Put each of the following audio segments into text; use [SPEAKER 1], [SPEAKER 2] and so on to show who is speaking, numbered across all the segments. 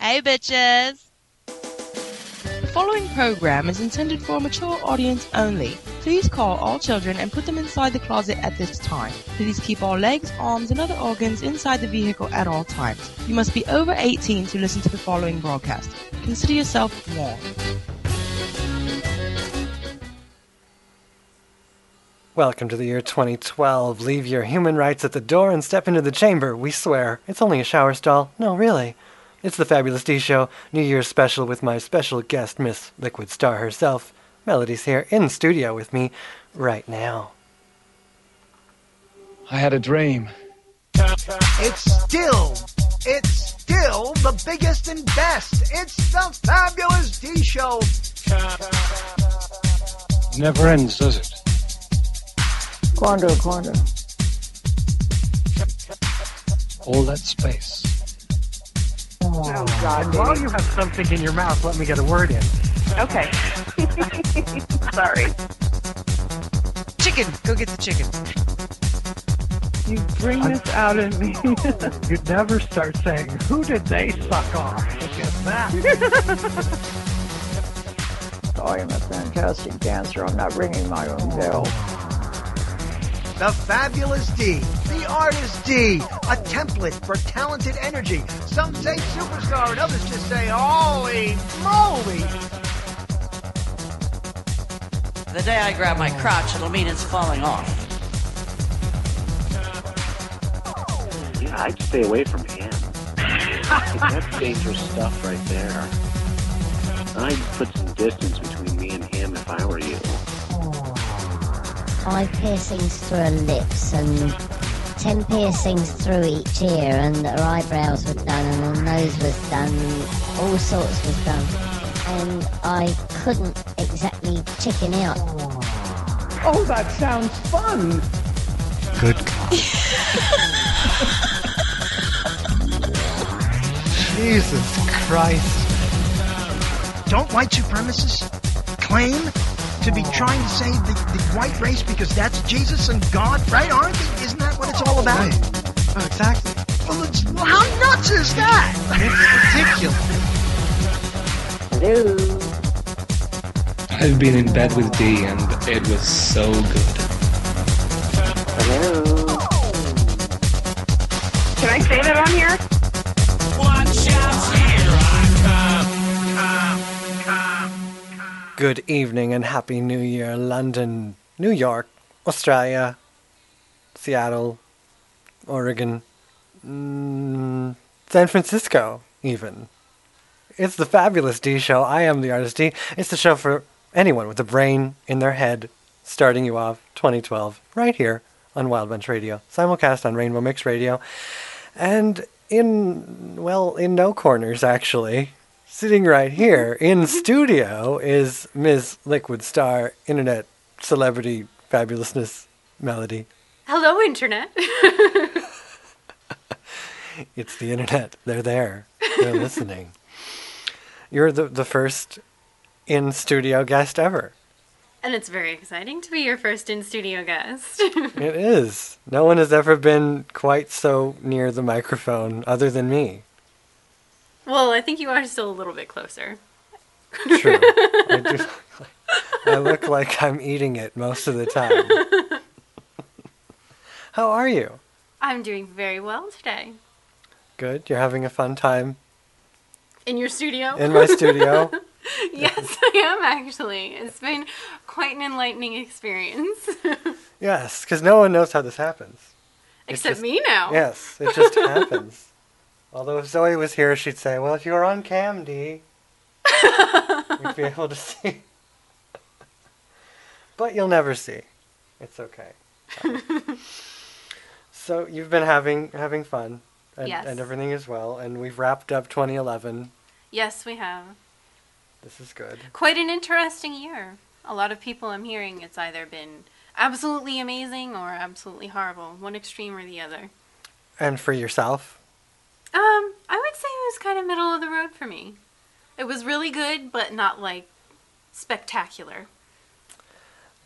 [SPEAKER 1] Hey, bitches.
[SPEAKER 2] The following program is intended for a mature audience only. Please call all children and put them inside the closet at this time. Please keep all legs, arms, and other organs inside the vehicle at all times. You must be over 18 to listen to the following broadcast. Consider yourself warned.
[SPEAKER 3] Welcome to the year 2012. Leave your human rights at the door and step into the chamber, we swear. It's only a shower stall. No, really. It's the Fabulous D Show, New Year's special with my special guest, Miss Liquid Star herself. Melody's here in studio with me right now.
[SPEAKER 4] I had a dream.
[SPEAKER 5] It's still, it's still the biggest and best. It's the Fabulous D Show.
[SPEAKER 4] Never ends, does it?
[SPEAKER 6] Quando, quando.
[SPEAKER 4] All that space.
[SPEAKER 7] Oh, God. While you have something in your mouth, let me get a word in.
[SPEAKER 8] Okay. Sorry.
[SPEAKER 9] Chicken. Go get the chicken.
[SPEAKER 6] You bring this out in me.
[SPEAKER 7] You'd never start saying, who did they suck off? Look at that.
[SPEAKER 6] I am a fantastic dancer. I'm not ringing my own bell.
[SPEAKER 5] The Fabulous D, the Artist D, a template for talented energy. Some say superstar, and others just say, holy moly!
[SPEAKER 9] The day I grab my crotch, it'll mean it's falling off.
[SPEAKER 10] Yeah, I'd stay away from him. That's dangerous stuff right there. I'd put some distance between me and him if I were you.
[SPEAKER 11] five piercings through her lips and ten piercings through each ear, and her eyebrows were done, and her nose was done, and all sorts was done. And I couldn't exactly chicken out.
[SPEAKER 6] Oh, that sounds fun.
[SPEAKER 12] Good God.
[SPEAKER 5] Jesus Christ. Don't white supremacists claim to be trying to save the, the white race because that's Jesus and God, right? Aren't they? Isn't that what it's all about?
[SPEAKER 12] exactly.
[SPEAKER 5] Well, it's, well, how nuts is that?
[SPEAKER 12] It's
[SPEAKER 6] Hello.
[SPEAKER 13] I've been in bed with D and it was so good.
[SPEAKER 8] Can I say that on here? Watch out here I
[SPEAKER 3] Good evening and Happy New Year, London, New York, Australia, Seattle, Oregon, mm, San Francisco, even. It's the Fabulous D Show. I am the Artist D. It's the show for anyone with a brain in their head, starting you off 2012, right here on Wild Bunch Radio, simulcast on Rainbow Mix Radio, and in, well, in no corners, actually. Sitting right here in studio is Ms. Liquid Star, internet celebrity fabulousness melody.
[SPEAKER 14] Hello, Internet.
[SPEAKER 3] It's the internet. They're there. They're listening. You're the, the first in studio guest ever.
[SPEAKER 14] and it's very exciting to be your first in studio guest.
[SPEAKER 3] It is. No one has ever been quite so near the microphone other than me.
[SPEAKER 14] well, I think you are still a little bit closer.
[SPEAKER 3] True. I, do, I look like I'm eating it most of the time. How are you?
[SPEAKER 14] I'm doing very well today.
[SPEAKER 3] Good. You're having a fun time
[SPEAKER 14] In your studio?
[SPEAKER 3] in my studio.
[SPEAKER 14] yes, I am actually. It's been quite an enlightening experience.
[SPEAKER 3] Yes, because no one knows how this happens. It's
[SPEAKER 14] Except
[SPEAKER 3] just-
[SPEAKER 14] me now.
[SPEAKER 3] Yes, it just happens. Although if Zoe was here, she'd say, "Well, if you were on cam, D, you'd be able to see." but you'll never see. It's okay. so you've been having having fun, and,
[SPEAKER 14] Yes.
[SPEAKER 3] and everything is well, and we've wrapped up 2011.
[SPEAKER 14] Yes, we have.
[SPEAKER 3] This is good.
[SPEAKER 14] Quite an interesting year. A lot of people I'm hearing it's either been absolutely amazing or absolutely horrible, one extreme or the other.
[SPEAKER 3] And for yourself,
[SPEAKER 14] Um, I would say it was kind of middle of the road for me. It was really good, but not like spectacular.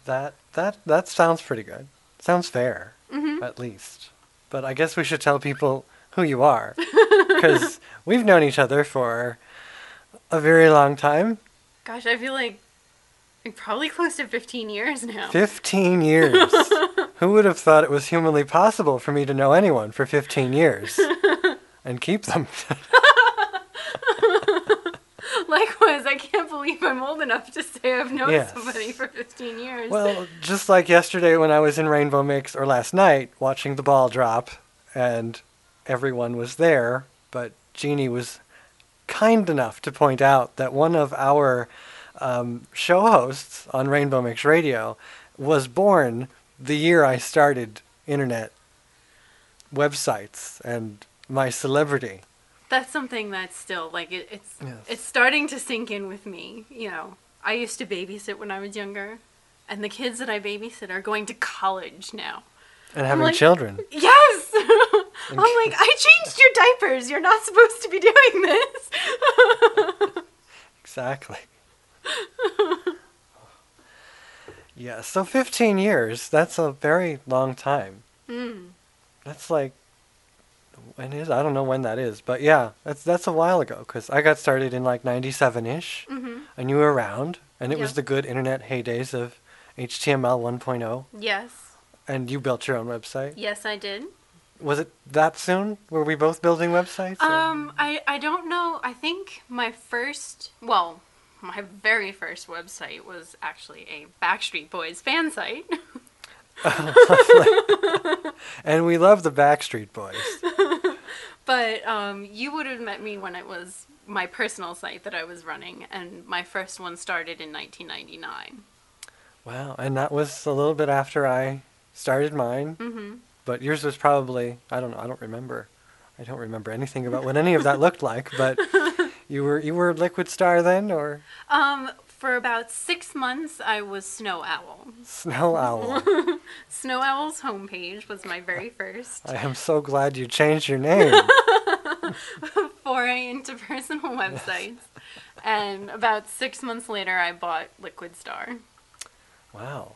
[SPEAKER 3] that that that sounds pretty good. Sounds fair.
[SPEAKER 14] Mhm.
[SPEAKER 3] at least. But I guess we should tell people who you are. Because we've known each other for a very long time
[SPEAKER 14] Gosh, I feel like like, probably close to 15 years now.
[SPEAKER 3] 15 years. who would have thought it was humanly possible for me to know anyone for 15 years and keep them?
[SPEAKER 14] Likewise, I can't believe I'm old enough to say I've known
[SPEAKER 3] Yes.
[SPEAKER 14] somebody for 15 years.
[SPEAKER 3] Well, just like yesterday when I was in Rainbow Mix, or last night, watching the ball drop, and everyone was there, but Jeannie was kind enough to point out that one of our um, show hosts on Rainbow Mix Radio was born the year I started internet websites and my celebrity.
[SPEAKER 14] that's something that's still like it, it's
[SPEAKER 3] Yes.
[SPEAKER 14] it's starting to sink in with me. You know, I used to babysit when I was younger, and the kids that I babysit are going to college now.
[SPEAKER 3] And
[SPEAKER 14] I'm
[SPEAKER 3] having
[SPEAKER 14] like,
[SPEAKER 3] children.
[SPEAKER 14] Yes. I'm like, I changed your diapers. You're not supposed to be doing this.
[SPEAKER 3] Exactly. yeah, so 15 years, that's a very long time.
[SPEAKER 14] Mm.
[SPEAKER 3] That's like when is I don't know when that is, but yeah, that's that's a while ago cuz I got started in like 97ish
[SPEAKER 14] Mhm.
[SPEAKER 3] and you were around and it was
[SPEAKER 14] Yeah.
[SPEAKER 3] the good internet heydays of HTML 1.0
[SPEAKER 14] Yes.
[SPEAKER 3] oh, and you built your own website.
[SPEAKER 14] Yes, I did.
[SPEAKER 3] Was it that soon? Were we both building websites? or-
[SPEAKER 14] Um, I, I don't know. I think my first, well, my very first website was actually a Backstreet Boys fan site.
[SPEAKER 3] and we love the Backstreet Boys.
[SPEAKER 14] But um, you would have met me when it was my personal site that I was running, and my first one started in 1999.
[SPEAKER 3] Wow, and that was a little bit after I started mine.
[SPEAKER 14] Mhm.
[SPEAKER 3] But yours was probably, I don't know, I don't remember. I don't remember anything about what any of that looked like, but you were you were Liquid Star then or
[SPEAKER 14] Um, for about six months, I was Snow Owl.
[SPEAKER 3] Snow Owl?
[SPEAKER 14] Snow Owl's homepage was my very first
[SPEAKER 3] I am so glad you changed your name.
[SPEAKER 14] foray into personal websites. And about six months later, I bought Liquid Star.
[SPEAKER 3] wow.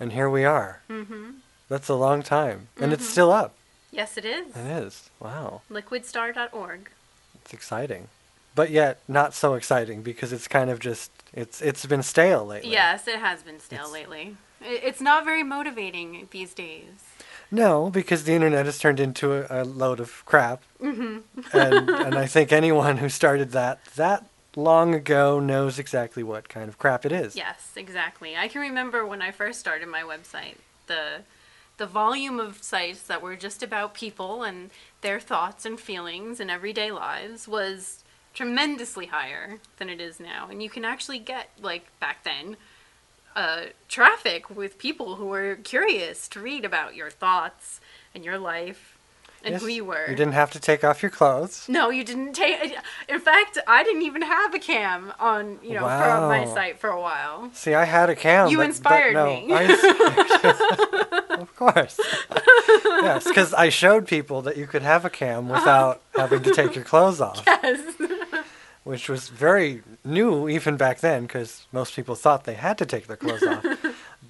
[SPEAKER 3] And here we are.
[SPEAKER 14] hmm
[SPEAKER 3] That's a long time. And
[SPEAKER 14] Mhm.
[SPEAKER 3] it's still up.
[SPEAKER 14] Yes, it is.
[SPEAKER 3] It is. Wow.
[SPEAKER 14] Liquidstar.org.
[SPEAKER 3] It's exciting. But yet not so exciting because it's kind of just it's it's been stale lately.
[SPEAKER 14] Yes, it has been stale lately. I- It's not very motivating these days.
[SPEAKER 3] No, because the internet has turned into a, a load of crap.
[SPEAKER 14] hmm
[SPEAKER 3] and and I think anyone who started that that long ago knows exactly what kind of crap it is.
[SPEAKER 14] Yes, exactly. I can remember when I first started my website, the the volume of sites that were just about people and their thoughts and feelings and everyday lives was tremendously higher than it is now. And you can actually get like back then uh, traffic with people who were curious to read about your thoughts and your life and
[SPEAKER 3] Yes,
[SPEAKER 14] who you were.
[SPEAKER 3] You didn't have to take off your clothes.
[SPEAKER 14] No, you didn't take. In fact, I didn't even have a cam on you know from my
[SPEAKER 3] Wow.
[SPEAKER 14] site for a while.
[SPEAKER 3] See, I had a cam.
[SPEAKER 14] You
[SPEAKER 3] but- but
[SPEAKER 14] inspired
[SPEAKER 3] no,
[SPEAKER 14] me.
[SPEAKER 3] I inspired- of course. yes, because I showed people that you could have a cam without having to take your clothes off,
[SPEAKER 14] Uh-huh. Yes.
[SPEAKER 3] which was very new even back then, because most people thought they had to take their clothes off.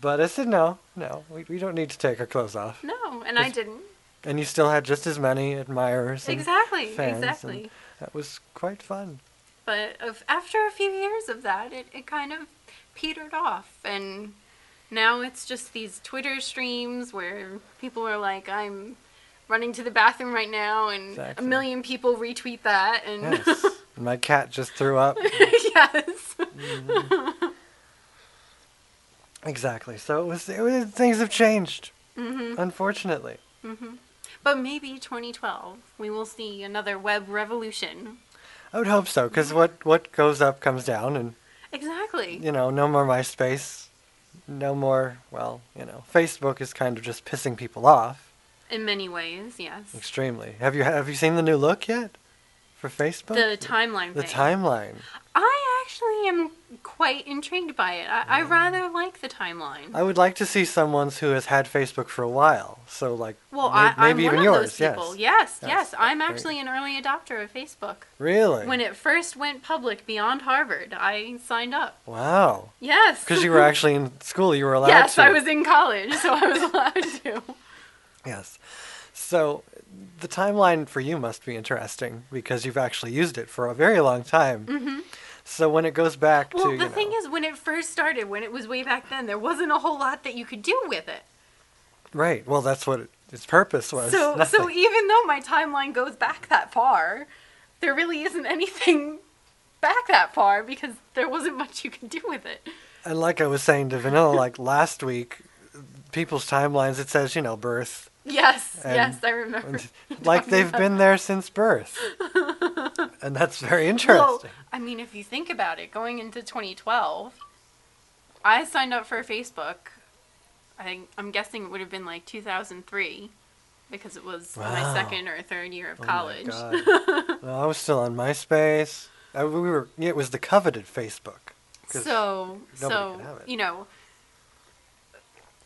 [SPEAKER 3] But I said, no, no, we, we don't need to take our clothes off.
[SPEAKER 14] No, and I didn't.
[SPEAKER 3] And you still had just as many admirers. and
[SPEAKER 14] Exactly,
[SPEAKER 3] fans, and
[SPEAKER 14] exactly.
[SPEAKER 3] That was quite fun.
[SPEAKER 14] But of, after a few years of that, it, it kind of petered off. And now it's just these Twitter streams where people are like, I'm running to the bathroom right now, and
[SPEAKER 3] Exactly.
[SPEAKER 14] a million people retweet that. And
[SPEAKER 3] Yes. My cat just threw up.
[SPEAKER 14] yes.
[SPEAKER 3] Mm-hmm. Exactly. So it was, it was things have changed,
[SPEAKER 14] hmm
[SPEAKER 3] unfortunately.
[SPEAKER 14] hmm But maybe 2012, we will see another web revolution.
[SPEAKER 3] I would hope so, because what, what goes up comes down, and,
[SPEAKER 14] Exactly.
[SPEAKER 3] you know, no more MySpace, no more, well, you know, Facebook is kind of just pissing people off
[SPEAKER 14] In many ways, yes.
[SPEAKER 3] extremely. Have you, have you seen the new look yet for Facebook?
[SPEAKER 14] The timeline
[SPEAKER 3] The
[SPEAKER 14] thing.
[SPEAKER 3] timeline.
[SPEAKER 14] I actually am quite intrigued by it. I, I
[SPEAKER 3] Mm.
[SPEAKER 14] rather like the timeline.
[SPEAKER 3] I would like to see someone who has had Facebook for a while. So, like,
[SPEAKER 14] well,
[SPEAKER 3] may-
[SPEAKER 14] I, I'm
[SPEAKER 3] maybe
[SPEAKER 14] one
[SPEAKER 3] even
[SPEAKER 14] of
[SPEAKER 3] yours.
[SPEAKER 14] those people.
[SPEAKER 3] Yes.
[SPEAKER 14] Yes, yes.
[SPEAKER 3] Yes,
[SPEAKER 14] I'm
[SPEAKER 3] that's
[SPEAKER 14] actually an early adopter of Facebook.
[SPEAKER 3] Really?
[SPEAKER 14] When it first went public beyond Harvard, I signed up.
[SPEAKER 3] wow.
[SPEAKER 14] Yes.
[SPEAKER 3] Because you were actually in school, you were allowed
[SPEAKER 14] yes,
[SPEAKER 3] to.
[SPEAKER 14] I was in college, so I was allowed to.
[SPEAKER 3] Yes. So the timeline for you must be interesting because you've actually used it for a very long time.
[SPEAKER 14] hmm
[SPEAKER 3] So when it goes back
[SPEAKER 14] Well,
[SPEAKER 3] to you
[SPEAKER 14] the
[SPEAKER 3] know,
[SPEAKER 14] thing is, when it first started, when it was way back then, there wasn't a whole lot that you could do with it.
[SPEAKER 3] right, well that's what it, its purpose was.
[SPEAKER 14] so,
[SPEAKER 3] nothing.
[SPEAKER 14] so even though my timeline goes back that far, there really isn't anything back that far because there wasn't much you could do with it.
[SPEAKER 3] And like I was saying to Vanilla, like last week, people's timelines it says you know birth,
[SPEAKER 14] Yes,
[SPEAKER 3] And-
[SPEAKER 14] yes, I remember.
[SPEAKER 3] like they've been there since birth, and that's very interesting.
[SPEAKER 14] Well, I mean, if you think about it, going into 2012, I signed up for Facebook. I think I'm guessing it would have been like 2003 because it was my
[SPEAKER 3] Wow.
[SPEAKER 14] second or third year of
[SPEAKER 3] Oh my
[SPEAKER 14] college.
[SPEAKER 3] God. Well, I was still on MySpace. I, we were. It was the coveted Facebook. 'cause
[SPEAKER 14] so,
[SPEAKER 3] nobody
[SPEAKER 14] so
[SPEAKER 3] could have it.
[SPEAKER 14] you know,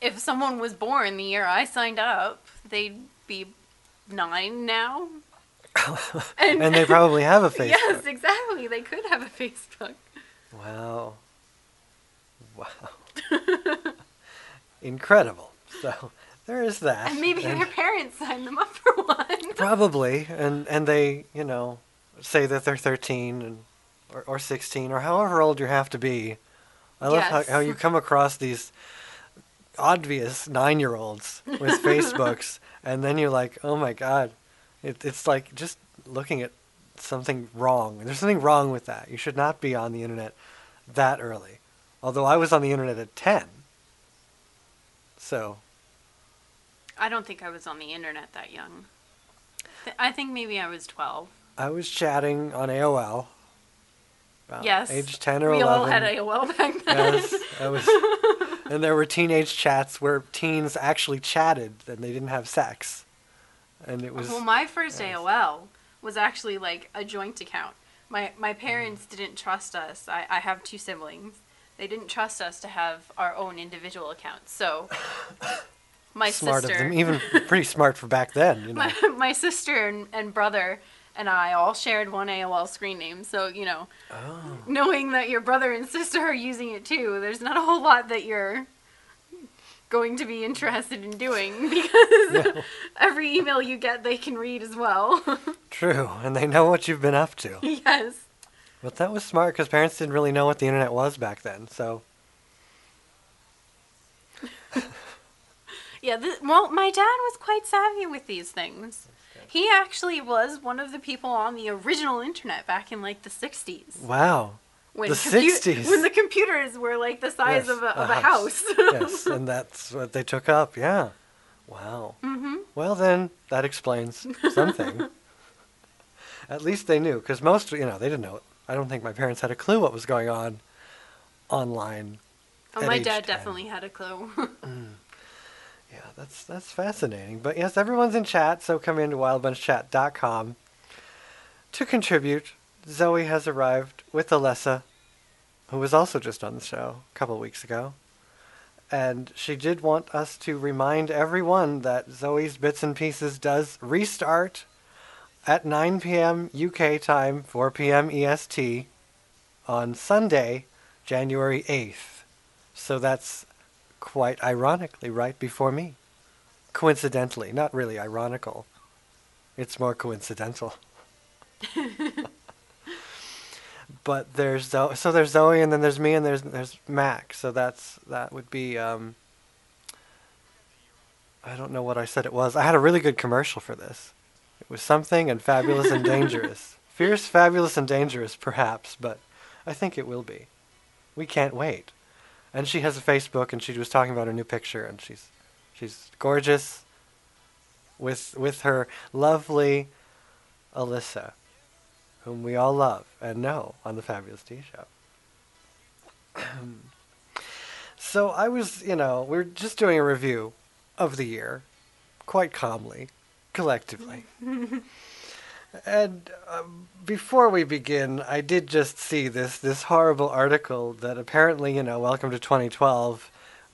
[SPEAKER 14] if someone was born the year I signed up, they'd be nine now.
[SPEAKER 3] And, they probably have a Facebook.
[SPEAKER 14] Yes, exactly. They could have a Facebook.
[SPEAKER 3] Wow. Wow. Incredible. So there is that.
[SPEAKER 14] And maybe
[SPEAKER 3] And
[SPEAKER 14] their parents signed them up for one.
[SPEAKER 3] probably and and they, you know, say that they're 13 and or, or 16 or however old you have to be. I love
[SPEAKER 14] Yes.
[SPEAKER 3] how, how you come across these obvious 9-year-olds with Facebooks and then you're like, "Oh my god. It, it's like just looking at something wrong. There's something wrong with that. You should not be on the internet that early. Although I was on the internet at 10. So,
[SPEAKER 14] I don't think I was on the internet that young. Th- I think maybe I was 12.
[SPEAKER 3] I was chatting on AOL. About
[SPEAKER 14] yes.
[SPEAKER 3] Uh, Age 10 or
[SPEAKER 14] we
[SPEAKER 3] 11.
[SPEAKER 14] all had AOL back then.
[SPEAKER 3] Yes, I was. and there were teenage chats where teens actually chatted and they didn't have sex. And it was.
[SPEAKER 14] well, my first AOL was actually like a joint account. My my parents
[SPEAKER 3] Mm.
[SPEAKER 14] didn't trust us. I, I have two siblings. They didn't trust us to have our own individual accounts. So my
[SPEAKER 3] smart
[SPEAKER 14] sister
[SPEAKER 3] of them, even pretty smart for back then, you know.
[SPEAKER 14] my, my sister and, and brother and I all shared one AOL screen name. So, you know,
[SPEAKER 3] Oh.
[SPEAKER 14] knowing that your brother and sister are using it too, there's not a whole lot that you're going to be interested in doing because every email you get they can read as well.
[SPEAKER 3] True, and they know what you've been up to.
[SPEAKER 14] yes.
[SPEAKER 3] But that was smart because parents didn't really know what the internet was back then. So
[SPEAKER 14] Yeah, th well, my dad was quite savvy with these things. He actually was one of the people on the original internet back in like the 60s.
[SPEAKER 3] wow,
[SPEAKER 14] when
[SPEAKER 3] the
[SPEAKER 14] compu-
[SPEAKER 3] sixties.
[SPEAKER 14] when the computers were like the size
[SPEAKER 3] Yes,
[SPEAKER 14] of a, of a house.
[SPEAKER 3] yes, and that's what they took up. Yeah, wow.
[SPEAKER 14] hmm
[SPEAKER 3] Well, then that explains something. At least they knew because most, you know, they didn't know. I don't think my parents had a clue what was going on online.
[SPEAKER 14] Oh,
[SPEAKER 3] at
[SPEAKER 14] my
[SPEAKER 3] age
[SPEAKER 14] dad
[SPEAKER 3] 10.
[SPEAKER 14] definitely had a clue.
[SPEAKER 3] Yeah, that's that's fascinating. But yes, everyone's in chat, so come into wildbunchchat.com to contribute. Zoe has arrived with Alessa, who was also just on the show a couple weeks ago. And she did want us to remind everyone that Zoe's Bits and Pieces does restart at 9 p.m. UK time, 4 p.m. EST E on Sunday, January 8th. So that's quite ironically right before me. Coincidentally, not really ironical. It's more coincidental. but there's Zo- so there's Zoe and then there's me and there's there's Mac. So that's that would be um I don't know what I said it was. I had a really good commercial for this. It was something and fabulous and dangerous. Fierce, fabulous and dangerous perhaps, but I think it will be. We can't wait and she has a Facebook, and she was talking about her new picture, and she's she's gorgeous with with her lovely Alyssa, whom we all love and know on the Fabulous Tea Show. so I was, you know, we we're just doing a review of the year, quite calmly, collectively. And um, before we begin, I did just see this this horrible article that apparently, you know, welcome to 2012,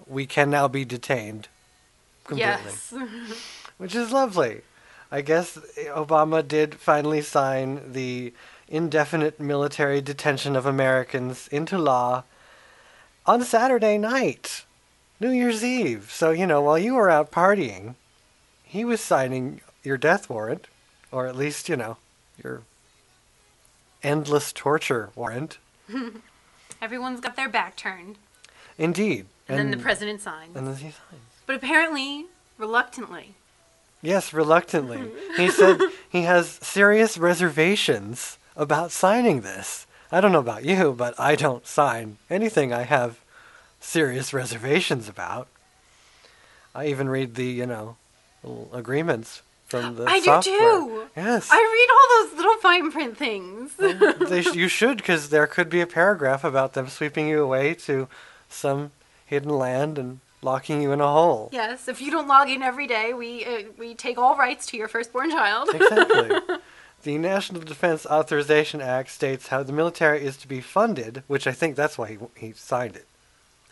[SPEAKER 3] we can now be detained completely,
[SPEAKER 14] yes.
[SPEAKER 3] which is lovely. I guess Obama did finally sign the indefinite military detention of Americans into law on Saturday night, New Year's Eve. So, you know, while you were out partying, he was signing your death warrant, or at least, you know, your endless torture warrant.
[SPEAKER 14] Everyone's got their back turned.
[SPEAKER 3] Indeed.
[SPEAKER 14] And, then the president signs.
[SPEAKER 3] And then he signed.
[SPEAKER 14] But apparently, reluctantly.
[SPEAKER 3] Yes, reluctantly. he said he has serious reservations about signing this. I don't know about you, but I don't sign anything I have serious reservations about. I even read the, you know, little agreements from the
[SPEAKER 14] I
[SPEAKER 3] software.
[SPEAKER 14] do too.
[SPEAKER 3] Yes.
[SPEAKER 14] I read all those little fine print things.
[SPEAKER 3] they sh- you should, because there could be a paragraph about them sweeping you away to some hidden land and locking you in a hole.
[SPEAKER 14] yes, if you don't log in every day, we uh, we take all rights to your firstborn child.
[SPEAKER 3] Exactly. The National Defense Authorization Act states how the military is to be funded, which I think that's why he, he signed it.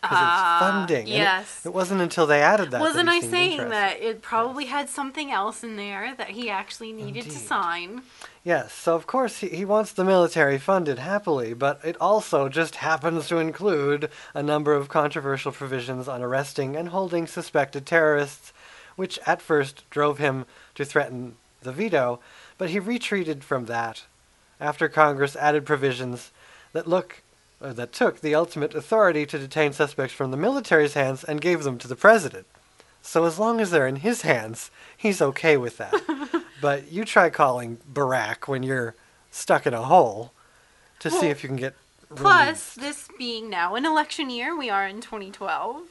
[SPEAKER 3] Because
[SPEAKER 14] Ah,
[SPEAKER 3] it's funding. and it-
[SPEAKER 14] yes.
[SPEAKER 3] It, wasn't until they added that.
[SPEAKER 14] Wasn't
[SPEAKER 3] that he
[SPEAKER 14] I
[SPEAKER 3] seemed
[SPEAKER 14] saying
[SPEAKER 3] interested.
[SPEAKER 14] that it probably had something else in there that he actually needed to sign?
[SPEAKER 3] Yes, so of course he, he wants the military funded happily, but it also just happens to include a number of controversial provisions on arresting and holding suspected terrorists, which at first drove him to threaten the veto, but he retreated from that after Congress added provisions that look or that took the ultimate authority to detain suspects from the military's hands and gave them to the president. So as long as they're in his hands, he's okay with that. But you try calling Barack when you're stuck in a hole to see
[SPEAKER 14] Well,
[SPEAKER 3] if you can get.
[SPEAKER 14] Plus, this being now an election year, we are in 2012.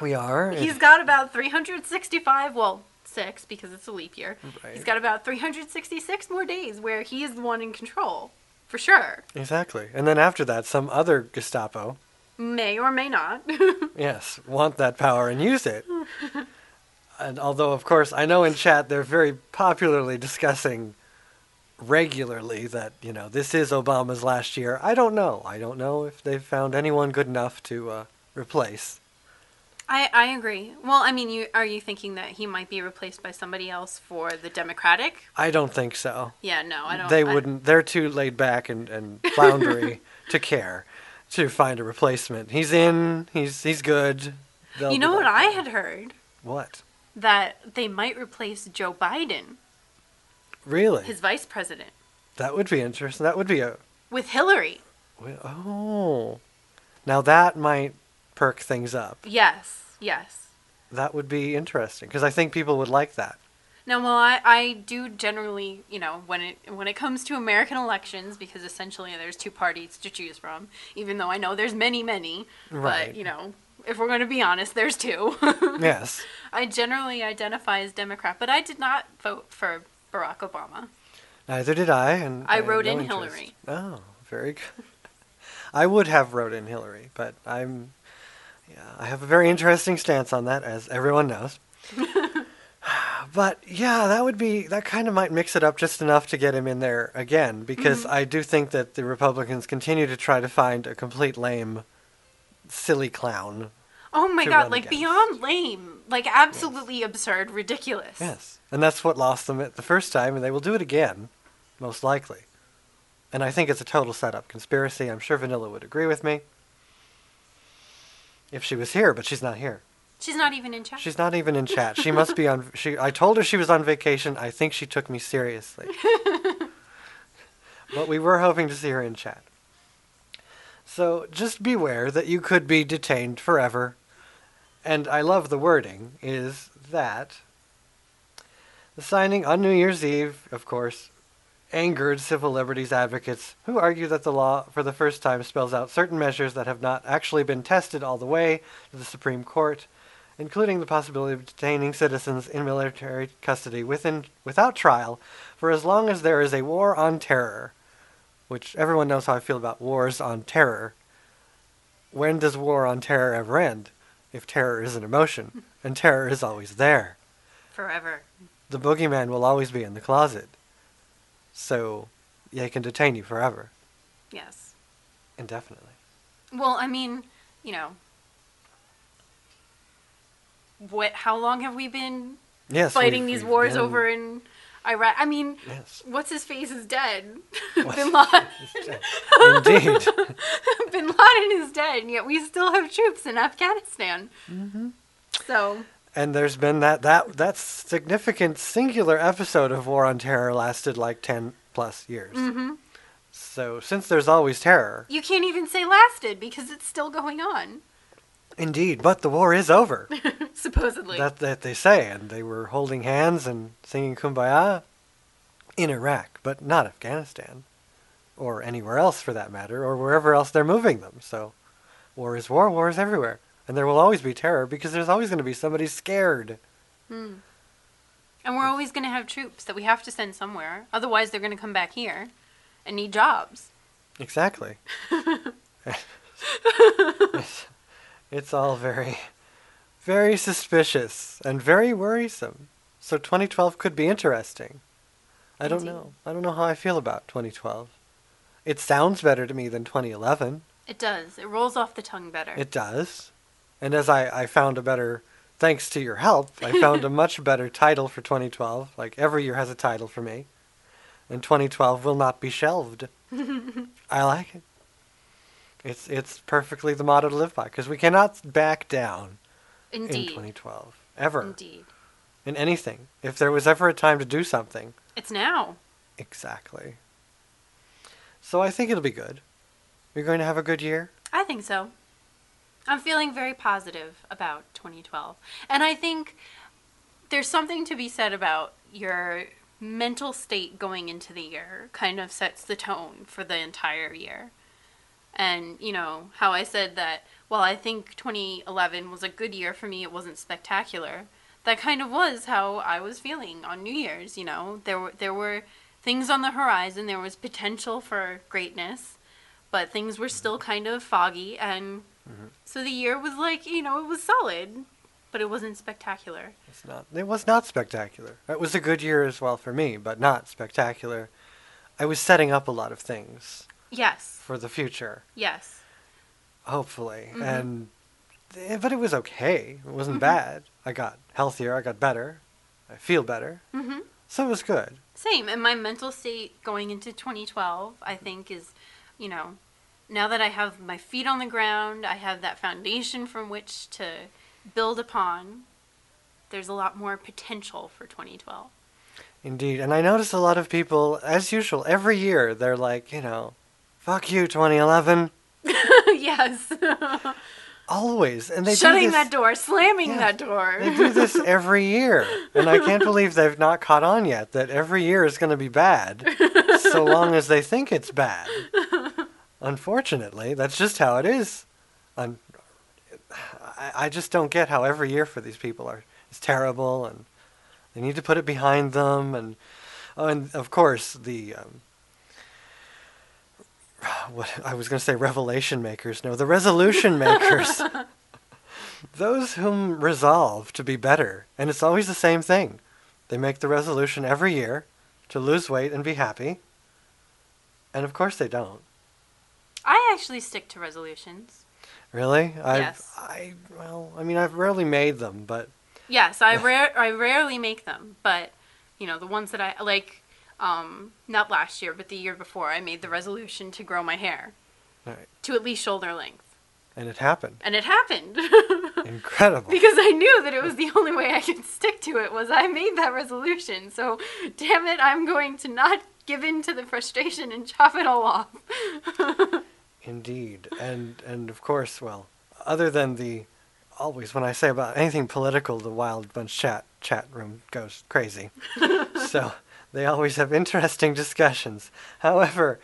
[SPEAKER 3] We are.
[SPEAKER 14] He's
[SPEAKER 3] and-
[SPEAKER 14] got about 365, well, six because it's a leap year. He's
[SPEAKER 3] Right.
[SPEAKER 14] got about 366 more days where he is the one in control, for sure.
[SPEAKER 3] Exactly. And then after that, some other Gestapo,
[SPEAKER 14] May or may not.
[SPEAKER 3] yes, want that power and use it. And although, of course, I know in chat they're very popularly discussing regularly that, you know, this is Obama's last year. I don't know. I don't know if they've found anyone good enough to uh, replace.
[SPEAKER 14] I, I agree. Well, I mean, you are you thinking that he might be replaced by somebody else for the Democratic?
[SPEAKER 3] I don't think so.
[SPEAKER 14] Yeah, no, I don't.
[SPEAKER 3] They
[SPEAKER 14] I-
[SPEAKER 3] wouldn't. They're too laid back and, and floundery to care to find a replacement. He's in. He's he's good. They'll
[SPEAKER 14] You
[SPEAKER 3] be
[SPEAKER 14] know what
[SPEAKER 3] like,
[SPEAKER 14] I had heard
[SPEAKER 3] What?
[SPEAKER 14] that they might replace Joe Biden,
[SPEAKER 3] Really?
[SPEAKER 14] his vice president,
[SPEAKER 3] That would be interesting. That would be a
[SPEAKER 14] with Hillary.
[SPEAKER 3] wi- oh. Now that might perk things up.
[SPEAKER 14] Yes, yes.
[SPEAKER 3] That would be interesting because I think people would like that.
[SPEAKER 14] No, well, I, I do generally, you know, when it when it comes to American elections, because essentially there's two parties to choose from. Even though I know there's many, many,
[SPEAKER 3] Right.
[SPEAKER 14] but you know, if we're going to be honest, there's two.
[SPEAKER 3] Yes.
[SPEAKER 14] I generally identify as Democrat, but I did not vote for Barack Obama.
[SPEAKER 3] Neither did I, and
[SPEAKER 14] I
[SPEAKER 3] had
[SPEAKER 14] wrote
[SPEAKER 3] no
[SPEAKER 14] in
[SPEAKER 3] interest.
[SPEAKER 14] Hillary.
[SPEAKER 3] Oh, very good. I would have wrote in Hillary, but I'm. Yeah, I have a very interesting stance on that, as everyone knows. but yeah, that would be that kind of might mix it up just enough to get him in there again, because
[SPEAKER 14] Mm-hmm.
[SPEAKER 3] I do think that the Republicans continue to try to find a complete lame, silly clown.
[SPEAKER 14] Oh my
[SPEAKER 3] To
[SPEAKER 14] god,
[SPEAKER 3] run
[SPEAKER 14] like
[SPEAKER 3] against.
[SPEAKER 14] beyond lame, like absolutely absurd, ridiculous.
[SPEAKER 3] Yes, and that's what lost them at the first time, and they will do it again, most likely. And I think it's a total setup conspiracy. I'm sure Vanilla would agree with me. If she was here, but she's not here.
[SPEAKER 14] She's not even in chat.
[SPEAKER 3] She's not even in chat. She must be on. She. I told her she was on vacation. I think she took me seriously. but we were hoping to see her in chat. So just beware that you could be detained forever. And I love the wording is that the signing on New Year's Eve, of course, angered civil liberties advocates who argue that the law for the first time spells out certain measures that have not actually been tested all the way to the Supreme Court, including the possibility of detaining citizens in military custody within, without trial for as long as there is a war on terror, which everyone knows how I feel about wars on terror. When does war on terror ever end? If terror is an emotion, and terror is always there
[SPEAKER 14] Forever.
[SPEAKER 3] the boogeyman will always be in the closet. So they can detain you forever,
[SPEAKER 14] Yes.
[SPEAKER 3] indefinitely.
[SPEAKER 14] Well, I mean, you know, what? How long have we been
[SPEAKER 3] Yes,
[SPEAKER 14] fighting
[SPEAKER 3] we've-
[SPEAKER 14] these
[SPEAKER 3] we've
[SPEAKER 14] wars
[SPEAKER 3] been-
[SPEAKER 14] over in Iraq? I mean,
[SPEAKER 3] Yes.
[SPEAKER 14] what's his face is dead. Bin Laden.
[SPEAKER 3] Indeed.
[SPEAKER 14] Bin
[SPEAKER 3] Mm-hmm.
[SPEAKER 14] Laden is dead, and yet we still have troops in Afghanistan. So
[SPEAKER 3] And there's been that that that significant singular episode of War on Terror lasted like ten plus years.
[SPEAKER 14] hmm
[SPEAKER 3] So since there's always terror,
[SPEAKER 14] You can't even say lasted because it's still going on,
[SPEAKER 3] indeed, but the war is over.
[SPEAKER 14] supposedly.
[SPEAKER 3] that that they say, and they were holding hands and singing "Kumbaya" in Iraq, but not Afghanistan, or anywhere else for that matter, or wherever else they're moving them. So, war is war. War is everywhere, and there will always be terror because there's always going to be somebody scared.
[SPEAKER 14] Hmm. And we're always going to have troops that we have to send somewhere. Otherwise, they're going to come back here and need jobs.
[SPEAKER 3] Exactly. it's, it's all very, very suspicious and very worrisome. So 2012 could be interesting. I don't
[SPEAKER 14] Indeed.
[SPEAKER 3] know. I don't know how I feel about 2012. It sounds better to me than 2011.
[SPEAKER 14] It does. It rolls off the tongue better.
[SPEAKER 3] It does. And as I, I found a better, thanks to your help, I found a much better title for 2012. Like every year has a title for me. And 2012 will not be shelved. I like it. It's it's perfectly the motto to live by because we cannot back down in
[SPEAKER 14] Indeed.
[SPEAKER 3] 2012 ever
[SPEAKER 14] Indeed.
[SPEAKER 3] in anything. If there was ever a time to do something,
[SPEAKER 14] It's now.
[SPEAKER 3] exactly. So I think it'll be good. You're going to have a good year.
[SPEAKER 14] I think so. I'm feeling very positive about 2012. And I think there's something to be said about your mental state going into the year, kind of sets the tone for the entire year. And, you know, how I said that, while I think 2011 was a good year for me, it wasn't spectacular. That kind of was how I was feeling on New Year's, you know. There were there were things on the horizon, there was potential for greatness, but things were still kind of foggy and so the year was like, you know, it was solid, but it wasn't spectacular.
[SPEAKER 3] It's not. It was not spectacular. It was a good year as well for me, but not spectacular. I was setting up a lot of things
[SPEAKER 14] Yes.
[SPEAKER 3] for the future,
[SPEAKER 14] Yes.
[SPEAKER 3] hopefully,
[SPEAKER 14] Mhm.
[SPEAKER 3] and eh, but it was okay. It wasn't
[SPEAKER 14] Mhm.
[SPEAKER 3] bad. I got healthier. I got better. I feel better.
[SPEAKER 14] Mhm.
[SPEAKER 3] So it was good.
[SPEAKER 14] Same. And my mental state going into 2012, I think, is, you know, now that I have my feet on the ground, I have that foundation from which to build upon, there's a lot more potential for 2012.
[SPEAKER 3] Indeed. And I notice a lot of people, as usual, every year, they're like, you know, fuck you, 2011.
[SPEAKER 14] yes.
[SPEAKER 3] Always. And they do
[SPEAKER 14] Shutting
[SPEAKER 3] this-
[SPEAKER 14] that door, slamming
[SPEAKER 3] Yeah,
[SPEAKER 14] that door.
[SPEAKER 3] They do this every year. And I can't believe they've not caught on yet that every year is going to be bad so long as they think it's bad. Unfortunately, that's just how it is. Un- I, I just don't get how every year for these people are is terrible and they need to put it behind them and oh, and of course the um, what I was going to say revelation makers no the resolution makers those whom resolve to be better. And it's always the same thing. They make the resolution every year to lose weight and be happy. And of course they don't.
[SPEAKER 14] I actually stick to resolutions.
[SPEAKER 3] Really? I've,
[SPEAKER 14] Yes.
[SPEAKER 3] I well, I mean, I've rarely made them, but
[SPEAKER 14] Yes, I rare I rarely make them, but you know the ones that I like. Um, not last year, but the year before, I made the resolution to grow my hair
[SPEAKER 3] right.
[SPEAKER 14] to at least shoulder length,
[SPEAKER 3] and it happened.
[SPEAKER 14] and it happened
[SPEAKER 3] Incredible.
[SPEAKER 14] because I knew that it was the only way I could stick to it. Was I made that resolution? So, damn it, I'm going to not give in to the frustration and chop it all off.
[SPEAKER 3] Indeed. And and of course, well, other than the always when I say about anything political, the wild bunch chat chat room goes crazy. so they always have interesting discussions. However,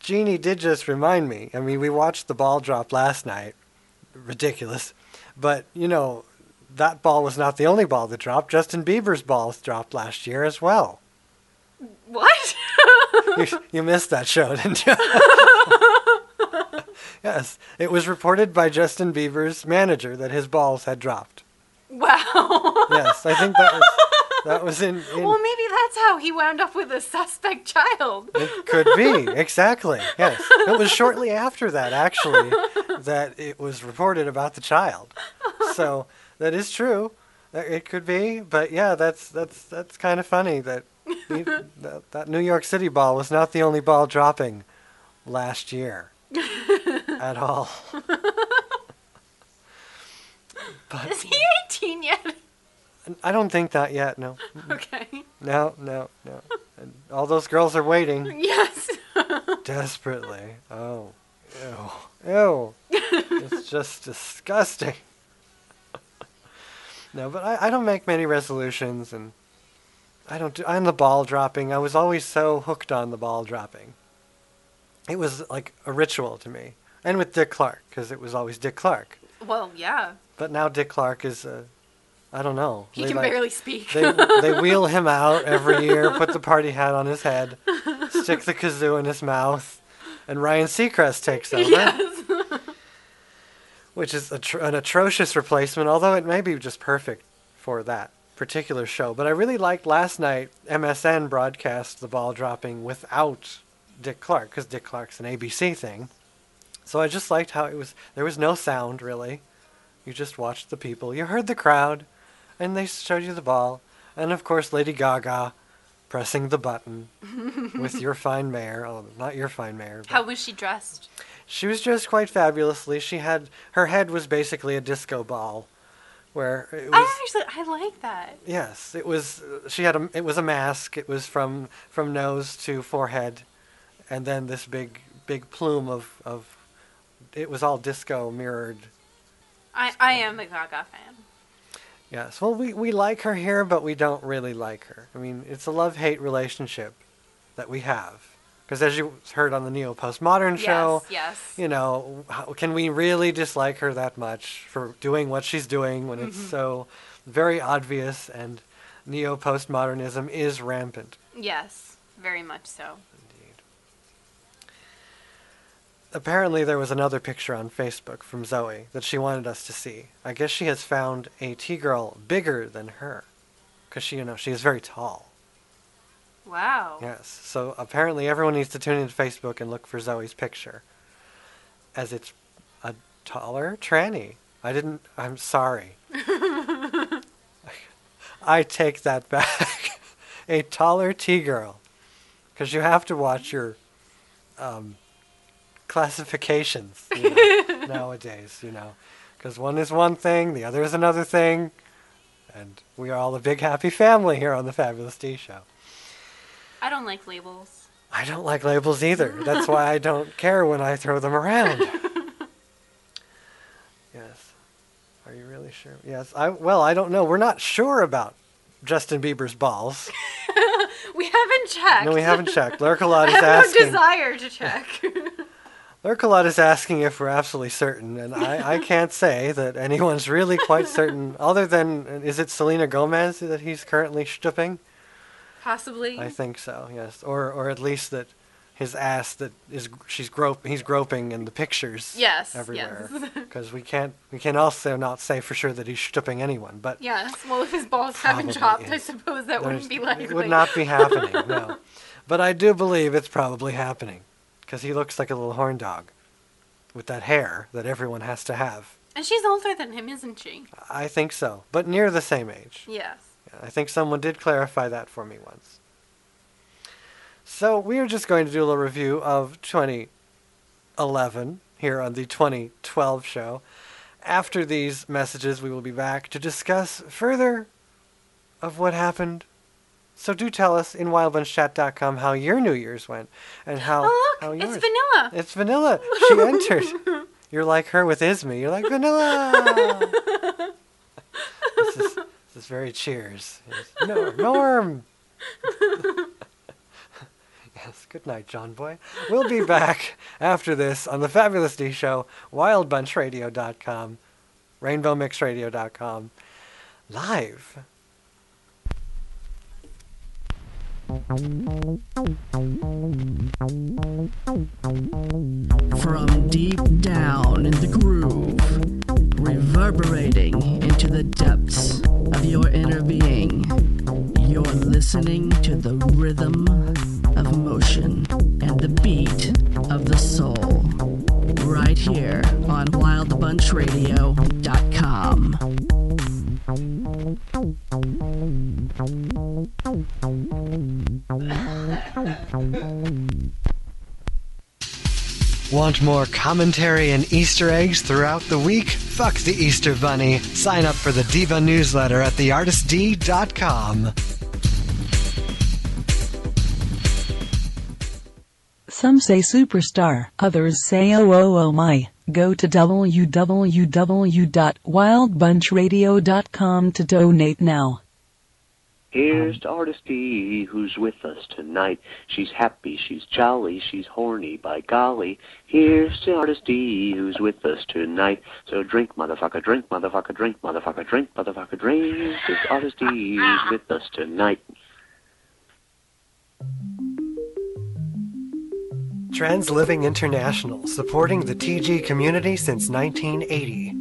[SPEAKER 3] Jeannie did just remind me. I mean, we watched the ball drop last night. Ridiculous. But, you know, that ball was not the only ball that dropped. Justin Bieber's balls dropped last year as well.
[SPEAKER 14] What?
[SPEAKER 3] you, you missed that show, didn't you? yes, it was reported by Justin Bieber's manager that his balls had dropped.
[SPEAKER 14] Wow.
[SPEAKER 3] Yes, I think that was that was in, in
[SPEAKER 14] Well, maybe that's how he wound up with a suspect child.
[SPEAKER 3] it could be exactly. Yes, it was shortly after that actually that it was reported about the child. So that is true. Uh, It could be, but yeah, that's that's that's kind of funny that he- that, that New York City ball was not the only ball dropping last year at all.
[SPEAKER 14] Is he 18 yet?
[SPEAKER 3] I don't think that yet. No.
[SPEAKER 14] Okay.
[SPEAKER 3] No. No. No. And all those girls are waiting
[SPEAKER 14] Yes.
[SPEAKER 3] desperately. Oh. Ew. Ew. it's just disgusting. No, but I, I don't make many resolutions, and I don't do. I'm the ball dropping. I was always so hooked on the ball dropping. It was like a ritual to me, and with Dick Clark, because it was always Dick Clark.
[SPEAKER 14] well, yeah.
[SPEAKER 3] But now Dick Clark is, uh, I don't know.
[SPEAKER 14] He can barely speak.
[SPEAKER 3] they they wheel him out every year, put the party hat on his head, stick the kazoo in his mouth, and Ryan Seacrest takes over. Which is atro- an atrocious replacement, although it may be just perfect for that particular show. But I really liked last night MSN broadcast the ball dropping without Dick Clark because Dick Clark's an ABC thing. So I just liked how it was. There was no sound really. You just watched the people. You heard the crowd, and they showed you the ball, and of course Lady Gaga pressing the button with your fine mayor. Oh, not your fine mayor.
[SPEAKER 14] How was she dressed?
[SPEAKER 3] She was dressed quite fabulously. She had her head was basically a disco ball, where it was.
[SPEAKER 14] I actually I like that.
[SPEAKER 3] Yes, it was. She had a. It was a mask. It was from from nose to forehead, and then this big big plume of of. It was all disco mirrored.
[SPEAKER 14] I, I am a Gaga fan.
[SPEAKER 3] Yes. Well, we we like her here, but we don't really like her. I mean, it's a love hate relationship that we have. Because as you heard on the neo postmodern
[SPEAKER 14] Yes,
[SPEAKER 3] show,
[SPEAKER 14] yes.
[SPEAKER 3] you know, how, can we really dislike her that much for doing what she's doing when it's
[SPEAKER 14] Mhm.
[SPEAKER 3] so very obvious and neo postmodernism is rampant?
[SPEAKER 14] Yes, very much so.
[SPEAKER 3] Apparently, there was another picture on Facebook from Zoe that she wanted us to see. I guess she has found a T girl bigger than her, because she, you know, she is very tall.
[SPEAKER 14] Wow.
[SPEAKER 3] Yes. So apparently, everyone needs to tune into Facebook and look for Zoe's picture, as it's a taller tranny. I didn't. I'm sorry. I take that back. a taller T girl, because you have to watch your um, classifications you know, nowadays. You know, because one is one thing, the other is another thing, and we are all a big happy family here on the Fabulous D Show.
[SPEAKER 14] I don't like labels.
[SPEAKER 3] I don't like labels either. That's why I don't care when I throw them around. yes. Are you really sure? Yes. I well, I don't know. We're not sure about Justin Bieber's balls.
[SPEAKER 14] We haven't checked.
[SPEAKER 3] No, we haven't checked.
[SPEAKER 14] I
[SPEAKER 3] Lurkalot is
[SPEAKER 14] have no
[SPEAKER 3] asking.
[SPEAKER 14] desire to check.
[SPEAKER 3] Lurkalot is asking if we're absolutely certain, and I, I can't say that anyone's really quite certain. Other than is it Selena Gomez that he's currently stooping?
[SPEAKER 14] Possibly.
[SPEAKER 3] I think so. Yes, or or at least that his ass that is she's grope he's groping in the pictures.
[SPEAKER 14] Yes,
[SPEAKER 3] everywhere.
[SPEAKER 14] yes.
[SPEAKER 3] Because we can't we can also not say for sure that he's stripping anyone, but
[SPEAKER 14] Yes. Well, if his balls haven't
[SPEAKER 3] Probably
[SPEAKER 14] dropped, I
[SPEAKER 3] is.
[SPEAKER 14] suppose that wouldn't be
[SPEAKER 3] there's-
[SPEAKER 14] likely.
[SPEAKER 3] it would not be happening. no, but I do believe it's probably happening because he looks like a little horn dog with that hair that everyone has to have.
[SPEAKER 14] and she's older than him, isn't she?
[SPEAKER 3] I think so, but near the same age.
[SPEAKER 14] Yes.
[SPEAKER 3] I think someone did clarify that for me once. So we are just going to do a little review of 2011 here on the 2012 show. After these messages, we will be back to discuss further of what happened. So do tell us in wildbunchat.com how your New Year's went and how
[SPEAKER 14] Oh,
[SPEAKER 3] how
[SPEAKER 14] look,
[SPEAKER 3] yours.
[SPEAKER 14] it's vanilla.
[SPEAKER 3] It's vanilla. She entered. You're like her with Ismi. You're like vanilla. this, is, this is very cheers. Yes. No, Norm. yes, good night, John Boy. We'll be back after this on the Fabulous D Show, wildbunchradio.com, rainbowmixradio.com, live.
[SPEAKER 1] From deep down in the groove, reverberating into the depths of your inner being, you're listening to the rhythm of motion and the beat of the soul. Right here on wildbunchradio.com.
[SPEAKER 3] Want more commentary and Easter eggs throughout the week? Fuck the Easter Bunny. Sign up for the Diva newsletter at theartistd.com.
[SPEAKER 15] Some say superstar, others say oh oh oh my. Go to www.wildbunchradio.com to donate now.
[SPEAKER 10] Here's to Artist D, who's with us tonight. She's happy, she's jolly, she's horny, by golly. Here's to Artist D, who's with us tonight. So drink, motherfucker, drink, motherfucker, drink, motherfucker, drink, motherfucker, drink. It's Artist D, who's with us tonight.
[SPEAKER 3] Transliving International, supporting the TG community since 1980.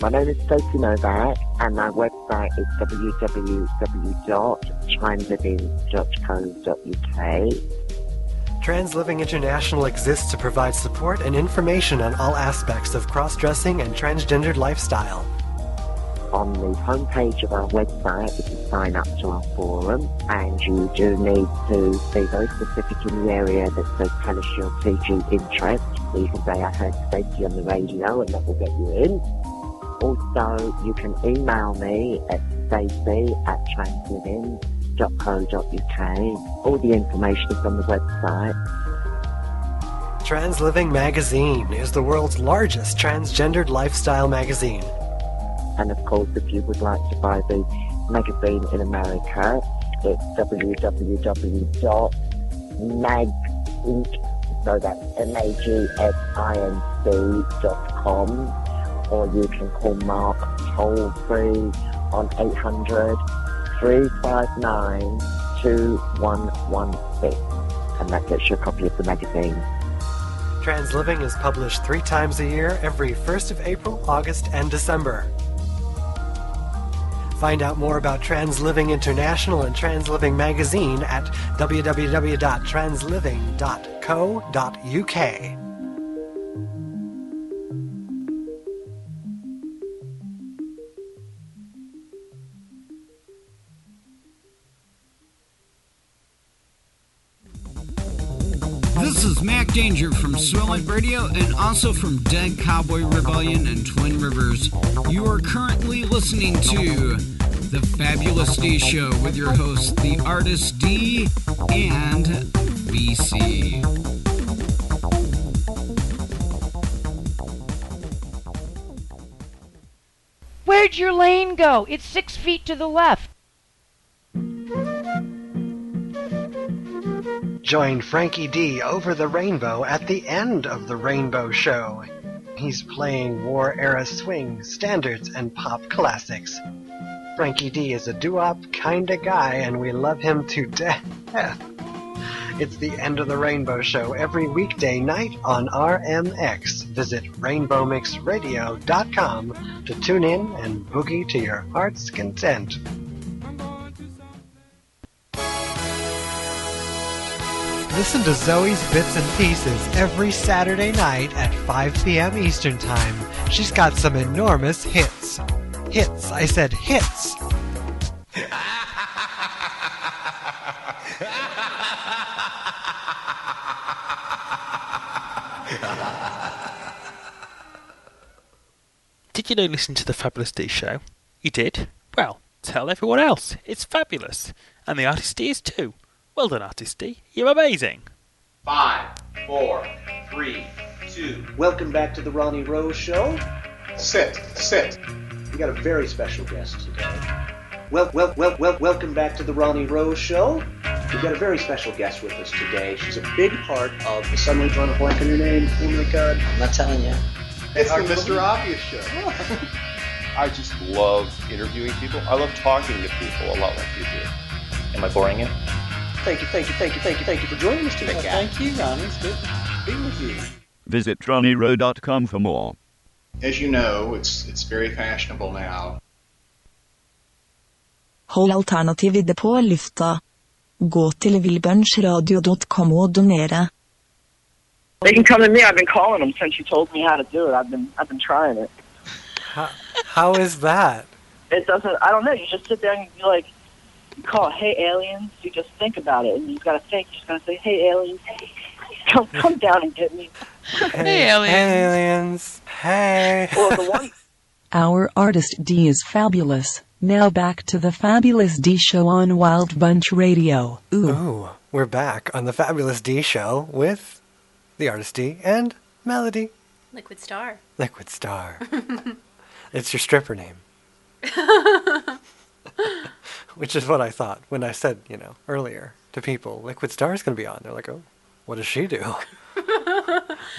[SPEAKER 16] My name is Sophie Novak, and my website is www.chimeliving.co.uk.
[SPEAKER 3] Transliving International exists to provide support and information on all aspects of cross dressing and transgendered lifestyle.
[SPEAKER 16] On the homepage of our website, you can sign up to our forum, and you do need to be very specific in the area that says tell us your TG interest. So you can say, I heard Sophie on the radio, and that will get you in. Also, you can email me at stacy at transliving.co.uk. All the information is on the website.
[SPEAKER 3] Transliving Magazine is the world's largest transgendered lifestyle magazine.
[SPEAKER 16] And of course, if you would like to buy the magazine in America, it's www.maginc, so that's M-A-G-S-I-N-C dot com or you can call Mark toll free on 800 359 2116 and that gets you a copy of the magazine.
[SPEAKER 3] Transliving is published three times a year, every 1st of April, August, and December. Find out more about Transliving International and Transliving Magazine at www.transliving.co.uk.
[SPEAKER 17] This is Mac Danger from Swell It Radio and also from Dead Cowboy Rebellion and Twin Rivers. You are currently listening to The Fabulous D Show with your hosts, the artist D and BC.
[SPEAKER 18] Where'd your lane go? It's six feet to the left.
[SPEAKER 3] Join Frankie D over the rainbow at the end of the Rainbow Show. He's playing war era swing, standards, and pop classics. Frankie D is a doo wop kinda guy, and we love him to death. It's the end of the Rainbow Show every weekday night on RMX. Visit rainbowmixradio.com to tune in and boogie to your heart's content. Listen to Zoe's Bits and Pieces every Saturday night at 5 p.m. Eastern Time. She's got some enormous hits. Hits, I said hits.
[SPEAKER 19] Did you know listen to the Fabulous D show? You did? Well, tell everyone else. It's fabulous. And the artist D is too. Well done, artist D. You're amazing.
[SPEAKER 20] Five, four, three, two.
[SPEAKER 21] Welcome back to the Ronnie Rose Show.
[SPEAKER 20] Sit, sit.
[SPEAKER 21] We got a very special guest today. Well, well, well, well, welcome back to the Ronnie Rose Show. We've got a very special guest with us today. She's a big part of. Suddenly drawing a blank on your name. Oh my God! I'm not telling you.
[SPEAKER 20] It's the Mr. Obvious show. I just love interviewing people. I love talking to people a lot like you do. Am I boring you?
[SPEAKER 21] Thank you, thank you, thank you, thank you, thank you for joining us today. Thank you, Ronnie. It's good to be with you.
[SPEAKER 22] Visit ronnieroe.com for more.
[SPEAKER 20] As you know, it's it's very fashionable now.
[SPEAKER 23] Hold alternativet på lufta. Gå til willbunchradio.com og donere.
[SPEAKER 24] They can come to me. I've been calling them since you told me how to do it. I've been I've been trying it.
[SPEAKER 3] How, how is that?
[SPEAKER 24] It doesn't. I don't know. You just sit there and you like you call it, hey aliens. You just think about it, and you got to think. You just got to say hey aliens. Come come down and get me.
[SPEAKER 3] Hey, aliens. Hey, aliens. Hey.
[SPEAKER 24] Well, the one
[SPEAKER 15] Our artist D is fabulous. Now back to the Fabulous D show on Wild Bunch Radio. Ooh.
[SPEAKER 3] Ooh, we're back on the Fabulous D show with the artist D and Melody
[SPEAKER 14] Liquid Star.
[SPEAKER 3] Liquid Star. it's your stripper name, which is what I thought when I said, you know, earlier to people, Liquid Star is going to be on. They're like, oh, what does she do?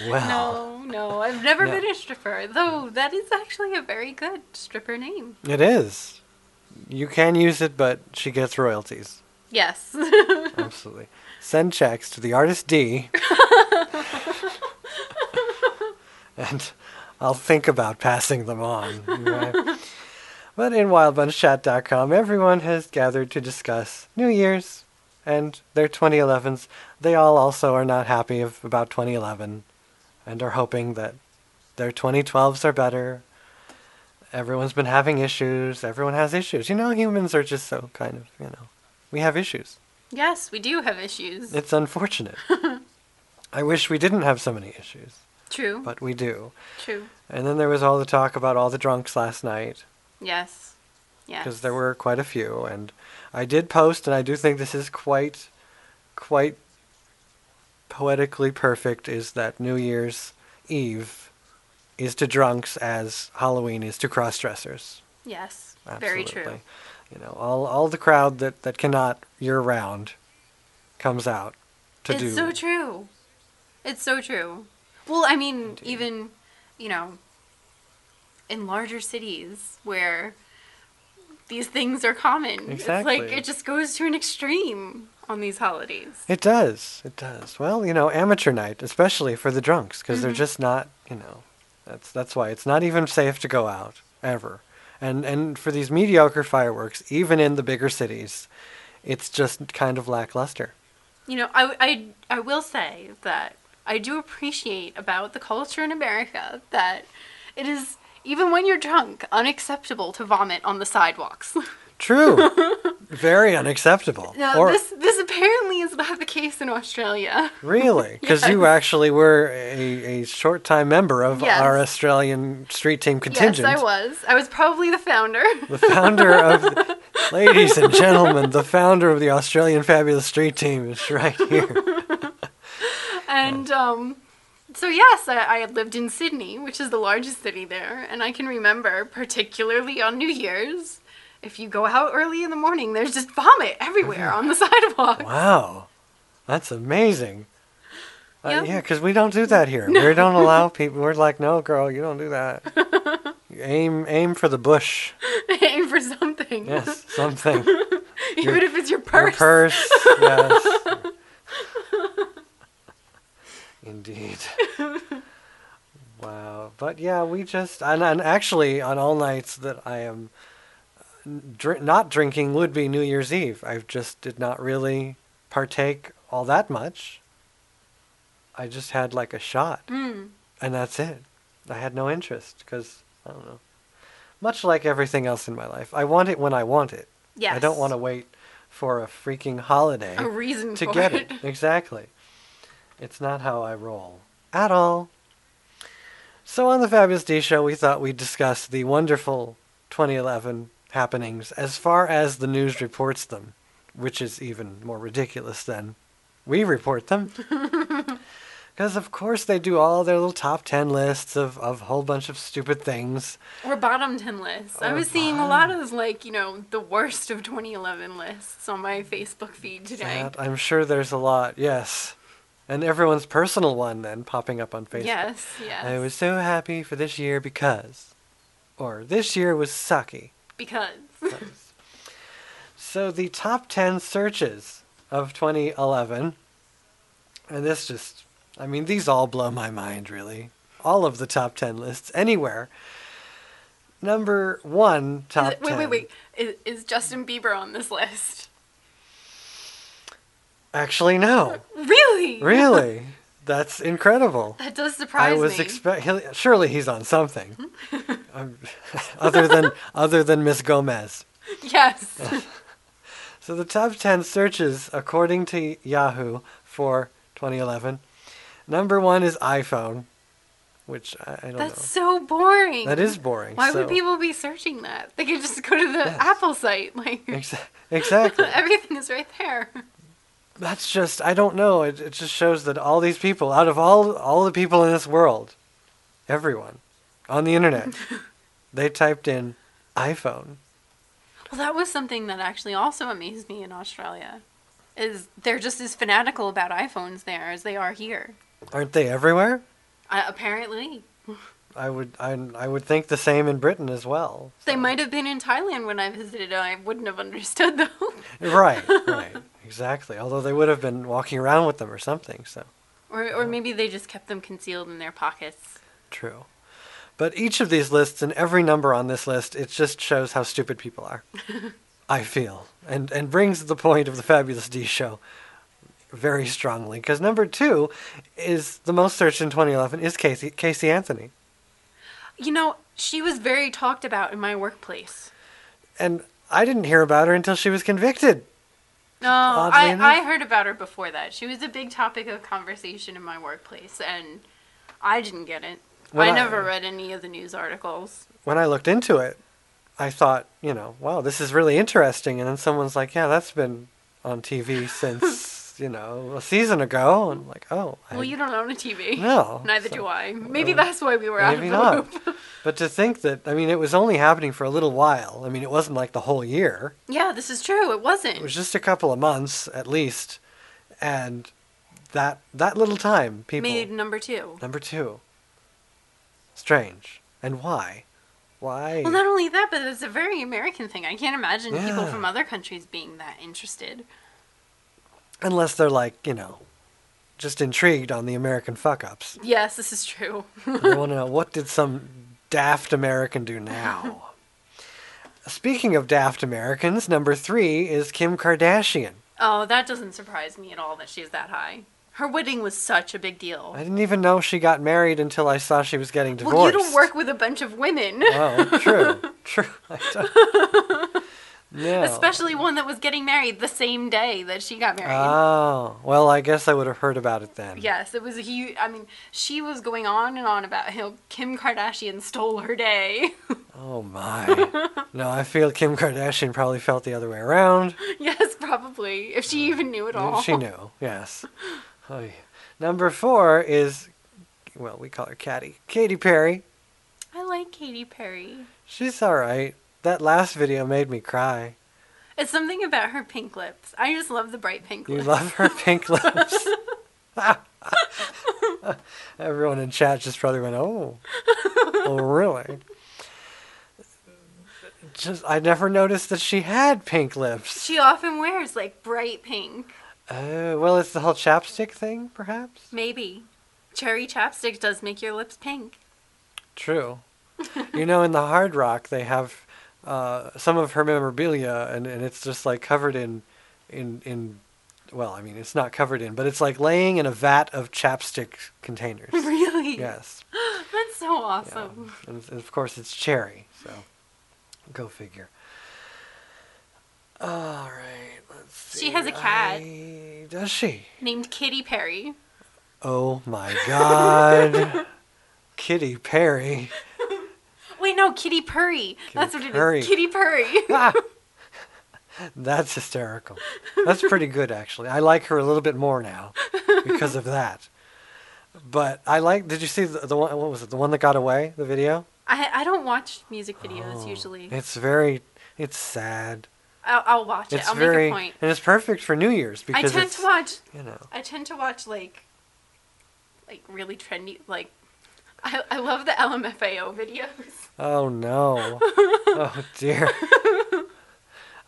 [SPEAKER 3] well,
[SPEAKER 14] No, no, I've never
[SPEAKER 3] Oh. No.
[SPEAKER 14] been a stripper, though that is actually a very good stripper name.
[SPEAKER 3] it is. You can use it, but she gets royalties.
[SPEAKER 14] Yes.
[SPEAKER 3] Absolutely. Send checks to the artist D. and I'll think about passing them on. right? but in wildbunchchat.com, everyone has gathered to discuss New Year's and their 2011s. They all also are not happy of, about 2011 and are hoping that their 2012s are better. Everyone's been having issues. Everyone has issues. You know, humans are just so kind of, you know, we have issues.
[SPEAKER 14] yes, we do have issues.
[SPEAKER 3] It's unfortunate. I wish we didn't have so many issues,
[SPEAKER 14] True.
[SPEAKER 3] but we do.
[SPEAKER 14] True.
[SPEAKER 3] And then there was all the talk about all the drunks last night,
[SPEAKER 14] Yes. Yes.
[SPEAKER 3] because there were quite a few. And I did post, and I do think this is quite, quite poetically perfect is that New Year's Eve is to drunks as Halloween is to cross dressers.
[SPEAKER 14] Yes. Very
[SPEAKER 3] Absolutely.
[SPEAKER 14] true.
[SPEAKER 3] You know, all, all the crowd that, that cannot year round comes out to
[SPEAKER 14] it's
[SPEAKER 3] do
[SPEAKER 14] so true. It's so true. Well, I mean, even, you know, in larger cities where these things are common, it's
[SPEAKER 3] Exactly.
[SPEAKER 14] like it just goes to an extreme on these holidays.
[SPEAKER 3] It does. It does. Well, you know, amateur night, especially for the drunks, because they're
[SPEAKER 14] Mhm.
[SPEAKER 3] just not. You know, that's that's why it's not even safe to go out ever. And and for these mediocre fireworks, even in the bigger cities, it's just kind of lackluster.
[SPEAKER 14] You know, I, I, I will say that I do appreciate about the culture in America that it is, even when you're drunk, unacceptable to vomit on the sidewalks.
[SPEAKER 3] True. Very unacceptable.
[SPEAKER 14] now,
[SPEAKER 3] or
[SPEAKER 14] this, this apparently is not the case in Australia.
[SPEAKER 3] really, because you actually were a, a short time member of
[SPEAKER 14] Yes.
[SPEAKER 3] our Australian street team contingent.
[SPEAKER 14] Yes, I was. I was probably the founder.
[SPEAKER 3] The founder of, ladies and gentlemen, the founder of the Australian Fabulous Street Team is right here.
[SPEAKER 14] and um, so, yes, I, I had lived in Sydney, which is the largest city there. And I can remember, particularly on New Year's, if you go out early in the morning, there's just vomit everywhere
[SPEAKER 3] Mm-hmm.
[SPEAKER 14] on the sidewalk.
[SPEAKER 3] Wow, that's amazing. Uh,
[SPEAKER 14] Yeah.
[SPEAKER 3] yeah, because we don't do that here.
[SPEAKER 14] No.
[SPEAKER 3] We don't allow people. We're like, no, girl, you don't do that. You aim, aim for the bush.
[SPEAKER 14] Aim for something.
[SPEAKER 3] Yes, something.
[SPEAKER 14] Even
[SPEAKER 3] Your-
[SPEAKER 14] if it's your
[SPEAKER 3] Your
[SPEAKER 14] purse.
[SPEAKER 3] purse. Yes. Indeed. Wow. But yeah, we just and, and actually on all nights that I am uh, dr- not drinking would be New Year's Eve. I just did not really partake all that much. I just had like a shot
[SPEAKER 14] Mm.
[SPEAKER 3] and that's it. I had no interest because I don't know. Much like everything else in my life, I want it when I want it. I
[SPEAKER 14] Yes.
[SPEAKER 3] don't want to wait for a freaking holiday.
[SPEAKER 14] A reason
[SPEAKER 3] to
[SPEAKER 14] for
[SPEAKER 3] get
[SPEAKER 14] it.
[SPEAKER 3] Exactly. It's not how I roll at all. So on the Fabulous D Show, we thought we'd discuss the wonderful 2011 happenings as far as the news reports them, which is even more ridiculous than we report them. Because of course they do all their little top 10 lists of a whole bunch of stupid things.
[SPEAKER 14] Or bottom 10 lists. I
[SPEAKER 3] Or
[SPEAKER 14] was seeing a lot of, like, you know, the worst of 2011 lists on my Facebook feed today.
[SPEAKER 3] That I'm sure there's a lot, yes. And everyone's personal one then popping up on Facebook.
[SPEAKER 14] Yes, yes.
[SPEAKER 3] I was so happy for this year because. Or this year was sucky.
[SPEAKER 14] Because.
[SPEAKER 3] So the top 10 searches of 2011. And this just, I mean, these all blow my mind, really. All of the top 10 lists anywhere. Number one,
[SPEAKER 14] Is
[SPEAKER 3] top
[SPEAKER 14] it- wait,
[SPEAKER 3] 10.
[SPEAKER 14] wait, wait. Is, is Justin Bieber on this list?
[SPEAKER 3] Actually, no.
[SPEAKER 14] Really?
[SPEAKER 3] Really? That's incredible.
[SPEAKER 14] that does surprise
[SPEAKER 3] I was
[SPEAKER 14] me.
[SPEAKER 3] expecting. Surely he's on something, Um, other than other than Miss Gomez.
[SPEAKER 14] yes.
[SPEAKER 3] So the top ten searches according to Yahoo for 2011. Number one is iPhone. which I, I don't
[SPEAKER 14] That's
[SPEAKER 3] know.
[SPEAKER 14] so boring.
[SPEAKER 3] That is boring,
[SPEAKER 14] Why
[SPEAKER 3] so-
[SPEAKER 14] would people be searching that? They could just go to the Apple site. Like
[SPEAKER 3] Exa- exactly.
[SPEAKER 14] everything is right there.
[SPEAKER 3] That's just I don't know. It it just shows that all these people, out of all all the people in this world, everyone on the internet, they typed in iPhone.
[SPEAKER 14] Well, that was something that actually also amazed me in Australia. Is they're just as fanatical about iPhones there as they are here.
[SPEAKER 3] Aren't they everywhere?
[SPEAKER 14] Uh, apparently,
[SPEAKER 3] I would I I would think the same in Britain as well.
[SPEAKER 14] they might have been in Thailand when I visited. I wouldn't have understood though.
[SPEAKER 3] Right, right. Exactly. Although they would have been walking around with them or something, so
[SPEAKER 14] Or, or maybe they just kept them concealed in their pockets.
[SPEAKER 3] true. But each of these lists and every number on this list, it just shows how stupid people are. I feel, and and brings the point of the Fabulous D show very strongly because number two is the most searched in 2011 is Casey Casey Anthony,
[SPEAKER 14] You know, she was very talked about in my workplace.
[SPEAKER 3] and I didn't hear about her until she was convicted.
[SPEAKER 14] No,
[SPEAKER 3] Oddly
[SPEAKER 14] I,
[SPEAKER 3] enough.
[SPEAKER 14] I heard about her before that. She was a big topic of conversation in my workplace, and I didn't get it.
[SPEAKER 3] When
[SPEAKER 14] I
[SPEAKER 3] I-
[SPEAKER 14] never read any of the news articles.
[SPEAKER 3] When I looked into it, I thought, you know, wow, this is really interesting. And then someone's like, yeah, that's been on TV since you know a season ago, and I'm like, oh, I
[SPEAKER 14] Well, you don't own a TV.
[SPEAKER 3] No,
[SPEAKER 14] Neither do I. Maybe that's why we were out of
[SPEAKER 3] uh, Maybe
[SPEAKER 14] the
[SPEAKER 3] not.
[SPEAKER 14] loop.
[SPEAKER 3] but to think that, I mean, it was only happening for a little while. I mean, it wasn't like the whole year.
[SPEAKER 14] Yeah, this is true. It wasn't.
[SPEAKER 3] It was just a couple of months at least, and that that little time, people.
[SPEAKER 14] Made number two.
[SPEAKER 3] Number two. Strange. And why? Why?
[SPEAKER 14] Well, not only that, but it's a very American thing. I can't imagine people
[SPEAKER 3] Yeah.
[SPEAKER 14] from other countries being that interested.
[SPEAKER 3] Unless they're like you know, just intrigued on the American fuck ups.
[SPEAKER 14] Yes, this is true.
[SPEAKER 3] I want to know what did some daft American do now. Speaking of daft Americans, number three is Kim Kardashian.
[SPEAKER 14] oh, that doesn't surprise me at all that she's that high. Her wedding was such a big deal.
[SPEAKER 3] I didn't even know she got married until I saw she was getting divorced.
[SPEAKER 14] Well, you don't work with a bunch of women.
[SPEAKER 3] Oh, true, true. I don't. No.
[SPEAKER 14] Especially one that was getting married the same day that she got married.
[SPEAKER 3] Oh, well, I guess I would have heard about it then.
[SPEAKER 14] yes, it was a huge. I mean, she was going on and on about how Kim Kardashian stole her day.
[SPEAKER 3] Oh my. no, I feel Kim Kardashian probably felt the other way around.
[SPEAKER 14] yes, probably. If she even knew at all.
[SPEAKER 3] She knew. Yes. Oh, yeah. Number four is, well, we call her Caddy. Katy Perry.
[SPEAKER 14] I like Katy Perry.
[SPEAKER 3] She's all right. That last video made me cry.
[SPEAKER 14] It's something about her pink lips. I just love the bright pink
[SPEAKER 3] You
[SPEAKER 14] lips.
[SPEAKER 3] love her pink lips. Everyone in chat just probably went, "Oh, oh, really?" Just I never noticed that she had pink lips.
[SPEAKER 14] She often wears like bright pink,
[SPEAKER 3] Oh, well, it's the whole chapstick thing, perhaps.
[SPEAKER 14] maybe. Cherry chapstick does make your lips pink.
[SPEAKER 3] True. you know, in the Hard Rock, they have uh, some of her memorabilia, and, and it's just like covered in, in in, well, I mean, it's not covered in, but it's like laying in a vat of chapstick containers.
[SPEAKER 14] Really? Oh.
[SPEAKER 3] Yes,
[SPEAKER 14] That's so awesome.
[SPEAKER 3] and, and of course it's cherry, so go figure. All right, let's see.
[SPEAKER 14] She has a cat
[SPEAKER 3] Does she?
[SPEAKER 14] named Kitty Perry.
[SPEAKER 3] Oh my God, Kitty Perry.
[SPEAKER 14] Wait, no, Kitty Purry. That's what it is.
[SPEAKER 3] Purry.
[SPEAKER 14] Kitty Purry.
[SPEAKER 3] Ah. That's hysterical. That's pretty good, actually. I like her a little bit more now because of that. But I like. Did you see the, the one? What was it? The one that got away? The video?
[SPEAKER 14] I, I don't watch music videos
[SPEAKER 3] Oh.
[SPEAKER 14] usually.
[SPEAKER 3] It's very. It's sad.
[SPEAKER 14] I'll, I'll watch it.
[SPEAKER 3] It's
[SPEAKER 14] I'll make
[SPEAKER 3] very.
[SPEAKER 14] a point.
[SPEAKER 3] And it's perfect for New Year's
[SPEAKER 14] I
[SPEAKER 3] because
[SPEAKER 14] tend
[SPEAKER 3] it's,
[SPEAKER 14] to watch.
[SPEAKER 3] you know.
[SPEAKER 14] I tend to watch like, like really trendy. Like, I I love the LMFAO videos.
[SPEAKER 3] Oh no. oh dear.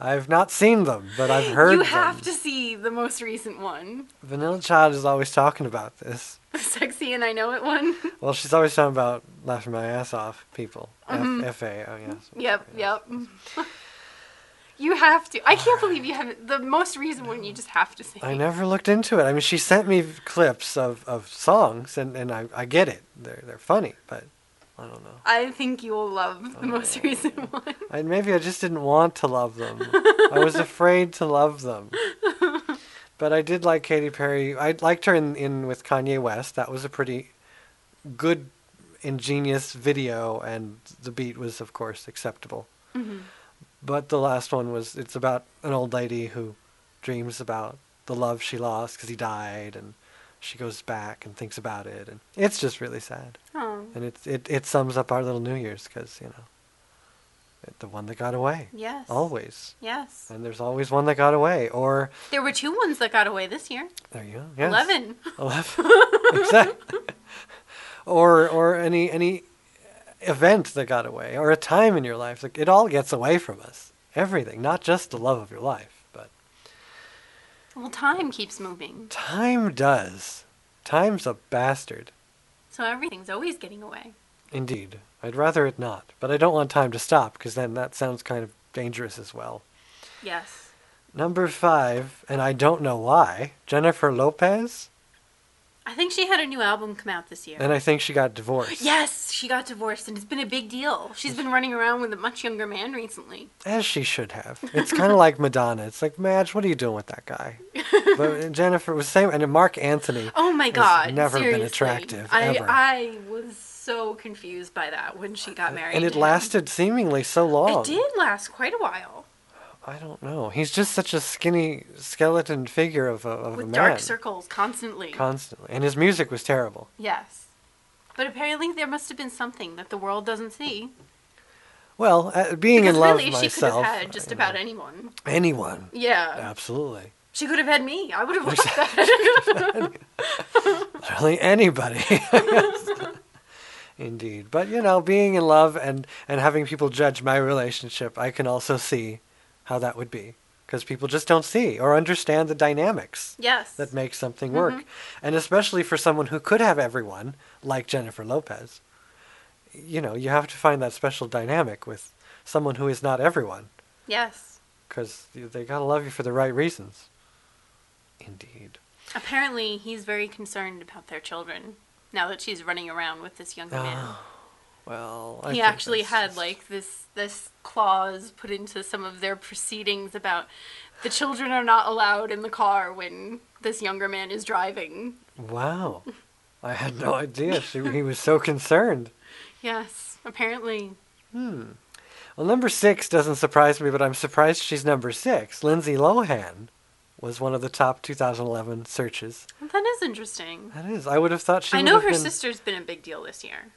[SPEAKER 3] I've not seen them, but I've heard
[SPEAKER 14] you
[SPEAKER 3] them.
[SPEAKER 14] have to see the most recent one,
[SPEAKER 3] Vanilla Child is always talking about this.
[SPEAKER 14] the sexy and I know it one.
[SPEAKER 3] Well, she's always talking about laughing my ass off people.
[SPEAKER 14] Mhm.
[SPEAKER 3] F A O, yes.
[SPEAKER 14] yep, yep. you have to. I can't believe you haven't. The most recent one you just have to see.
[SPEAKER 3] I never looked into it. I mean, she sent me clips of, of songs, and, and I, I get it. They're they're funny, but I don't know.
[SPEAKER 14] I think you will
[SPEAKER 3] Oh,
[SPEAKER 14] love the most recent one.
[SPEAKER 3] I, maybe I just didn't want to love them. I was afraid to love them. But I did like Katy Perry. I liked her in, in with Kanye West. That was a pretty good ingenious video, and the beat was, of course, acceptable.
[SPEAKER 14] Mhm.
[SPEAKER 3] But the last one was it's about an old lady who dreams about the love she lost because he died, and she goes back and thinks about it, and it's just really sad.
[SPEAKER 14] Oh.
[SPEAKER 3] And it it it sums up our little New Year's because you know, it- the one that got away.
[SPEAKER 14] Yes.
[SPEAKER 3] Always.
[SPEAKER 14] Yes.
[SPEAKER 3] And there's always one that got away, or
[SPEAKER 14] There were two ones that got away this year.
[SPEAKER 3] there you go. Yes.
[SPEAKER 14] 11.
[SPEAKER 3] 11. exactly. Or or any any event that got away, or a time in your life. Like, it all gets away from us. Everything, not just the love of your life, but
[SPEAKER 14] Well, time keeps moving.
[SPEAKER 3] time does. Time's a bastard.
[SPEAKER 14] So everything's always getting away.
[SPEAKER 3] Indeed. I'd rather it not, but I don't want time to stop because then that sounds kind of dangerous as well.
[SPEAKER 14] Yes.
[SPEAKER 3] Number five, and I don't know why, Jennifer Lopez,
[SPEAKER 14] I think she had a new album come out this year.
[SPEAKER 3] and I think she got divorced.
[SPEAKER 14] Yes, she got divorced, and it's been a big deal. She's been running around with a much younger man recently.
[SPEAKER 3] As she should have. It's kind of like Madonna. It's like, Madge, what are you doing with that guy? But Jennifer was same, and Mark Anthony.
[SPEAKER 14] Oh my
[SPEAKER 3] has
[SPEAKER 14] God!
[SPEAKER 3] never
[SPEAKER 14] seriously.
[SPEAKER 3] been attractive
[SPEAKER 14] I
[SPEAKER 3] ever.
[SPEAKER 14] I was so confused by that when she got married.
[SPEAKER 3] and it
[SPEAKER 14] to him.
[SPEAKER 3] lasted seemingly so long.
[SPEAKER 14] It did last quite a while
[SPEAKER 3] I don't know. He's just such a skinny skeleton figure of a, of a
[SPEAKER 14] with
[SPEAKER 3] Oh, man.
[SPEAKER 14] dark circles constantly.
[SPEAKER 3] Constantly, and his music was terrible.
[SPEAKER 14] yes, but apparently there must have been something that the world doesn't see.
[SPEAKER 3] Well, uh, being
[SPEAKER 14] because
[SPEAKER 3] in love
[SPEAKER 14] really, she
[SPEAKER 3] myself,
[SPEAKER 14] could have had just about anyone.
[SPEAKER 3] anyone,
[SPEAKER 14] Yeah,
[SPEAKER 3] absolutely,
[SPEAKER 14] she could have had me. I would have liked that.
[SPEAKER 3] really anybody. Indeed, but you know, being in love and and having people judge my relationship, I can also see how that would be because people just don't see or understand the dynamics.
[SPEAKER 14] yes.
[SPEAKER 3] that makes something work.
[SPEAKER 14] Mhm.
[SPEAKER 3] And especially for someone who could have everyone, like Jennifer Lopez, you know, you have to find that special dynamic with someone who is not everyone,
[SPEAKER 14] Yes.
[SPEAKER 3] because they gotta love you for the right reasons. Indeed.
[SPEAKER 14] Apparently, he's very concerned about their children now that she's running around with this younger man.
[SPEAKER 3] Oh, well, I
[SPEAKER 14] he
[SPEAKER 3] think
[SPEAKER 14] actually
[SPEAKER 3] that's-
[SPEAKER 14] had like this this clause put into some of their proceedings about the children are not allowed in the car when this younger man is driving.
[SPEAKER 3] Wow, I had no idea. She, he was so concerned.
[SPEAKER 14] Yes, apparently.
[SPEAKER 3] Hmm. Well, number six doesn't surprise me, but I'm surprised she's number six. Lindsay Lohan was one of the top 2011 searches.
[SPEAKER 14] Well, that is interesting.
[SPEAKER 3] That is. I would have thought she.
[SPEAKER 14] I
[SPEAKER 3] would
[SPEAKER 14] know
[SPEAKER 3] have
[SPEAKER 14] her
[SPEAKER 3] been-
[SPEAKER 14] sister's been a big deal this year.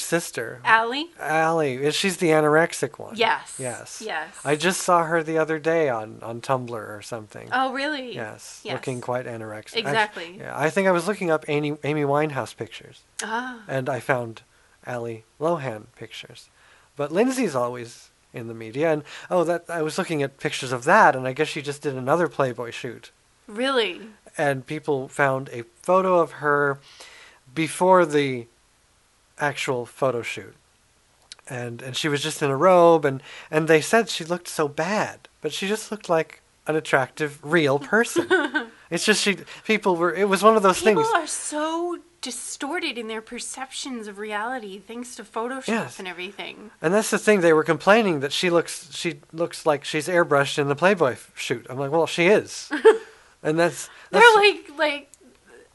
[SPEAKER 3] sister?
[SPEAKER 14] Allie?
[SPEAKER 3] Allie. Uh, She's the anorexic one.
[SPEAKER 14] Yes.
[SPEAKER 3] Oh, Yes.
[SPEAKER 14] Yes.
[SPEAKER 3] I just saw her the other day on, on Tumblr or something.
[SPEAKER 14] Oh, really?
[SPEAKER 3] Yes,
[SPEAKER 14] Yes.
[SPEAKER 3] Looking quite anorexic. Actu-
[SPEAKER 14] Exactly.
[SPEAKER 3] yeah. I think I was looking up Amy, Amy Winehouse pictures
[SPEAKER 14] Ah.
[SPEAKER 3] and I found Allie Lohan pictures. But Lindsay's always in the media. And oh, that I was looking at pictures of that and I guess she just did another Playboy shoot
[SPEAKER 14] Really?
[SPEAKER 3] and people found a photo of her before the actual photo shoot. And and she was just in a robe and and they said she looked so bad, but she just looked like an attractive real person. it's just she people were it was one of those
[SPEAKER 14] People
[SPEAKER 3] things.
[SPEAKER 14] are so distorted in their perceptions of reality thanks to Photoshop
[SPEAKER 3] Yes.
[SPEAKER 14] and everything.
[SPEAKER 3] And that's the thing they were complaining that she looks she looks like she's airbrushed in the Playboy f- shoot. I'm like, "Well, she is." and that's
[SPEAKER 14] They're
[SPEAKER 3] that's
[SPEAKER 14] like like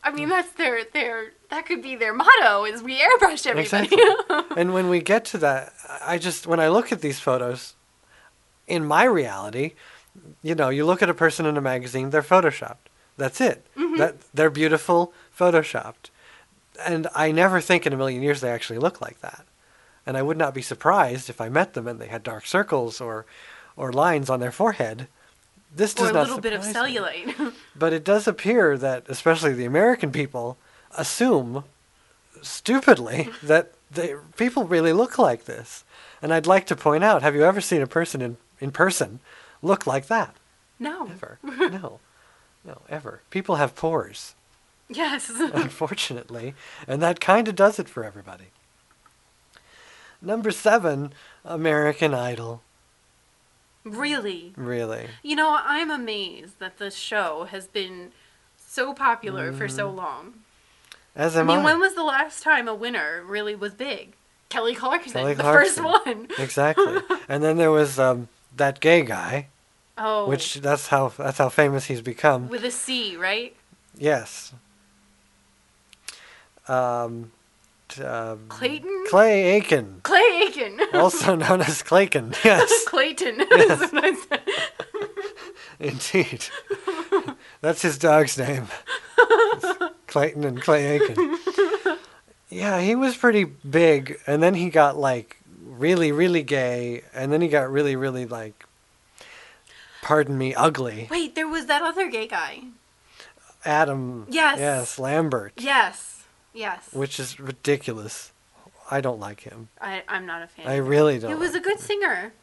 [SPEAKER 14] I mean that's their their that could be their motto is we airbrush everybody.
[SPEAKER 3] Exactly. and when we get to that, I just when I look at these photos, in my reality, you know, you look at a person in a magazine, they're photoshopped. That's it.
[SPEAKER 14] Mhm.
[SPEAKER 3] That they're beautiful, photoshopped. And I never think in a million years they actually look like that. And I would not be surprised if I met them and they had dark circles or or lines on their forehead. This
[SPEAKER 14] or
[SPEAKER 3] does
[SPEAKER 14] a
[SPEAKER 3] not
[SPEAKER 14] little bit of
[SPEAKER 3] surprise me.
[SPEAKER 14] cellulite.
[SPEAKER 3] But it does appear that, especially the American people, assume stupidly that they, people really look like this. And I'd like to point out have you ever seen a person in, in person look like that?
[SPEAKER 14] no.
[SPEAKER 3] Ever. No. No, ever. People have pores,
[SPEAKER 14] Yes.
[SPEAKER 3] unfortunately. And that kind of does it for everybody. Number seven American Idol.
[SPEAKER 14] really.
[SPEAKER 3] Really?
[SPEAKER 14] You know, I'm amazed that the show has been so popular for so long.
[SPEAKER 3] As
[SPEAKER 14] I
[SPEAKER 3] Mm. am
[SPEAKER 14] mean,
[SPEAKER 3] I.
[SPEAKER 14] when was the last time a winner really was big? Kelly Clarkson,
[SPEAKER 3] Kelly
[SPEAKER 14] the
[SPEAKER 3] Clarkson.
[SPEAKER 14] first one.
[SPEAKER 3] exactly. And then there was um, that gay guy,
[SPEAKER 14] Oh.
[SPEAKER 3] which that's how that's how famous he's become.
[SPEAKER 14] with a C, right?
[SPEAKER 3] Yes. um, t- um,
[SPEAKER 14] Clayton?
[SPEAKER 3] Clay Aiken,
[SPEAKER 14] Clay Aiken.
[SPEAKER 3] also known as Clayton. Yes,
[SPEAKER 14] Clayton.
[SPEAKER 3] Yes.
[SPEAKER 14] That's what I said.
[SPEAKER 3] indeed. That's his dog's name. Clayton and Clay Aiken. Yeah, he was pretty big, and then he got like really, really gay, and then he got really, really like, pardon me, ugly.
[SPEAKER 14] Wait, there was that other gay guy.
[SPEAKER 3] Adam.
[SPEAKER 14] Yes.
[SPEAKER 3] Yes, Lambert,
[SPEAKER 14] Yes. Yes.
[SPEAKER 3] which is ridiculous. I don't like him.
[SPEAKER 14] I, I'm not a fan.
[SPEAKER 3] I really don't
[SPEAKER 14] He was a good singer.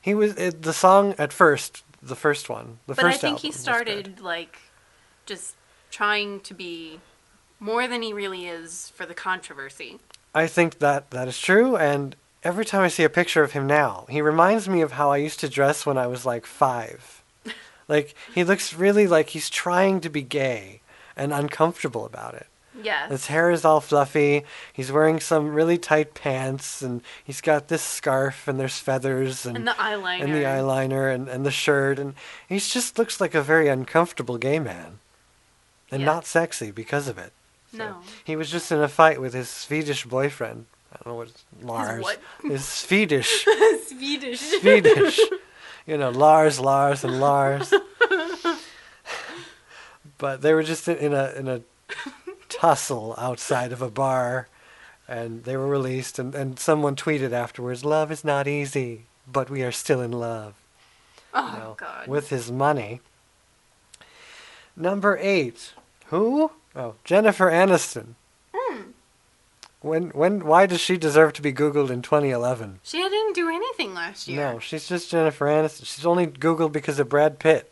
[SPEAKER 3] He was it, the song at first, the first one, the
[SPEAKER 14] but
[SPEAKER 3] first
[SPEAKER 14] I think he
[SPEAKER 3] album was
[SPEAKER 14] started like just trying to be more than he really is for the controversy.
[SPEAKER 3] I think that that is true, and every time I see a picture of him now, he reminds me of how I used to dress when I was like five. like he looks really like he's trying to be gay and uncomfortable about it.
[SPEAKER 14] Yes.
[SPEAKER 3] His hair is all fluffy. He's wearing some really tight pants, and he's got this scarf, and there's feathers, and,
[SPEAKER 14] And the eyeliner.
[SPEAKER 3] and the eyeliner, and, and the shirt, and he just looks like a very uncomfortable gay man, and
[SPEAKER 14] Yeah.
[SPEAKER 3] not sexy because of it.
[SPEAKER 14] No.
[SPEAKER 3] He was just in a fight with his Swedish boyfriend. I don't know what it's- Lars.
[SPEAKER 14] what?
[SPEAKER 3] His Swedish.
[SPEAKER 14] Swedish.
[SPEAKER 3] Swedish. You know, Lars, Lars, and Lars. But they were just in, in a in a tussle outside of a bar, and they were released. And, and someone tweeted afterwards, "Love is not easy, but we are still in love."
[SPEAKER 14] Oh
[SPEAKER 3] know,
[SPEAKER 14] God.
[SPEAKER 3] With his money. Number eight. Who? Oh, Jennifer Aniston.
[SPEAKER 14] Hmm.
[SPEAKER 3] When when why does she deserve to be Googled in 2011?
[SPEAKER 14] She didn't do anything last year
[SPEAKER 3] No, she's just Jennifer Aniston. She's only Googled because of Brad Pitt,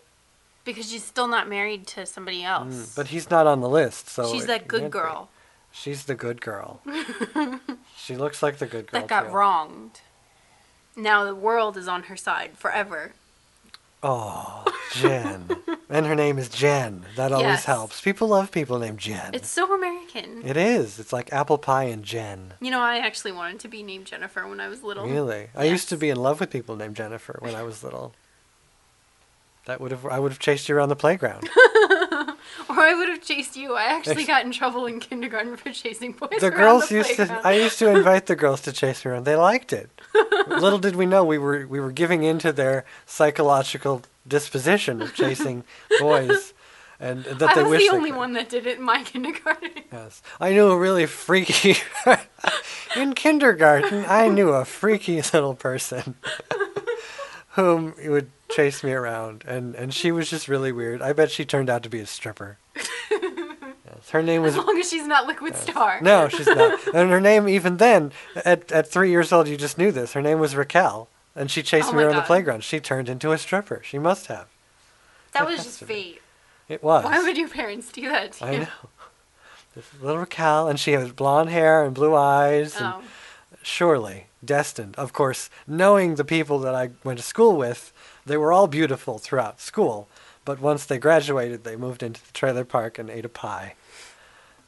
[SPEAKER 14] because she's still not married to somebody else.
[SPEAKER 3] Mm, but he's not on the list. So
[SPEAKER 14] Mm. she's
[SPEAKER 3] it
[SPEAKER 14] that good
[SPEAKER 3] can't be.
[SPEAKER 14] girl
[SPEAKER 3] She's the good girl. she looks like the good girl.
[SPEAKER 14] that got
[SPEAKER 3] too.
[SPEAKER 14] wronged. Now the world is on her side forever.
[SPEAKER 3] Oh, Jen. and her name is Jen. That always
[SPEAKER 14] Yes.
[SPEAKER 3] helps. People love people named Jen.
[SPEAKER 14] It's so American.
[SPEAKER 3] It is. It's like apple pie and Jen.
[SPEAKER 14] You know, I actually wanted to be named Jennifer when I was little.
[SPEAKER 3] Really? I used to be in love with people named Jennifer when I was little. That would have I would have chased you around the playground.
[SPEAKER 14] Or I would have chased you. I actually
[SPEAKER 3] Ex-
[SPEAKER 14] got in trouble in kindergarten for chasing boys.
[SPEAKER 3] the
[SPEAKER 14] around
[SPEAKER 3] girls
[SPEAKER 14] the
[SPEAKER 3] used to
[SPEAKER 14] playground.
[SPEAKER 3] I used to invite the girls to chase me around. They liked it. little did we know we were we were giving into their psychological disposition of chasing boys and that
[SPEAKER 14] I
[SPEAKER 3] they
[SPEAKER 14] was
[SPEAKER 3] wish
[SPEAKER 14] the
[SPEAKER 3] they
[SPEAKER 14] only one that did it in my kindergarten.
[SPEAKER 3] Yes. I knew a really freaky. in kindergarten, I knew a freaky little person whom would chase me around, and, and she was just really weird. I bet she turned out to be a stripper. Yes. Her name was.
[SPEAKER 14] As long as she's not Liquid Star.
[SPEAKER 3] No, she's not. And her name, even then, at, at three years old, you just knew this. Her name was Raquel, and she chased
[SPEAKER 14] Oh
[SPEAKER 3] me
[SPEAKER 14] my
[SPEAKER 3] around the
[SPEAKER 14] God.
[SPEAKER 3] playground. She turned into a stripper. She must have.
[SPEAKER 14] that was just fate.
[SPEAKER 3] It was.
[SPEAKER 14] Why would your parents do that to
[SPEAKER 3] I
[SPEAKER 14] you?
[SPEAKER 3] know. This little Raquel, and she has blonde hair and blue eyes, and
[SPEAKER 14] Oh.
[SPEAKER 3] surely destined. Of course, knowing the people that I went to school with, they were all beautiful throughout school. But once they graduated, they moved into the trailer park and ate a pie.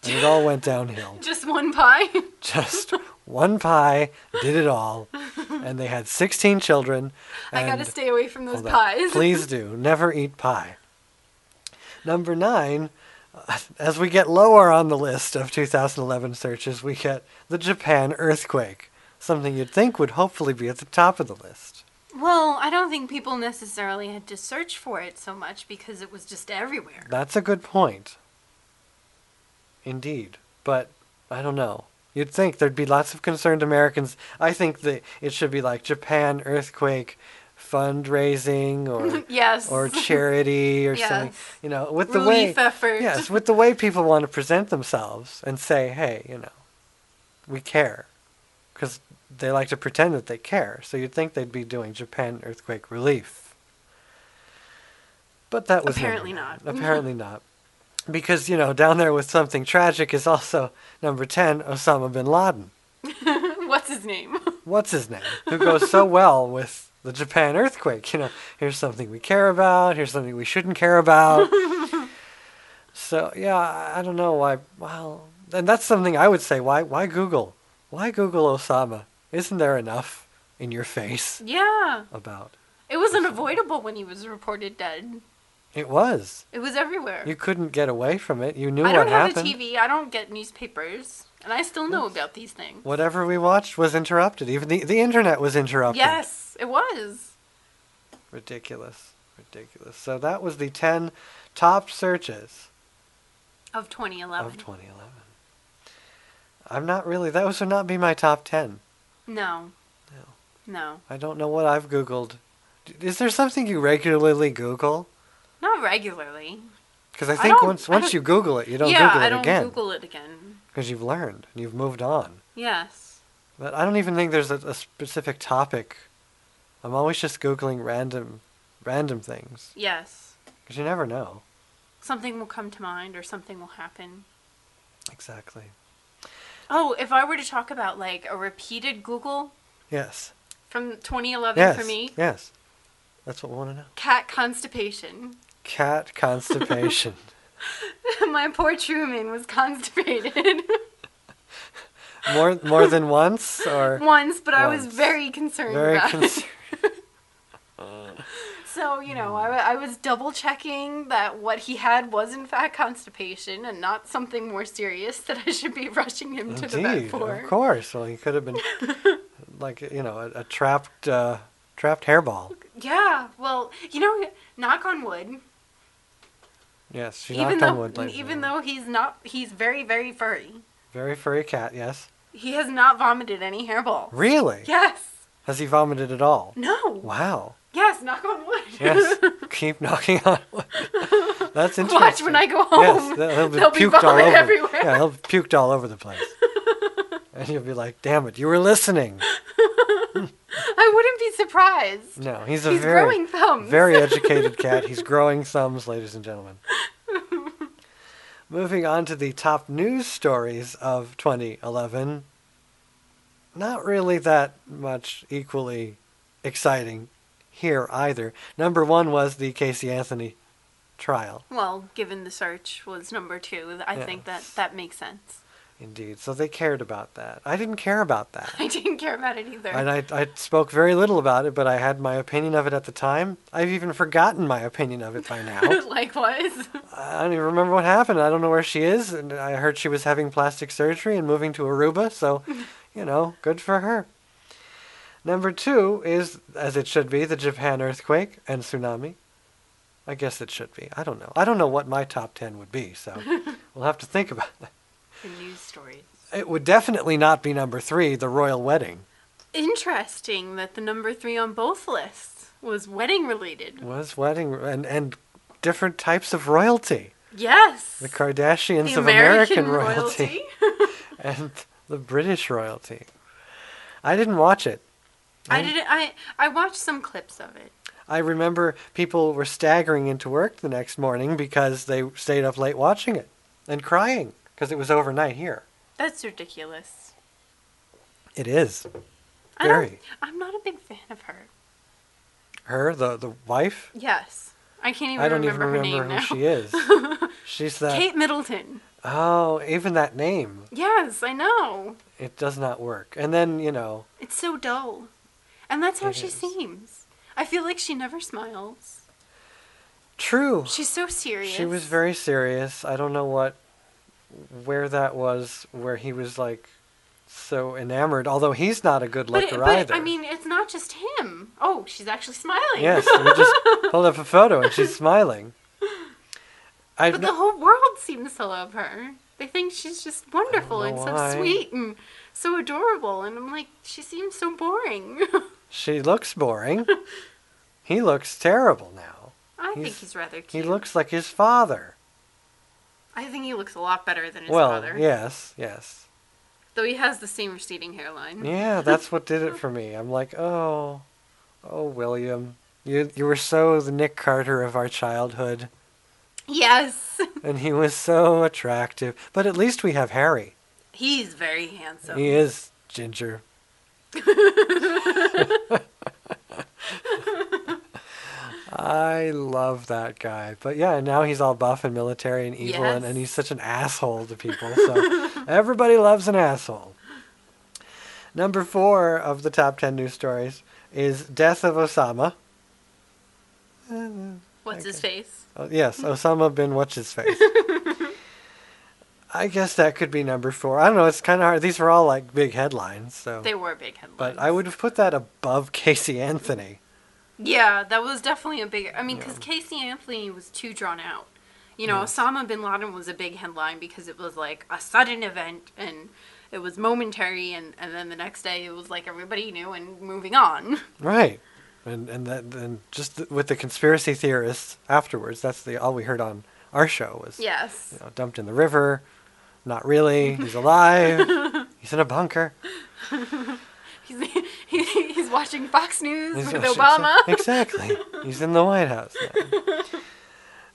[SPEAKER 3] And it all went downhill.
[SPEAKER 14] Just one pie?
[SPEAKER 3] Just one pie did it all. And they had 16 children.
[SPEAKER 14] I gotta
[SPEAKER 3] and-
[SPEAKER 14] stay away from those
[SPEAKER 3] Hold on.
[SPEAKER 14] pies.
[SPEAKER 3] Please do. Never eat pie. Number nine, uh, as we get lower on the list of 2011 searches, we get the Japan earthquake, something you'd think would hopefully be at the top of the list.
[SPEAKER 14] Well, I don't think people necessarily had to search for it so much because it was just everywhere.
[SPEAKER 3] That's a good point. Indeed. But I don't know. You'd think there'd be lots of concerned Americans. I think that it should be like Japan earthquake fundraising or
[SPEAKER 14] Yes.
[SPEAKER 3] or charity or something.
[SPEAKER 14] Yes.
[SPEAKER 3] You know, with the way
[SPEAKER 14] Relief effort.
[SPEAKER 3] Yes, with the way people want to present themselves and say, "Hey, you know, we care." Cuz they like to pretend that they care. So you'd think they'd be doing Japan earthquake relief. But that was never
[SPEAKER 14] Apparently not.
[SPEAKER 3] Apparently not. Because, you know, down there with something tragic is also number 10, Osama bin Laden.
[SPEAKER 14] What's his name?
[SPEAKER 3] What's his name? Who goes so well with the Japan earthquake. You know, here's something we care about, here's something we shouldn't care about. so, yeah, I I don't know why. Well, and that's something I would say why, why Google? Why Google Osama? Isn't there enough in your face
[SPEAKER 14] Yeah.
[SPEAKER 3] about?
[SPEAKER 14] It was unavoidable when he was reported dead.
[SPEAKER 3] It was.
[SPEAKER 14] It was everywhere.
[SPEAKER 3] You couldn't get away from it. You knew
[SPEAKER 14] I don't
[SPEAKER 3] what
[SPEAKER 14] have
[SPEAKER 3] happened.
[SPEAKER 14] a TV. I don't get newspapers, and I still know about these things.
[SPEAKER 3] Whatever we watched was interrupted. Even the, the internet was interrupted.
[SPEAKER 14] Yes, it was.
[SPEAKER 3] Ridiculous. Ridiculous. So that was the 10 top searches
[SPEAKER 14] Of 2011.
[SPEAKER 3] of 2011. I'm not really, those would not be my top 10.
[SPEAKER 14] No. No. No.
[SPEAKER 3] I don't know what I've Googled. D- Is there something you regularly Google?
[SPEAKER 14] Not regularly.
[SPEAKER 3] Because I
[SPEAKER 14] I
[SPEAKER 3] think
[SPEAKER 14] don't-
[SPEAKER 3] once
[SPEAKER 14] I
[SPEAKER 3] once
[SPEAKER 14] don't-
[SPEAKER 3] you Google it, you don't
[SPEAKER 14] yeah,
[SPEAKER 3] Google it
[SPEAKER 14] I don't
[SPEAKER 3] again.
[SPEAKER 14] Google it again.
[SPEAKER 3] Because you've learned and you've moved on.
[SPEAKER 14] Yes.
[SPEAKER 3] But I don't even think there's a, a specific topic. I'm always just Googling random random things.
[SPEAKER 14] Yes.
[SPEAKER 3] Because you never know.
[SPEAKER 14] Something will come to mind or something will happen.
[SPEAKER 3] Exactly.
[SPEAKER 14] Oh, if I were to talk about like a repeated Google
[SPEAKER 3] Yes.
[SPEAKER 14] from 2011
[SPEAKER 3] yes.
[SPEAKER 14] for me,
[SPEAKER 3] Yes. That's what we want to know.
[SPEAKER 14] cat constipation.
[SPEAKER 3] Cat constipation.
[SPEAKER 14] My poor Truman was constipated
[SPEAKER 3] more more than once or
[SPEAKER 14] once, but I was
[SPEAKER 3] Once.
[SPEAKER 14] very concerned
[SPEAKER 3] very
[SPEAKER 14] about
[SPEAKER 3] concerned.
[SPEAKER 14] it. So, you know, I, I was double checking that what he had was in fact constipation and not something more serious that I should be rushing him to the vet
[SPEAKER 3] Indeed,
[SPEAKER 14] for.
[SPEAKER 3] Oh, of course. Well, he could have been like you know a, a trapped uh, trapped hairball.
[SPEAKER 14] Yeah, well, you know, knock on wood.
[SPEAKER 3] Yes, she
[SPEAKER 14] Even
[SPEAKER 3] knocked
[SPEAKER 14] though
[SPEAKER 3] on wood. Like,
[SPEAKER 14] even though he's not he's very very furry.
[SPEAKER 3] very furry cat. Yes.
[SPEAKER 14] He has not vomited any hairball.
[SPEAKER 3] Really?
[SPEAKER 14] Yes.
[SPEAKER 3] Has he vomited at all?
[SPEAKER 14] No.
[SPEAKER 3] Wow.
[SPEAKER 14] Yes, knock on wood.
[SPEAKER 3] Yes. Keep knocking on wood. That's interesting.
[SPEAKER 14] Watch when I go home.
[SPEAKER 3] Yes, th- he'll be
[SPEAKER 14] There'll be
[SPEAKER 3] puked all
[SPEAKER 14] vomit
[SPEAKER 3] over.
[SPEAKER 14] everywhere.
[SPEAKER 3] Yeah, he'll be puked all over the place. and you'll be like, "Damn it, you were listening."
[SPEAKER 14] I wouldn't be surprised.
[SPEAKER 3] No, he's a
[SPEAKER 14] He's
[SPEAKER 3] very
[SPEAKER 14] growing thumbs.
[SPEAKER 3] very educated cat. He's growing thumbs, ladies and gentlemen. Moving on to the top news stories of 2011. Not really that much equally exciting here either. Number one was the Casey Anthony trial.
[SPEAKER 14] Well, given the search was number two, I think that that makes sense.
[SPEAKER 3] Indeed. So they cared about that. I didn't care about that.
[SPEAKER 14] I didn't care about it either.
[SPEAKER 3] And I, I spoke very little about it, but I had my opinion of it at the time. I've even forgotten my opinion of it by now.
[SPEAKER 14] Likewise.
[SPEAKER 3] I don't even remember what happened. I don't know where she is. And I heard she was having plastic surgery and moving to Aruba, so, you know, good for her. Number two is, as it should be, the Japan earthquake and tsunami. I guess it should be. I don't know. I don't know what my top 10 would be, so we'll have to think about that.
[SPEAKER 14] The news stories.
[SPEAKER 3] It would definitely not be number three, the royal wedding.
[SPEAKER 14] Interesting that the number three on both lists was wedding related.
[SPEAKER 3] Was wedding and, and different types of royalty.
[SPEAKER 14] Yes.
[SPEAKER 3] The Kardashians
[SPEAKER 14] The
[SPEAKER 3] of American,
[SPEAKER 14] American
[SPEAKER 3] royalty, and the British royalty. I didn't watch it.
[SPEAKER 14] I didn't I I watched some clips of it.
[SPEAKER 3] I remember people were staggering into work the next morning because they stayed up late watching it and crying because it was overnight here.
[SPEAKER 14] That's ridiculous.
[SPEAKER 3] It is.
[SPEAKER 14] I don't-
[SPEAKER 3] Very.
[SPEAKER 14] I'm not a big fan of her.
[SPEAKER 3] Her, the, the wife?
[SPEAKER 14] Yes. I can't even
[SPEAKER 3] I don't
[SPEAKER 14] remember
[SPEAKER 3] even
[SPEAKER 14] her name
[SPEAKER 3] remember
[SPEAKER 14] now.
[SPEAKER 3] who she is. She's that.
[SPEAKER 14] Kate Middleton.
[SPEAKER 3] Oh, even that name.
[SPEAKER 14] Yes, I know.
[SPEAKER 3] It does not work. And then, you know,
[SPEAKER 14] It's so dull. And that's how
[SPEAKER 3] It
[SPEAKER 14] she
[SPEAKER 3] is.
[SPEAKER 14] seems. I feel like she never smiles.
[SPEAKER 3] true.
[SPEAKER 14] She's so serious.
[SPEAKER 3] She was very serious. I don't know what where that was where he was like so enamored, although he's not a good
[SPEAKER 14] but,
[SPEAKER 3] looker
[SPEAKER 14] it,
[SPEAKER 3] either.
[SPEAKER 14] but I mean, it's not just him. Oh, she's actually smiling.
[SPEAKER 3] yes, we just pulled up a photo and she's smiling. I
[SPEAKER 14] but the whole world seems to love her. They think she's just wonderful and so
[SPEAKER 3] why.
[SPEAKER 14] sweet and so adorable. And I'm like, she seems so boring.
[SPEAKER 3] she looks boring. he looks terrible now.
[SPEAKER 14] I think
[SPEAKER 3] He's-
[SPEAKER 14] he's rather cute.
[SPEAKER 3] He looks like his father.
[SPEAKER 14] I think he looks a lot better than his
[SPEAKER 3] well,
[SPEAKER 14] father.
[SPEAKER 3] yes, yes.
[SPEAKER 14] Though he has the same receding hairline.
[SPEAKER 3] Yeah, that's what did it for me. I'm like, oh, oh, William, you you were so the Nick Carter of our childhood,
[SPEAKER 14] Yes.
[SPEAKER 3] and he was so attractive. But at least we have Harry.
[SPEAKER 14] He's very handsome.
[SPEAKER 3] He is ginger. I love that guy. But yeah, now he's all buff and military and evil, and, and he's such an asshole to people. So everybody loves an asshole. Number four of the top 10 news stories is Death of Osama.
[SPEAKER 14] What's his face?
[SPEAKER 3] Uh, yes, Osama bin what's his face. I guess that could be number four. I don't know. It's kind of hard. These were all like big headlines, so.
[SPEAKER 14] They were big headlines.
[SPEAKER 3] But I would have put that above Casey Anthony.
[SPEAKER 14] Yeah, that was definitely a big. I mean, because Casey Anthony was too drawn out. You know, Osama bin Laden was a big headline because it was like a sudden event and it was momentary, and, and then the next day it was like everybody knew and moving on.
[SPEAKER 3] Right. And and that and just th- with the conspiracy theorists afterwards, that's the all we heard on our show was
[SPEAKER 14] Yes.
[SPEAKER 3] you know, dumped in the river. Not really. He's alive. he's in a bunker.
[SPEAKER 14] he's, he, he's watching Fox News
[SPEAKER 3] He's-
[SPEAKER 14] with
[SPEAKER 3] exa-
[SPEAKER 14] Obama.
[SPEAKER 3] Exactly. He's in the White House now.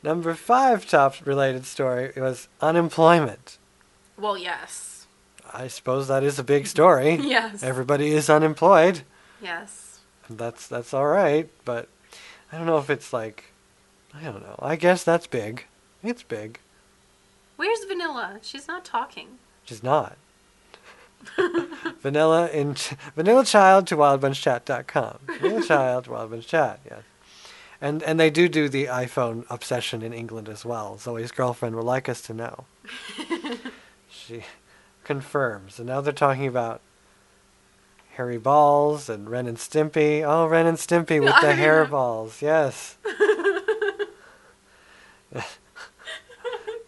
[SPEAKER 3] Number five top related story was unemployment.
[SPEAKER 14] well, yes.
[SPEAKER 3] I suppose that is a big story.
[SPEAKER 14] Yes.
[SPEAKER 3] Everybody is unemployed.
[SPEAKER 14] Yes.
[SPEAKER 3] That's that's all right, but I don't know if it's like I don't know. I guess that's big. It's big.
[SPEAKER 14] Where's Vanilla? She's not talking.
[SPEAKER 3] She's not. vanilla in vanilla child to wildbunchchat.com. Vanilla child to wildbunchchat. Yes. And and they do do the iPhone obsession in England as well. Zoe's girlfriend would like us to know. she confirms. And now they're talking about Harry Balls and Ren and Stimpy. Oh, Ren and Stimpy with the hair balls. Yes.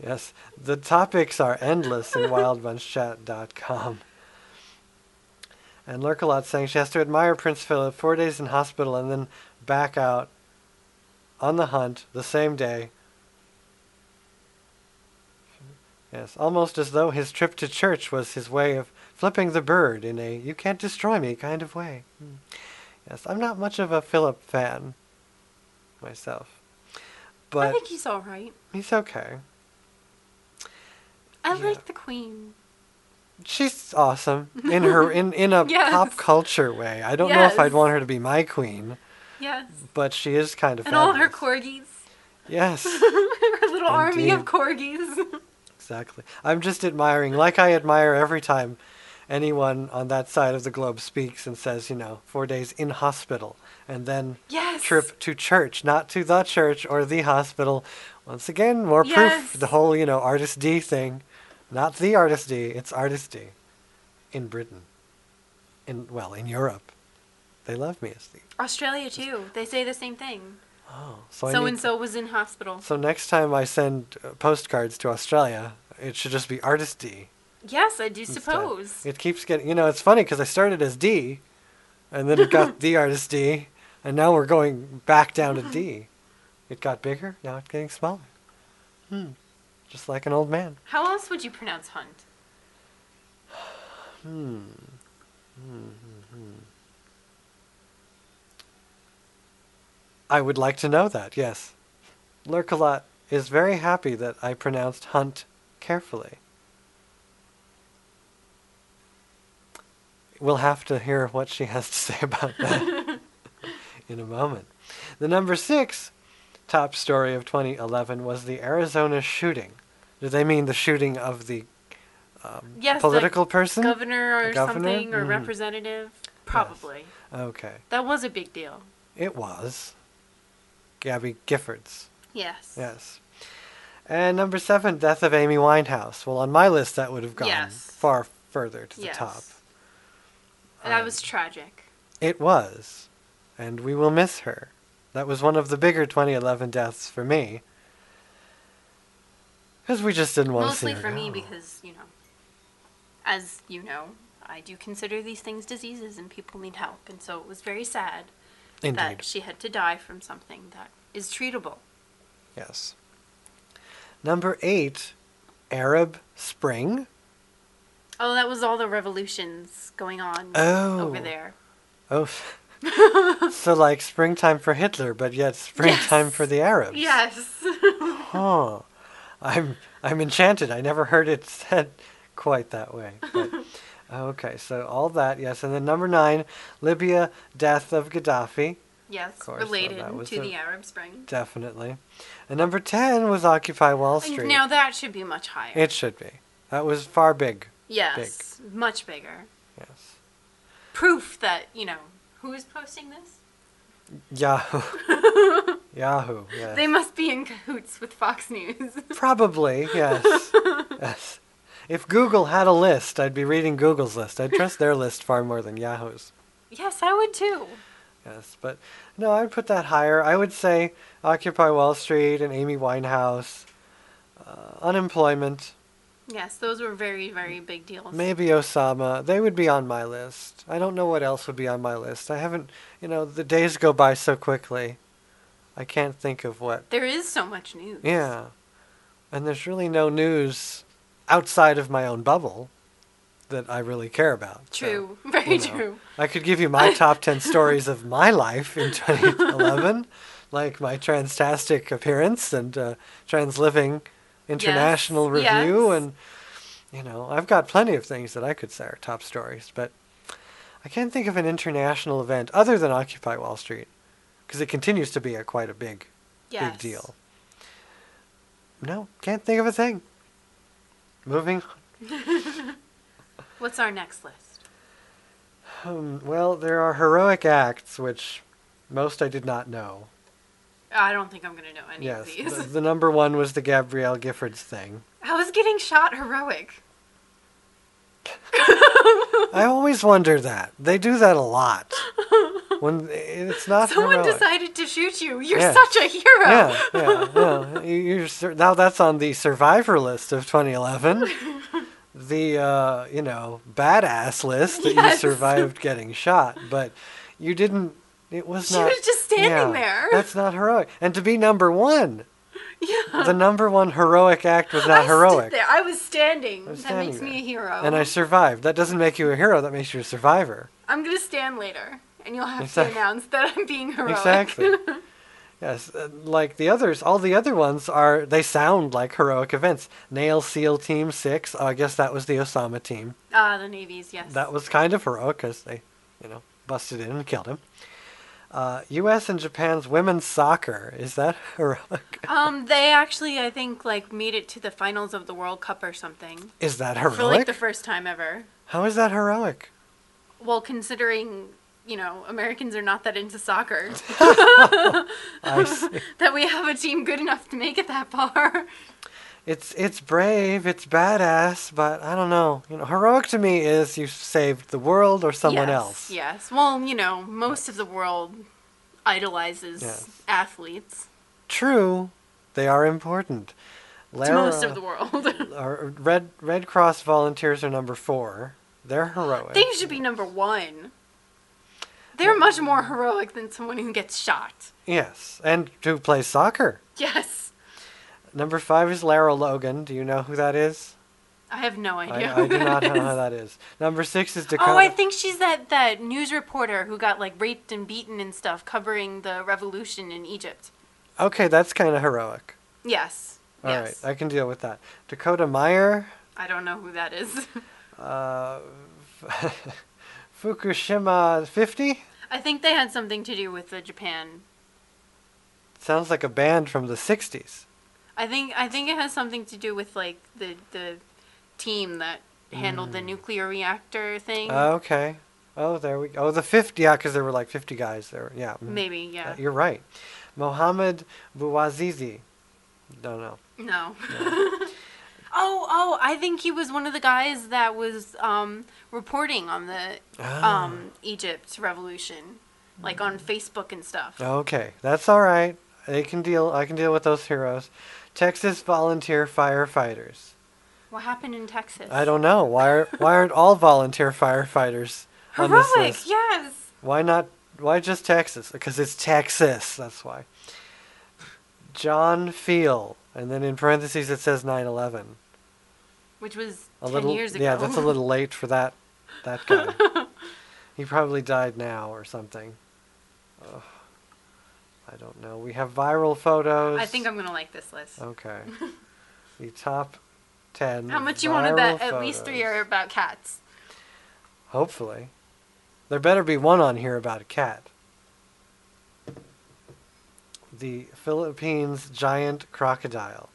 [SPEAKER 3] yes. The topics are endless in wildbunchchat.com. And Lurkalot saying she has to admire Prince Philip four days in hospital and then back out on the hunt the same day. Yes, almost as though his trip to church was his way of flipping the bird in a you can't destroy me kind of way. Hmm. Yes, I'm not much of a Philip fan myself.
[SPEAKER 14] I
[SPEAKER 3] But
[SPEAKER 14] think he's all right.
[SPEAKER 3] he's okay.
[SPEAKER 14] I like the Queen.
[SPEAKER 3] She's awesome in her in in a
[SPEAKER 14] Yes.
[SPEAKER 3] pop culture way. I don't know if I'd
[SPEAKER 14] Yes.
[SPEAKER 3] want her to be my queen,
[SPEAKER 14] Yes.
[SPEAKER 3] but she is kind of
[SPEAKER 14] And all
[SPEAKER 3] fabulous.
[SPEAKER 14] her corgis.
[SPEAKER 3] yes,
[SPEAKER 14] her little army of
[SPEAKER 3] Indeed.
[SPEAKER 14] corgis.
[SPEAKER 3] exactly. I'm just admiring, like I admire every time anyone on that side of the globe speaks and says, you know, four days in hospital and then
[SPEAKER 14] Yes.
[SPEAKER 3] trip to church, not to the church or the hospital. Once again, more
[SPEAKER 14] Yes.
[SPEAKER 3] proof the whole you know artist D thing, not the artist D, it's artist D, in Britain, in well in Europe, they love me as the
[SPEAKER 14] Australia too. They say the same thing.
[SPEAKER 3] oh so I
[SPEAKER 14] So
[SPEAKER 3] need-
[SPEAKER 14] and so was in hospital.
[SPEAKER 3] So next time I send uh, postcards to Australia, it should just be artist D.
[SPEAKER 14] Yes, I do
[SPEAKER 3] instead.
[SPEAKER 14] suppose.
[SPEAKER 3] It keeps getting, you know, it's funny because I started as D, and then it got the artist D, and now we're going back down to D. It got bigger, now it's getting smaller. Hmm. Just like an old man.
[SPEAKER 14] How else would you pronounce hunt?
[SPEAKER 3] Hmm. Hmm, hmm, hmm. I would like to know that, yes. Lurkalot is very happy that I pronounced hunt carefully. We'll have to hear what she has to say about that in a moment. The number six top story of 2011 was the Arizona shooting. Do they mean the shooting of the um,
[SPEAKER 14] Yes, the
[SPEAKER 3] political person?
[SPEAKER 14] governor or
[SPEAKER 3] The governor?
[SPEAKER 14] something, or
[SPEAKER 3] Mm.
[SPEAKER 14] representative. Probably.
[SPEAKER 3] Okay.
[SPEAKER 14] That was a big deal.
[SPEAKER 3] It was Gabby Giffords.
[SPEAKER 14] Yes.
[SPEAKER 3] Yes. And number seven, Death of Amy Winehouse. Well, on my list, that would have gone
[SPEAKER 14] Yes.
[SPEAKER 3] far further to the
[SPEAKER 14] Yes.
[SPEAKER 3] top. Um,
[SPEAKER 14] that was tragic.
[SPEAKER 3] It was. And we will miss her. That was one of the bigger 2011 deaths for me. Because we just didn't want to see
[SPEAKER 14] Mostly
[SPEAKER 3] her.
[SPEAKER 14] for
[SPEAKER 3] go.
[SPEAKER 14] me because, you know, as you know, I do consider these things diseases and people need help. And so it was very sad
[SPEAKER 3] Indeed.
[SPEAKER 14] that she had to die from something that is treatable.
[SPEAKER 3] Yes. Number eight, Arab Spring.
[SPEAKER 14] Oh, that was all the revolutions going on
[SPEAKER 3] Oh.
[SPEAKER 14] over there.
[SPEAKER 3] Oh. so, like springtime for Hitler, but yet springtime for the Arabs.
[SPEAKER 14] Yes.
[SPEAKER 3] Huh. Oh, I'm I'm enchanted. I never heard it said quite that way. but- okay, so all that, yes, and then number nine, Libya, death of Gaddafi,
[SPEAKER 14] yes,
[SPEAKER 3] course, so
[SPEAKER 14] related
[SPEAKER 3] that was
[SPEAKER 14] to
[SPEAKER 3] a-
[SPEAKER 14] the Arab Spring.
[SPEAKER 3] definitely, and number ten was Occupy Wall Street.
[SPEAKER 14] Now that should be much higher.
[SPEAKER 3] it should be. That was far big.
[SPEAKER 14] yes, much bigger.
[SPEAKER 3] Yes.
[SPEAKER 14] Proof that, you know, who is posting this?
[SPEAKER 3] Yahoo. Yahoo. Yes.
[SPEAKER 14] They must be in cahoots with Fox News.
[SPEAKER 3] Probably, yes. yes. If Google had a list, I'd be reading Google's list. I'd trust their list far more than Yahoo's.
[SPEAKER 14] yes, I would too.
[SPEAKER 3] Yes, but no, I'd put that higher. I would say Occupy Wall Street and Amy Winehouse, uh, unemployment,
[SPEAKER 14] Yes, those were very, very big deals.
[SPEAKER 3] maybe Osama. They would be on my list. I don't know what else would be on my list. I haven't, you know, the days go by so quickly. I can't think of what.
[SPEAKER 14] There is so much news.
[SPEAKER 3] Yeah. And there's really no news outside of my own bubble that I really care about. so,
[SPEAKER 14] True. Very
[SPEAKER 3] you know.
[SPEAKER 14] true.
[SPEAKER 3] I could give you my top 10 stories of my life in 2011, like my transtastic appearance and uh, transliving international
[SPEAKER 14] Yes,
[SPEAKER 3] review. And, you know, I've got plenty of things that I could say are top stories, but I can't think of an international event other than Occupy Wall Street because it continues to be a quite a big,
[SPEAKER 14] Yes.
[SPEAKER 3] big deal. No, can't think of a thing. Moving
[SPEAKER 14] What's our next list?
[SPEAKER 3] Um, well, there are heroic acts, which most I did not know.
[SPEAKER 14] I don't think I'm going to know any
[SPEAKER 3] yes,
[SPEAKER 14] of these.
[SPEAKER 3] the, the number one was the Gabrielle Giffords thing.
[SPEAKER 14] I was getting shot heroic.
[SPEAKER 3] I always wonder that they do that a lot. When it's not
[SPEAKER 14] Someone
[SPEAKER 3] heroic.
[SPEAKER 14] decided to shoot you. You're
[SPEAKER 3] Yes.
[SPEAKER 14] such a hero.
[SPEAKER 3] Yeah, yeah, yeah. You- You're, sur- now that's on the survivor list of 2011. the uh, you know badass list that
[SPEAKER 14] Yes.
[SPEAKER 3] you survived getting shot, but you didn't. It was
[SPEAKER 14] She
[SPEAKER 3] not.
[SPEAKER 14] was just standing there.
[SPEAKER 3] That's not heroic. And to be number one, the number one heroic act was not heroic.
[SPEAKER 14] There, I was standing.
[SPEAKER 3] was
[SPEAKER 14] that makes
[SPEAKER 3] standing
[SPEAKER 14] me a hero.
[SPEAKER 3] And I survived. That doesn't make you a hero. That makes you a survivor.
[SPEAKER 14] I'm going to stand later, and you'll have
[SPEAKER 3] Exact-
[SPEAKER 14] to announce that I'm being heroic.
[SPEAKER 3] Exactly. yes, uh, like the others, all the other ones are they sound like heroic events. Nail Seal Team Six. Oh, I guess that was the Osama team.
[SPEAKER 14] Ah, the Navy's, yes.
[SPEAKER 3] That was kind of heroic because they, you know, busted in and killed him. Uh, U.S. and Japan's women's soccer is that heroic?
[SPEAKER 14] Um, they actually, I think, like made it to the finals of the World Cup or something.
[SPEAKER 3] Is that
[SPEAKER 14] For like
[SPEAKER 3] heroic?
[SPEAKER 14] the first time ever.
[SPEAKER 3] How is that heroic?
[SPEAKER 14] Well, considering you know Americans are not that into soccer,
[SPEAKER 3] I see.
[SPEAKER 14] that we have a team good enough to make it that far.
[SPEAKER 3] It's it's brave, it's badass, but I don't know. You know, heroic to me is you saved the world or someone
[SPEAKER 14] Yes,
[SPEAKER 3] else.
[SPEAKER 14] Yes. Well, you know, most of the world idolizes
[SPEAKER 3] Yes.
[SPEAKER 14] athletes.
[SPEAKER 3] True, they are important.
[SPEAKER 14] It's most of
[SPEAKER 3] Lara-
[SPEAKER 14] the world.
[SPEAKER 3] Our Red Red Cross volunteers are number four. They're heroic.
[SPEAKER 14] they should be number one. They're much more heroic than someone who gets shot.
[SPEAKER 3] yes, and who plays soccer?
[SPEAKER 14] Yes.
[SPEAKER 3] Number five is Lara Logan. Do you know who that is?
[SPEAKER 14] I have no
[SPEAKER 3] I,
[SPEAKER 14] idea.
[SPEAKER 3] I
[SPEAKER 14] who
[SPEAKER 3] do not know
[SPEAKER 14] it
[SPEAKER 3] who
[SPEAKER 14] is.
[SPEAKER 3] that is. Number six is Dakota.
[SPEAKER 14] Oh, I think she's that, that news reporter who got like raped and beaten and stuff covering the revolution in Egypt.
[SPEAKER 3] okay, that's kind of heroic.
[SPEAKER 14] Yes.
[SPEAKER 3] All right,
[SPEAKER 14] yes.
[SPEAKER 3] I can deal with that. Dakota Meyer.
[SPEAKER 14] I don't know who that is.
[SPEAKER 3] Uh, Fukushima 50?
[SPEAKER 14] I think they had something to do with the Japan.
[SPEAKER 3] Sounds like a band from the 60s.
[SPEAKER 14] I think I think it has something to do with like the the team that handled
[SPEAKER 3] Hmm.
[SPEAKER 14] the nuclear reactor thing.
[SPEAKER 3] Uh, okay. Oh, there we go. Oh, the 50. Yeah, because there were like 50 guys there. Yeah. mhm.
[SPEAKER 14] Maybe, yeah.
[SPEAKER 3] Uh, you're right. Mohammed Bouazizi. Don't know.
[SPEAKER 14] No. oh, oh, I think he was one of the guys that was um, reporting on the
[SPEAKER 3] Ah.
[SPEAKER 14] um, Egypt revolution, like on Facebook and stuff.
[SPEAKER 3] Ah. Okay, that's all right. They can deal. I can deal with those heroes. Texas volunteer firefighters.
[SPEAKER 14] What happened in Texas?
[SPEAKER 3] I don't know. Why are why aren't all volunteer firefighters on
[SPEAKER 14] Heroic,
[SPEAKER 3] this list?
[SPEAKER 14] yes.
[SPEAKER 3] Why not? Why just Texas? Because it's Texas. That's why. John Feel, and then in parentheses it says 9/11.
[SPEAKER 14] Which was
[SPEAKER 3] A
[SPEAKER 14] ten
[SPEAKER 3] little,
[SPEAKER 14] years ago.
[SPEAKER 3] yeah, that's a little late for that. That guy. he probably died now or something. Ugh. I don't know. We have viral photos.
[SPEAKER 14] I think I'm gonna like this list.
[SPEAKER 3] Okay. the top ten.
[SPEAKER 14] How much you want to bet?
[SPEAKER 3] viral
[SPEAKER 14] At least three
[SPEAKER 3] photos.
[SPEAKER 14] are about cats.
[SPEAKER 3] Hopefully, there better be one on here about a cat. The Philippines giant crocodile.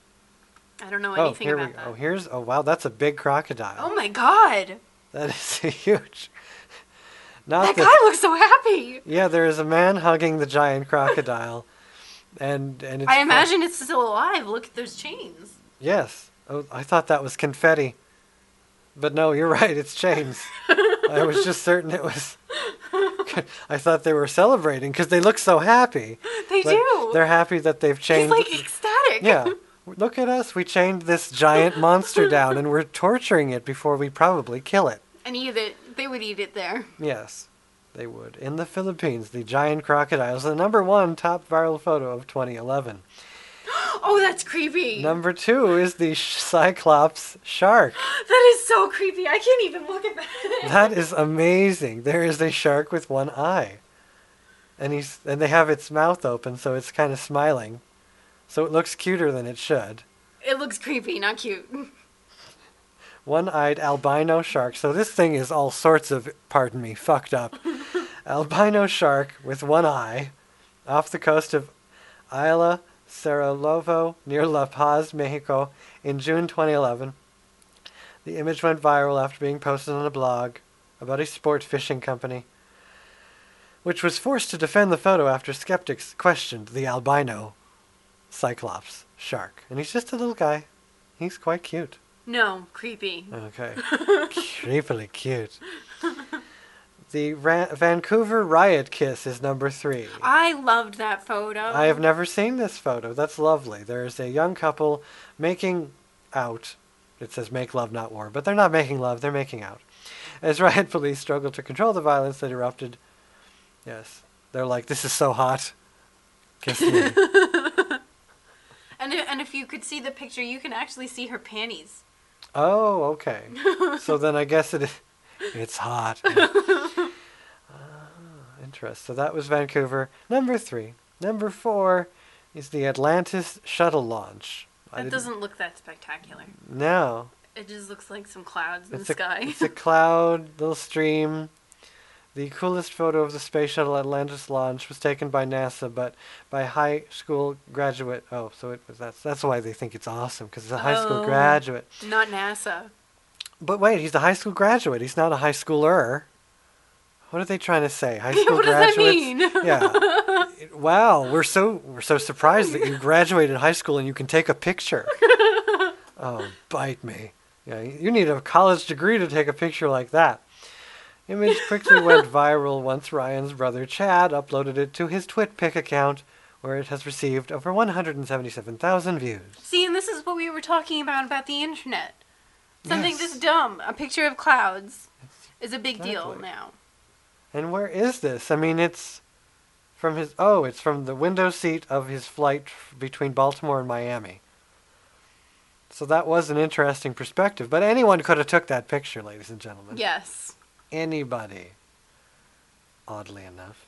[SPEAKER 14] I don't know
[SPEAKER 3] oh,
[SPEAKER 14] anything
[SPEAKER 3] here
[SPEAKER 14] about
[SPEAKER 3] we.
[SPEAKER 14] that.
[SPEAKER 3] Oh, here's. Oh, wow, that's a big crocodile.
[SPEAKER 14] Oh my god!
[SPEAKER 3] That is a huge. Not
[SPEAKER 14] That
[SPEAKER 3] the-
[SPEAKER 14] guy looks so happy.
[SPEAKER 3] Yeah, there is a man hugging the giant crocodile. and and it's
[SPEAKER 14] I imagine it's still alive. Look at those chains.
[SPEAKER 3] Yes. Oh, I thought that was confetti. But no, you're right. It's chains. I was just certain it was. I thought they were celebrating because they look so happy.
[SPEAKER 14] They do.
[SPEAKER 3] They're happy that they've
[SPEAKER 14] He's
[SPEAKER 3] changed.
[SPEAKER 14] like ecstatic.
[SPEAKER 3] yeah. Look at us. We chained this giant monster down and we're torturing it before we probably kill it.
[SPEAKER 14] And eat it. They would eat it there.
[SPEAKER 3] Yes, they would. In the Philippines, the giant crocodile is the number one top viral photo of 2011.
[SPEAKER 14] Oh, that's creepy.
[SPEAKER 3] Number two is the sh- Cyclops shark.
[SPEAKER 14] That is so creepy. I can't even look at that.
[SPEAKER 3] That is amazing. There is a shark with one eye. And he's and they have its mouth open so it's kind of smiling. So it looks cuter than it should.
[SPEAKER 14] It looks creepy, not cute.
[SPEAKER 3] One-eyed albino shark. So this thing is all sorts of pardon me, fucked up. albino shark with one eye off the coast of Isla Cerrolovo near La Paz, Mexico in June 2011. The image went viral after being posted on a blog about a sport fishing company, which was forced to defend the photo after skeptics questioned the albino cyclops shark. And he's just a little guy. He's quite cute.
[SPEAKER 14] No, creepy.
[SPEAKER 3] Okay. Creepily cute. The Ra- Vancouver Riot Kiss is number three.
[SPEAKER 14] I loved that photo.
[SPEAKER 3] I have never seen this photo. That's lovely. There is a young couple making out. It says make love, not war, but they're not making love, they're making out. As riot police struggled to control the violence that erupted. Yes. They're like, this is so hot. Kiss me.
[SPEAKER 14] And if, and if you could see the picture, you can actually see her panties.
[SPEAKER 3] oh, okay. So then I guess it, it's hot. Ah, interest. So that was Vancouver. Number three. Number four is the Atlantis shuttle launch. I
[SPEAKER 14] That
[SPEAKER 3] didn't-
[SPEAKER 14] doesn't look that spectacular.
[SPEAKER 3] No.
[SPEAKER 14] It just looks like some clouds in
[SPEAKER 3] It's
[SPEAKER 14] the
[SPEAKER 3] a,
[SPEAKER 14] sky.
[SPEAKER 3] it's a cloud, little stream. The coolest photo of the space shuttle Atlantis launch was taken by NASA, but by high school graduate. Oh, so it was that's that's why they think it's awesome because it's a high school
[SPEAKER 14] Oh,
[SPEAKER 3] graduate.
[SPEAKER 14] Not NASA.
[SPEAKER 3] But wait, he's a high school graduate. He's not a high schooler. What are they trying to say? High school
[SPEAKER 14] what does that
[SPEAKER 3] graduates.
[SPEAKER 14] mean?
[SPEAKER 3] Yeah. Wow, we're so we're so surprised that you graduated high school and you can take a picture. oh, bite me. Yeah, you need a college degree to take a picture like that. Image quickly went viral once Ryan's brother Chad uploaded it to his TwitPic account, where it has received over 177,000 views.
[SPEAKER 14] See, and this is what we were talking about about the internet. Something this dumb, a picture of clouds, is a big deal now.
[SPEAKER 3] And where is this? I mean, it's from his. Oh, it's from the window seat of his flight f- between Baltimore and Miami. So that was an interesting perspective. But anyone could have took that picture, ladies and gentlemen.
[SPEAKER 14] Yes.
[SPEAKER 3] Anybody. Oddly enough.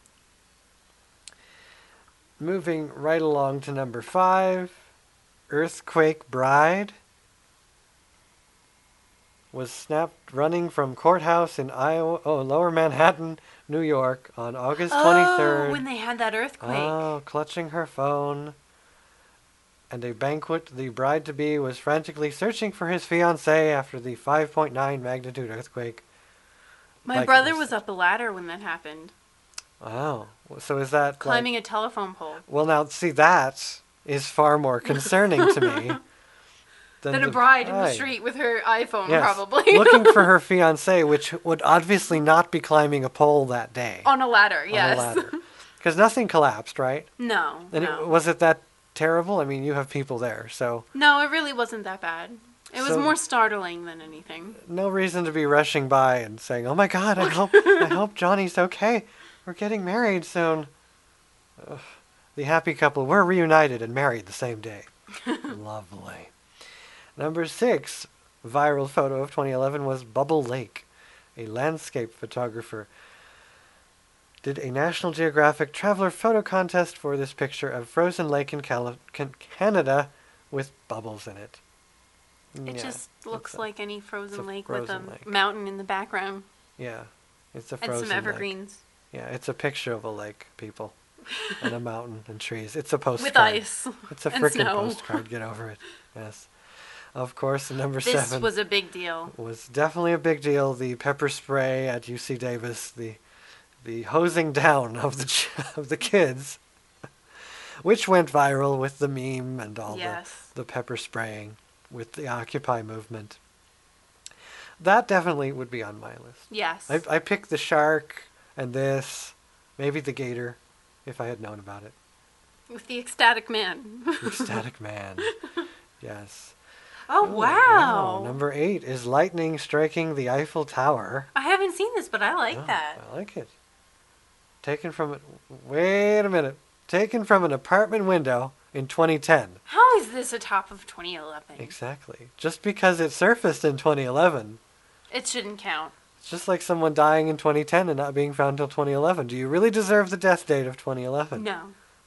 [SPEAKER 3] Moving right along to number five, Earthquake Bride was snapped running from courthouse in Iowa, oh, Lower Manhattan, New York, on August
[SPEAKER 14] Oh,
[SPEAKER 3] 23rd.
[SPEAKER 14] when they had that earthquake.
[SPEAKER 3] Oh, clutching her phone. And a banquet, the bride to be was frantically searching for his fiance after the 5.9 magnitude earthquake.
[SPEAKER 14] My
[SPEAKER 3] like it
[SPEAKER 14] brother was up a ladder when that happened,
[SPEAKER 3] Wow. So is that like-
[SPEAKER 14] climbing a telephone pole.
[SPEAKER 3] well, now see that is far more concerning to me than
[SPEAKER 14] Then, a
[SPEAKER 3] the
[SPEAKER 14] bride in the street with her iPhone,
[SPEAKER 3] Yes.
[SPEAKER 14] probably.
[SPEAKER 3] looking for her fiance, which would obviously not be climbing a pole that day
[SPEAKER 14] on a ladder, Oh, yes.
[SPEAKER 3] on a ladder, because nothing collapsed, right?
[SPEAKER 14] no.
[SPEAKER 3] And
[SPEAKER 14] no.
[SPEAKER 3] it, was it that terrible? I mean, you have people there, so
[SPEAKER 14] No, it really wasn't that bad. It was
[SPEAKER 3] So-
[SPEAKER 14] more startling than anything.
[SPEAKER 3] no reason to be rushing by and saying, "Oh my God, I hope I hope Johnny's okay. We're getting married soon." Ugh. The happy couple were reunited and married the same day. Lovely. Number six, viral photo of 2011 was Bubble Lake. A landscape photographer did a National Geographic Traveler photo contest for this picture of frozen lake in Cali- Can- Canada with bubbles in it.
[SPEAKER 14] It
[SPEAKER 3] Mm, Yeah.
[SPEAKER 14] just looks like any frozen lake
[SPEAKER 3] frozen
[SPEAKER 14] with
[SPEAKER 3] lake.
[SPEAKER 14] a mountain in the background
[SPEAKER 3] Yeah, it's a
[SPEAKER 14] and
[SPEAKER 3] frozen
[SPEAKER 14] some
[SPEAKER 3] lake.
[SPEAKER 14] evergreens
[SPEAKER 3] Yeah, it's a picture of a lake, people, and a mountain and trees. It's a postcard.
[SPEAKER 14] with ice.
[SPEAKER 3] It's a
[SPEAKER 14] and
[SPEAKER 3] freaking
[SPEAKER 14] snow.
[SPEAKER 3] postcard. Get over it. Yes, of course. and Number
[SPEAKER 14] This
[SPEAKER 3] seven
[SPEAKER 14] was a big deal.
[SPEAKER 3] was definitely a big deal. The pepper spray at UC Davis, the the hosing down of the ch- of the kids which went viral with the meme and all
[SPEAKER 14] Yes.
[SPEAKER 3] the, the pepper spraying with the Occupy movement. That definitely would be on my list.
[SPEAKER 14] Yes.
[SPEAKER 3] I, I picked the shark and this, maybe the gator, if I had known about it.
[SPEAKER 14] With the ecstatic man.
[SPEAKER 3] Ecstatic man. Yes.
[SPEAKER 14] Oh, wow.
[SPEAKER 3] Wow, Number eight is lightning striking the Eiffel Tower. Oh,
[SPEAKER 14] I haven't seen this, but I like that.
[SPEAKER 3] I like it. Taken from it. Wait a minute. Taken from an apartment window in 2010.
[SPEAKER 14] How is this a top of 2011?
[SPEAKER 3] Exactly. Just because it surfaced in 2011,
[SPEAKER 14] It shouldn't count.
[SPEAKER 3] it's just like someone dying in 2010 and not being found till 2011. Do you really deserve the death date of 2011?
[SPEAKER 14] No.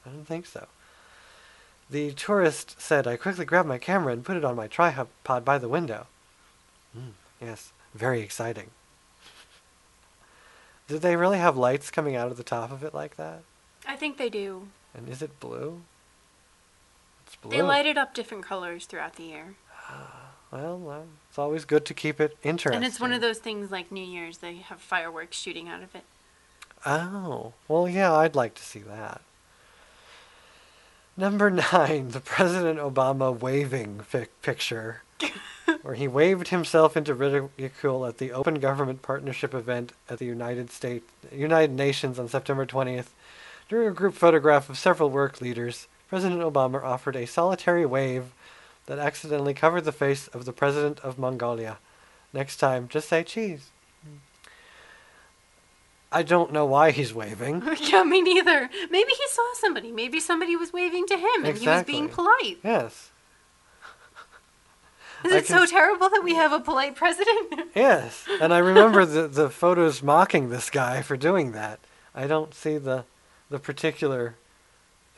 [SPEAKER 3] I don't think so. The tourist said, I quickly grabbed my camera and put it on my tripod by the window. Mm, yes, very exciting. Did they really have lights coming out of the top of it like that?
[SPEAKER 14] I think they do.
[SPEAKER 3] And is it blue? It's blue.
[SPEAKER 14] They light it up different colors throughout the year.
[SPEAKER 3] Well, uh, it's always good to keep it interesting.
[SPEAKER 14] And it's one of those things like New Year's, they have fireworks shooting out of it.
[SPEAKER 3] Oh, well, yeah, I'd like to see that. Number nine, the President Obama waving fic- picture, where he waved himself into ridicule at the Open Government Partnership event at the United States, United Nations on September 20th. During a group photograph of several work leaders, President Obama offered a solitary wave that accidentally covered the face of the President of Mongolia. Next time, just say cheese. I don't know why he's waving.
[SPEAKER 14] yeah, me neither. Maybe he saw somebody. Maybe somebody was waving to him and he was being
[SPEAKER 3] Exactly.
[SPEAKER 14] polite.
[SPEAKER 3] Yes.
[SPEAKER 14] Is
[SPEAKER 3] I
[SPEAKER 14] it
[SPEAKER 3] can-
[SPEAKER 14] so terrible that we have a polite president?
[SPEAKER 3] Yes. And I remember the, the photos mocking this guy for doing that. I don't see the the particular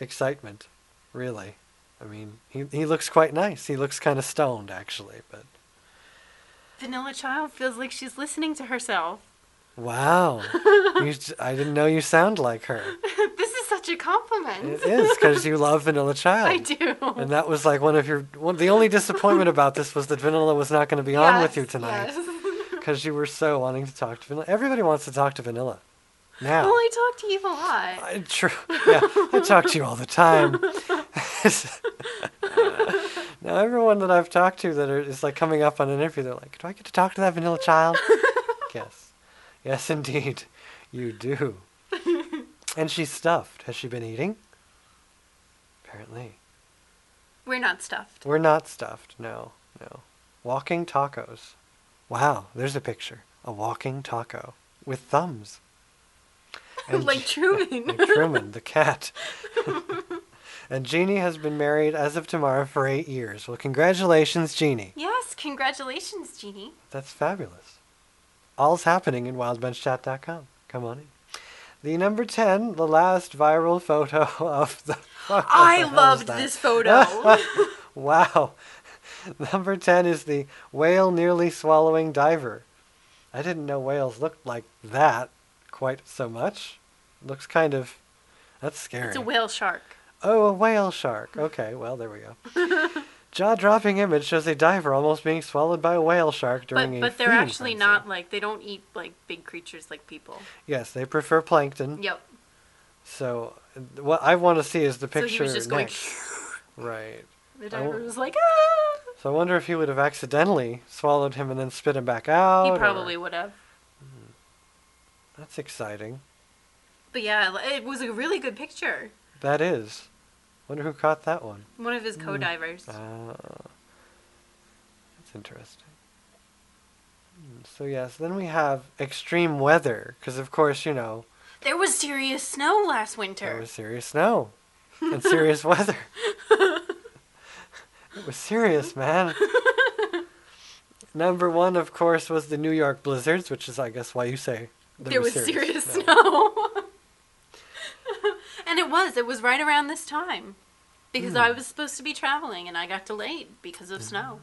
[SPEAKER 3] excitement, really. I mean, he, he looks quite nice. He looks kind of stoned, actually. But
[SPEAKER 14] Vanilla Child feels like she's listening to herself.
[SPEAKER 3] wow, you, s- I didn't know you sound like her.
[SPEAKER 14] this is such a compliment.
[SPEAKER 3] It is because you love Vanilla Child.
[SPEAKER 14] I do.
[SPEAKER 3] And that was like one of your one. The only disappointment about this was that Vanilla was not going to be on with you tonight because you were so wanting to talk to Vanilla. Everybody wants to talk to Vanilla. Now.
[SPEAKER 14] Well, I talk to Eve a lot.
[SPEAKER 3] I True. Yeah, I talk to you all the time. now everyone that I've talked to that are, is like coming up on an interview, they're like, "Do I get to talk to that vanilla child?" yes, yes, indeed, you do. and she's stuffed. Has she been eating? Apparently,
[SPEAKER 14] We're not stuffed.
[SPEAKER 3] we're not stuffed. No, no. Walking tacos. Wow, there's a picture. A walking taco with thumbs. And
[SPEAKER 14] like Truman.
[SPEAKER 3] like Truman, the cat. and Jeannie has been married as of tomorrow for eight years. Well, congratulations, Jeannie.
[SPEAKER 14] Yes, congratulations, Jeannie.
[SPEAKER 3] That's fabulous. All's happening in wildbenchchat.com. Come on in. The number 10, the last viral photo of the. what the
[SPEAKER 14] I
[SPEAKER 3] hell is
[SPEAKER 14] loved
[SPEAKER 3] that?
[SPEAKER 14] this photo.
[SPEAKER 3] wow. Number 10 is the whale nearly swallowing diver. I didn't know whales looked like that quite so much. Looks kind of. That's scary.
[SPEAKER 14] It's a whale shark.
[SPEAKER 3] Oh, a whale shark. Okay, well, there we go. Jaw dropping image shows a diver almost being swallowed by a whale shark during
[SPEAKER 14] But
[SPEAKER 3] a
[SPEAKER 14] but they're
[SPEAKER 3] feeding
[SPEAKER 14] actually
[SPEAKER 3] frenzy.
[SPEAKER 14] not like they don't eat like big creatures like people.
[SPEAKER 3] Yes, they prefer plankton.
[SPEAKER 14] Yep.
[SPEAKER 3] So, uh, what I want to see is the
[SPEAKER 14] So he was
[SPEAKER 3] picture
[SPEAKER 14] just going
[SPEAKER 3] next. right.
[SPEAKER 14] The
[SPEAKER 3] I wo-
[SPEAKER 14] diver was like, ah.
[SPEAKER 3] So I wonder if he would have accidentally swallowed him and then spit him back out.
[SPEAKER 14] He
[SPEAKER 3] or-
[SPEAKER 14] probably would have.
[SPEAKER 3] That's exciting.
[SPEAKER 14] But yeah, li- it was a really good picture.
[SPEAKER 3] That is. Wonder who caught that one.
[SPEAKER 14] One of his
[SPEAKER 3] Mm,
[SPEAKER 14] co-divers.
[SPEAKER 3] Ah, that's interesting. Hmm, So yes, then we have extreme weather because of course you know
[SPEAKER 14] There was serious snow last winter.
[SPEAKER 3] there was serious snow and serious weather. it was serious, man. Number one, of course, was the New York blizzards, which is I guess why you say
[SPEAKER 14] there, was, serious, snow. and it was. It was right around this time. Because I
[SPEAKER 3] Hmm.
[SPEAKER 14] was supposed to be traveling and I got delayed because of snow.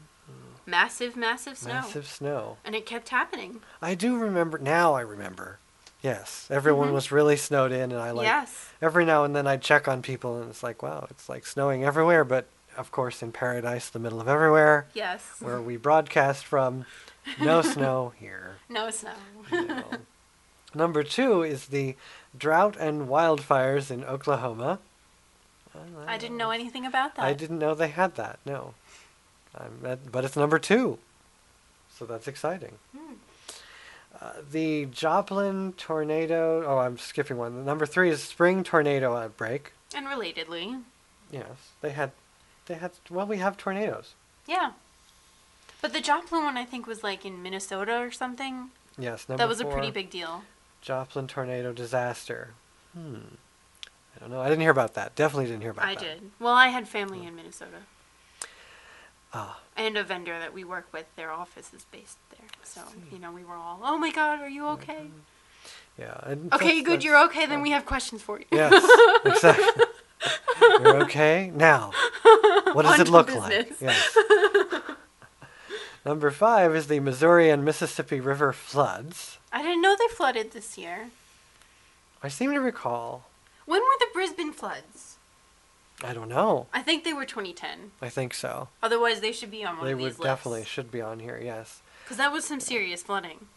[SPEAKER 14] Massive, massive snow.
[SPEAKER 3] Mm-hmm. Massive snow.
[SPEAKER 14] And it kept happening.
[SPEAKER 3] I do remember now. I remember. Yes, everyone
[SPEAKER 14] Mhm.
[SPEAKER 3] was really snowed in, and I like
[SPEAKER 14] Yes.
[SPEAKER 3] every now and then I'd check on people, and it's like, wow, it's like snowing everywhere. But of course, in paradise, the middle of everywhere,
[SPEAKER 14] Yes.
[SPEAKER 3] where we broadcast from, no snow here.
[SPEAKER 14] No snow.
[SPEAKER 3] Number two is the drought and wildfires in Oklahoma.
[SPEAKER 14] I didn't know anything about that.
[SPEAKER 3] I didn't know they had that. No, I'm at, but it's number two, so that's exciting.
[SPEAKER 14] Hmm.
[SPEAKER 3] Uh, the Joplin tornado. Oh, I'm skipping one. The number three is spring tornado outbreak.
[SPEAKER 14] And relatedly,
[SPEAKER 3] Yes, they had, they had. Well, we have tornadoes.
[SPEAKER 14] yeah. But the Joplin one, I think, was like in Minnesota or something.
[SPEAKER 3] Yes, number
[SPEAKER 14] that was
[SPEAKER 3] four,
[SPEAKER 14] a pretty big deal.
[SPEAKER 3] Joplin tornado disaster. Hmm. I don't know. I didn't hear about that. Definitely didn't hear about
[SPEAKER 14] I
[SPEAKER 3] that.
[SPEAKER 14] did. Well, I had family in Minnesota
[SPEAKER 3] Ah,
[SPEAKER 14] and a vendor that we work with. Their office is based there, so you know we were all, "Oh my God, are you okay?
[SPEAKER 3] yeah. and
[SPEAKER 14] Okay,
[SPEAKER 3] that's-
[SPEAKER 14] good,
[SPEAKER 3] that's-
[SPEAKER 14] you're okay. Then we have questions for you."
[SPEAKER 3] Yes, exactly. You're okay now. What does
[SPEAKER 14] On
[SPEAKER 3] it
[SPEAKER 14] to
[SPEAKER 3] look
[SPEAKER 14] business.
[SPEAKER 3] like? Yes. Number five is the Missouri and Mississippi River floods.
[SPEAKER 14] I didn't know they flooded this year.
[SPEAKER 3] I seem to recall.
[SPEAKER 14] When were the Brisbane floods?
[SPEAKER 3] I don't know.
[SPEAKER 14] I think they were 2010.
[SPEAKER 3] I think so.
[SPEAKER 14] Otherwise, they should be on one
[SPEAKER 3] they
[SPEAKER 14] of
[SPEAKER 3] would
[SPEAKER 14] these lists.
[SPEAKER 3] definitely should be on here. Yes,
[SPEAKER 14] Because that was some serious flooding.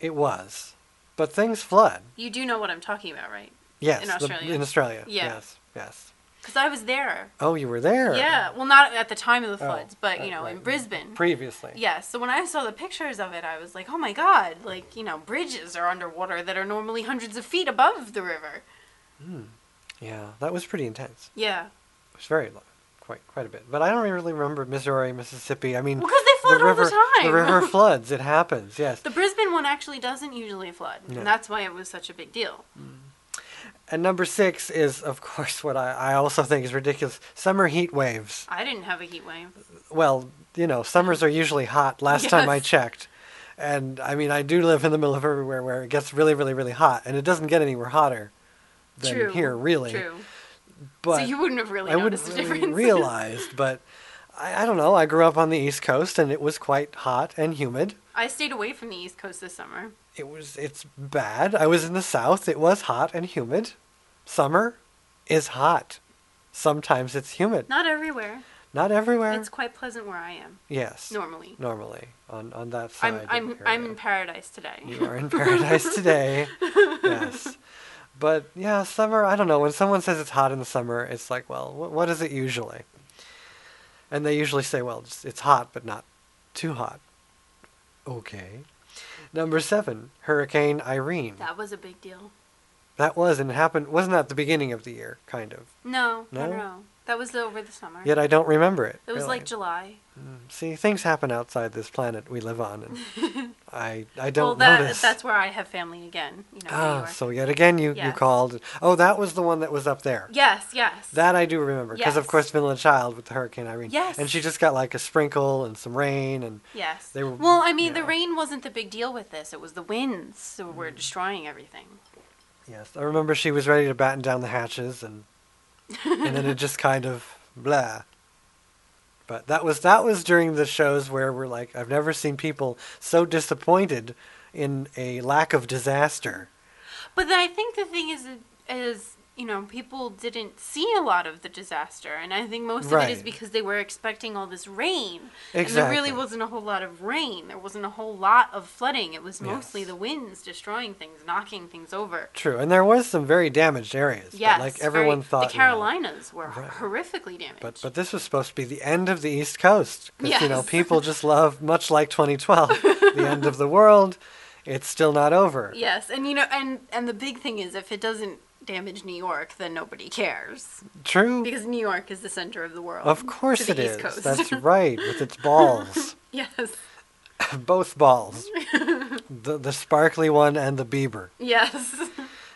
[SPEAKER 3] it was. But things flood.
[SPEAKER 14] You do know what I'm talking about, right?
[SPEAKER 3] Yes,
[SPEAKER 14] In
[SPEAKER 3] the-
[SPEAKER 14] Australia.
[SPEAKER 3] in Australia.
[SPEAKER 14] Yeah.
[SPEAKER 3] Yes. Yes.
[SPEAKER 14] Because I was there.
[SPEAKER 3] Oh, you were there.
[SPEAKER 14] Yeah. Well, not at the time of the
[SPEAKER 3] Oh,
[SPEAKER 14] floods, but,
[SPEAKER 3] right,
[SPEAKER 14] you know,
[SPEAKER 3] right.
[SPEAKER 14] in Brisbane.
[SPEAKER 3] Previously.
[SPEAKER 14] yeah, so when I saw the pictures of it, I was like, oh my god, like, you know, bridges are underwater that are normally hundreds of feet above the river.
[SPEAKER 3] Hmm. Yeah, that was pretty intense.
[SPEAKER 14] Yeah.
[SPEAKER 3] It was very long, quite quite a bit. But I don't really remember Missouri, Mississippi. I mean,
[SPEAKER 14] Well, 'cause they flood all the
[SPEAKER 3] river,
[SPEAKER 14] time.
[SPEAKER 3] river floods. It happens. Yes.
[SPEAKER 14] The Brisbane one actually doesn't usually flood,
[SPEAKER 3] No.
[SPEAKER 14] and that's why it was such a big deal.
[SPEAKER 3] And number six is, of course, what I, I also think is ridiculous: summer heat waves.
[SPEAKER 14] I didn't have a heat wave.
[SPEAKER 3] Well, you know, summers are usually hot. Last time I
[SPEAKER 14] Yes.
[SPEAKER 3] checked. And I mean, I do live in the middle of everywhere where it gets really, really, really hot, and it doesn't get anywhere hotter than
[SPEAKER 14] True.
[SPEAKER 3] here, really.
[SPEAKER 14] True.
[SPEAKER 3] But
[SPEAKER 14] so you wouldn't have really
[SPEAKER 3] I
[SPEAKER 14] noticed
[SPEAKER 3] wouldn't
[SPEAKER 14] the
[SPEAKER 3] really
[SPEAKER 14] difference.
[SPEAKER 3] realized, but I, I don't know. I grew up on the East Coast, and it was quite hot and humid.
[SPEAKER 14] I stayed away from the East Coast this summer.
[SPEAKER 3] It was it's bad. I was in the South. It was hot and humid. Summer is hot. Sometimes it's humid.
[SPEAKER 14] Not everywhere.
[SPEAKER 3] Not everywhere.
[SPEAKER 14] It's quite pleasant where I am.
[SPEAKER 3] yes.
[SPEAKER 14] Normally.
[SPEAKER 3] Normally on on that side.
[SPEAKER 14] I'm
[SPEAKER 3] of
[SPEAKER 14] I'm
[SPEAKER 3] here,
[SPEAKER 14] I'm
[SPEAKER 3] yeah.
[SPEAKER 14] in paradise today.
[SPEAKER 3] You are in paradise today. yes. But yeah, summer, I don't know. When someone says it's hot in the summer, it's like, well, wh- what is it usually? And they usually say, well, it's, it's hot, but not too hot. Okay. Number seven, Hurricane Irene.
[SPEAKER 14] that was a big deal.
[SPEAKER 3] That was, and it happened, wasn't that the beginning of the year, kind of?
[SPEAKER 14] No, no,
[SPEAKER 3] No?
[SPEAKER 14] no. That was over the summer.
[SPEAKER 3] Yet I don't remember it.
[SPEAKER 14] It was
[SPEAKER 3] really.
[SPEAKER 14] like July.
[SPEAKER 3] Mm, See, things happen outside this planet we live on, and I, I don't
[SPEAKER 14] well, that
[SPEAKER 3] notice.
[SPEAKER 14] that's where I have family again. You know. New
[SPEAKER 3] Ah,
[SPEAKER 14] York.
[SPEAKER 3] so yet again you, you
[SPEAKER 14] Yes.
[SPEAKER 3] called. Oh, that was the one that was up there.
[SPEAKER 14] Yes, yes.
[SPEAKER 3] That I do remember because of
[SPEAKER 14] Yes.
[SPEAKER 3] course Vanilla Child with the Hurricane Irene.
[SPEAKER 14] Yes.
[SPEAKER 3] And she just got like a sprinkle and some rain and
[SPEAKER 14] Yes.
[SPEAKER 3] they were
[SPEAKER 14] Well, I mean, the rain wasn't the big deal with this. It was the winds so we're
[SPEAKER 3] Mm.
[SPEAKER 14] destroying everything.
[SPEAKER 3] yes. I remember she was ready to batten down the hatches and and then it just kind of blah. But that was that was during the shows where we're like I've never seen people so disappointed in a lack of disaster.
[SPEAKER 14] But I think the thing is, is you know, people didn't see a lot of the disaster, and I think most of it is
[SPEAKER 3] Right.
[SPEAKER 14] because they were expecting all this rain, and there
[SPEAKER 3] Exactly.
[SPEAKER 14] really wasn't a whole lot of rain. There wasn't a whole lot of flooding. It was mostly the winds destroying things, knocking things over.
[SPEAKER 3] True. And there was some very damaged areas. but,
[SPEAKER 14] Yes,
[SPEAKER 3] like
[SPEAKER 14] very-
[SPEAKER 3] everyone thought.
[SPEAKER 14] the
[SPEAKER 3] you know,
[SPEAKER 14] Carolinas were horrifically damaged.
[SPEAKER 3] But but this was supposed to be the end of the East Coast. 'Cause, You know,
[SPEAKER 14] Yes.
[SPEAKER 3] people just love much like 2012, the end of the world. It's still not over.
[SPEAKER 14] Yes, and you know, and and the big thing is, if it doesn't damage New York, then nobody cares.
[SPEAKER 3] True.
[SPEAKER 14] Because New York is the center of the world.
[SPEAKER 3] Of course
[SPEAKER 14] to
[SPEAKER 3] it
[SPEAKER 14] the East
[SPEAKER 3] is.
[SPEAKER 14] Coast.
[SPEAKER 3] That's right. With its balls,
[SPEAKER 14] yes.
[SPEAKER 3] both balls, the the sparkly one and the Bieber.
[SPEAKER 14] Yes.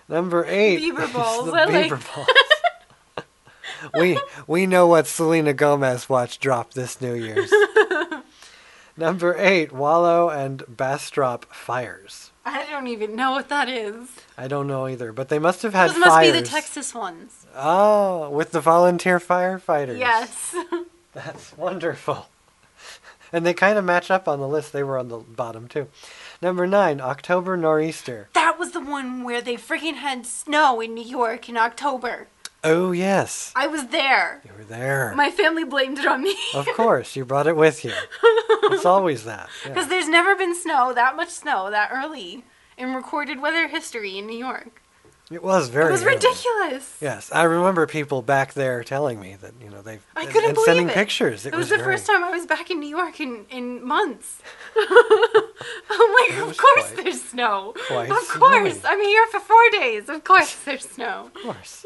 [SPEAKER 3] Number eight.
[SPEAKER 14] Bieber
[SPEAKER 3] is
[SPEAKER 14] balls,
[SPEAKER 3] The
[SPEAKER 14] I like
[SPEAKER 3] Bieber balls. we we know what Selena Gomez watch drop this New Year's. Number eight. Wallow and Bastrop fires.
[SPEAKER 14] I don't even know what that is.
[SPEAKER 3] I don't know either, but they must have had
[SPEAKER 14] Those must
[SPEAKER 3] fires.
[SPEAKER 14] be the Texas ones.
[SPEAKER 3] Oh, with the volunteer firefighters.
[SPEAKER 14] Yes.
[SPEAKER 3] That's wonderful. And they kind of match up on the list. They were on the bottom, too. Number nine, October Nor'easter.
[SPEAKER 14] that was the one where they freaking had snow in New York in October.
[SPEAKER 3] Oh, yes.
[SPEAKER 14] I was there.
[SPEAKER 3] You were there.
[SPEAKER 14] My family blamed it on me.
[SPEAKER 3] of course, you brought it with you. It's always that. yeah.
[SPEAKER 14] Because there's never been snow, that much snow, that early in recorded weather history in New York.
[SPEAKER 3] It was very.
[SPEAKER 14] it was
[SPEAKER 3] eerie.
[SPEAKER 14] ridiculous.
[SPEAKER 3] Yes, I remember people back there telling me that you know they
[SPEAKER 14] I couldn't
[SPEAKER 3] and
[SPEAKER 14] believe
[SPEAKER 3] sending
[SPEAKER 14] it.
[SPEAKER 3] pictures. It,
[SPEAKER 14] was, the
[SPEAKER 3] very-
[SPEAKER 14] first time I was back in New York in, in months. I'm like, of course there's snow.
[SPEAKER 3] quite
[SPEAKER 14] Of course,
[SPEAKER 3] snowy.
[SPEAKER 14] I'm here for four days. Of course there's snow. Of
[SPEAKER 3] course.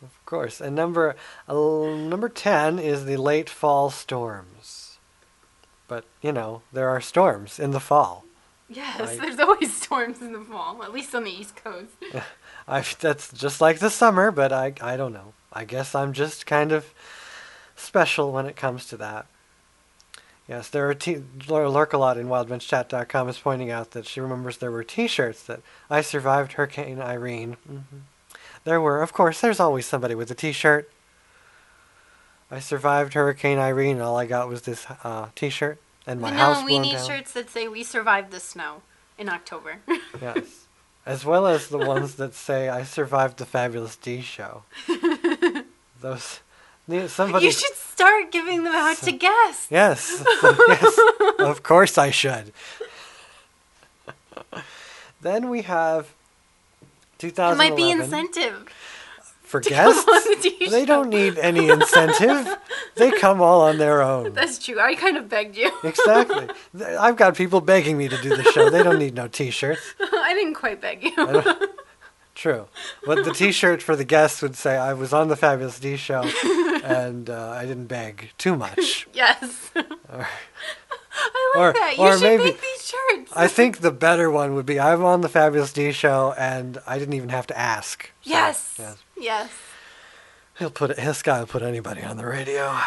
[SPEAKER 3] Of course, and number uh, number ten is the late fall storms. But you know there are storms in the fall.
[SPEAKER 14] yes,
[SPEAKER 3] I-
[SPEAKER 14] there's always storms in the fall, at least on the East Coast.
[SPEAKER 3] I that's just like the summer, but I I don't know. I guess I'm just kind of special when it comes to that. Yes, there are t- Laura Lurkalot in WildBenchChat.com is pointing out that she remembers there were T-shirts that I survived Hurricane Irene. hmm There were, of course, there's always somebody with a T-shirt. I survived Hurricane Irene, and all I got was this uh, T-shirt and my house
[SPEAKER 14] no, we
[SPEAKER 3] blown
[SPEAKER 14] need
[SPEAKER 3] down.
[SPEAKER 14] shirts that say we survived the snow in October.
[SPEAKER 3] Yes. As well as the ones that say, I survived the Fabulous D show. Those. ne- Somebody.
[SPEAKER 14] you should start giving them out to guests.
[SPEAKER 3] Yes. yes. Of course I should. then we have
[SPEAKER 14] It
[SPEAKER 3] 2011.
[SPEAKER 14] might be incentive.
[SPEAKER 3] For
[SPEAKER 14] to come
[SPEAKER 3] guests?
[SPEAKER 14] on the D
[SPEAKER 3] they don't need any incentive. they come all on their own.
[SPEAKER 14] That's true. I kind of begged you.
[SPEAKER 3] Exactly. Th- I've got people begging me to do the show. They don't need no t shirts.
[SPEAKER 14] I didn't quite beg you.
[SPEAKER 3] I don't- True. What the T-shirt for the guests would say: "I was on the Fabulous D show, and uh, I didn't beg too much."
[SPEAKER 14] yes.
[SPEAKER 3] Or,
[SPEAKER 14] I like
[SPEAKER 3] or-
[SPEAKER 14] that. You
[SPEAKER 3] or
[SPEAKER 14] should
[SPEAKER 3] maybe-
[SPEAKER 14] make these shirts.
[SPEAKER 3] I think the better one would be: "I'm on the Fabulous D show, and I didn't even have to ask."
[SPEAKER 14] Yes.
[SPEAKER 3] yes.
[SPEAKER 14] Yes.
[SPEAKER 3] He'll put it, this guy will put anybody on the radio.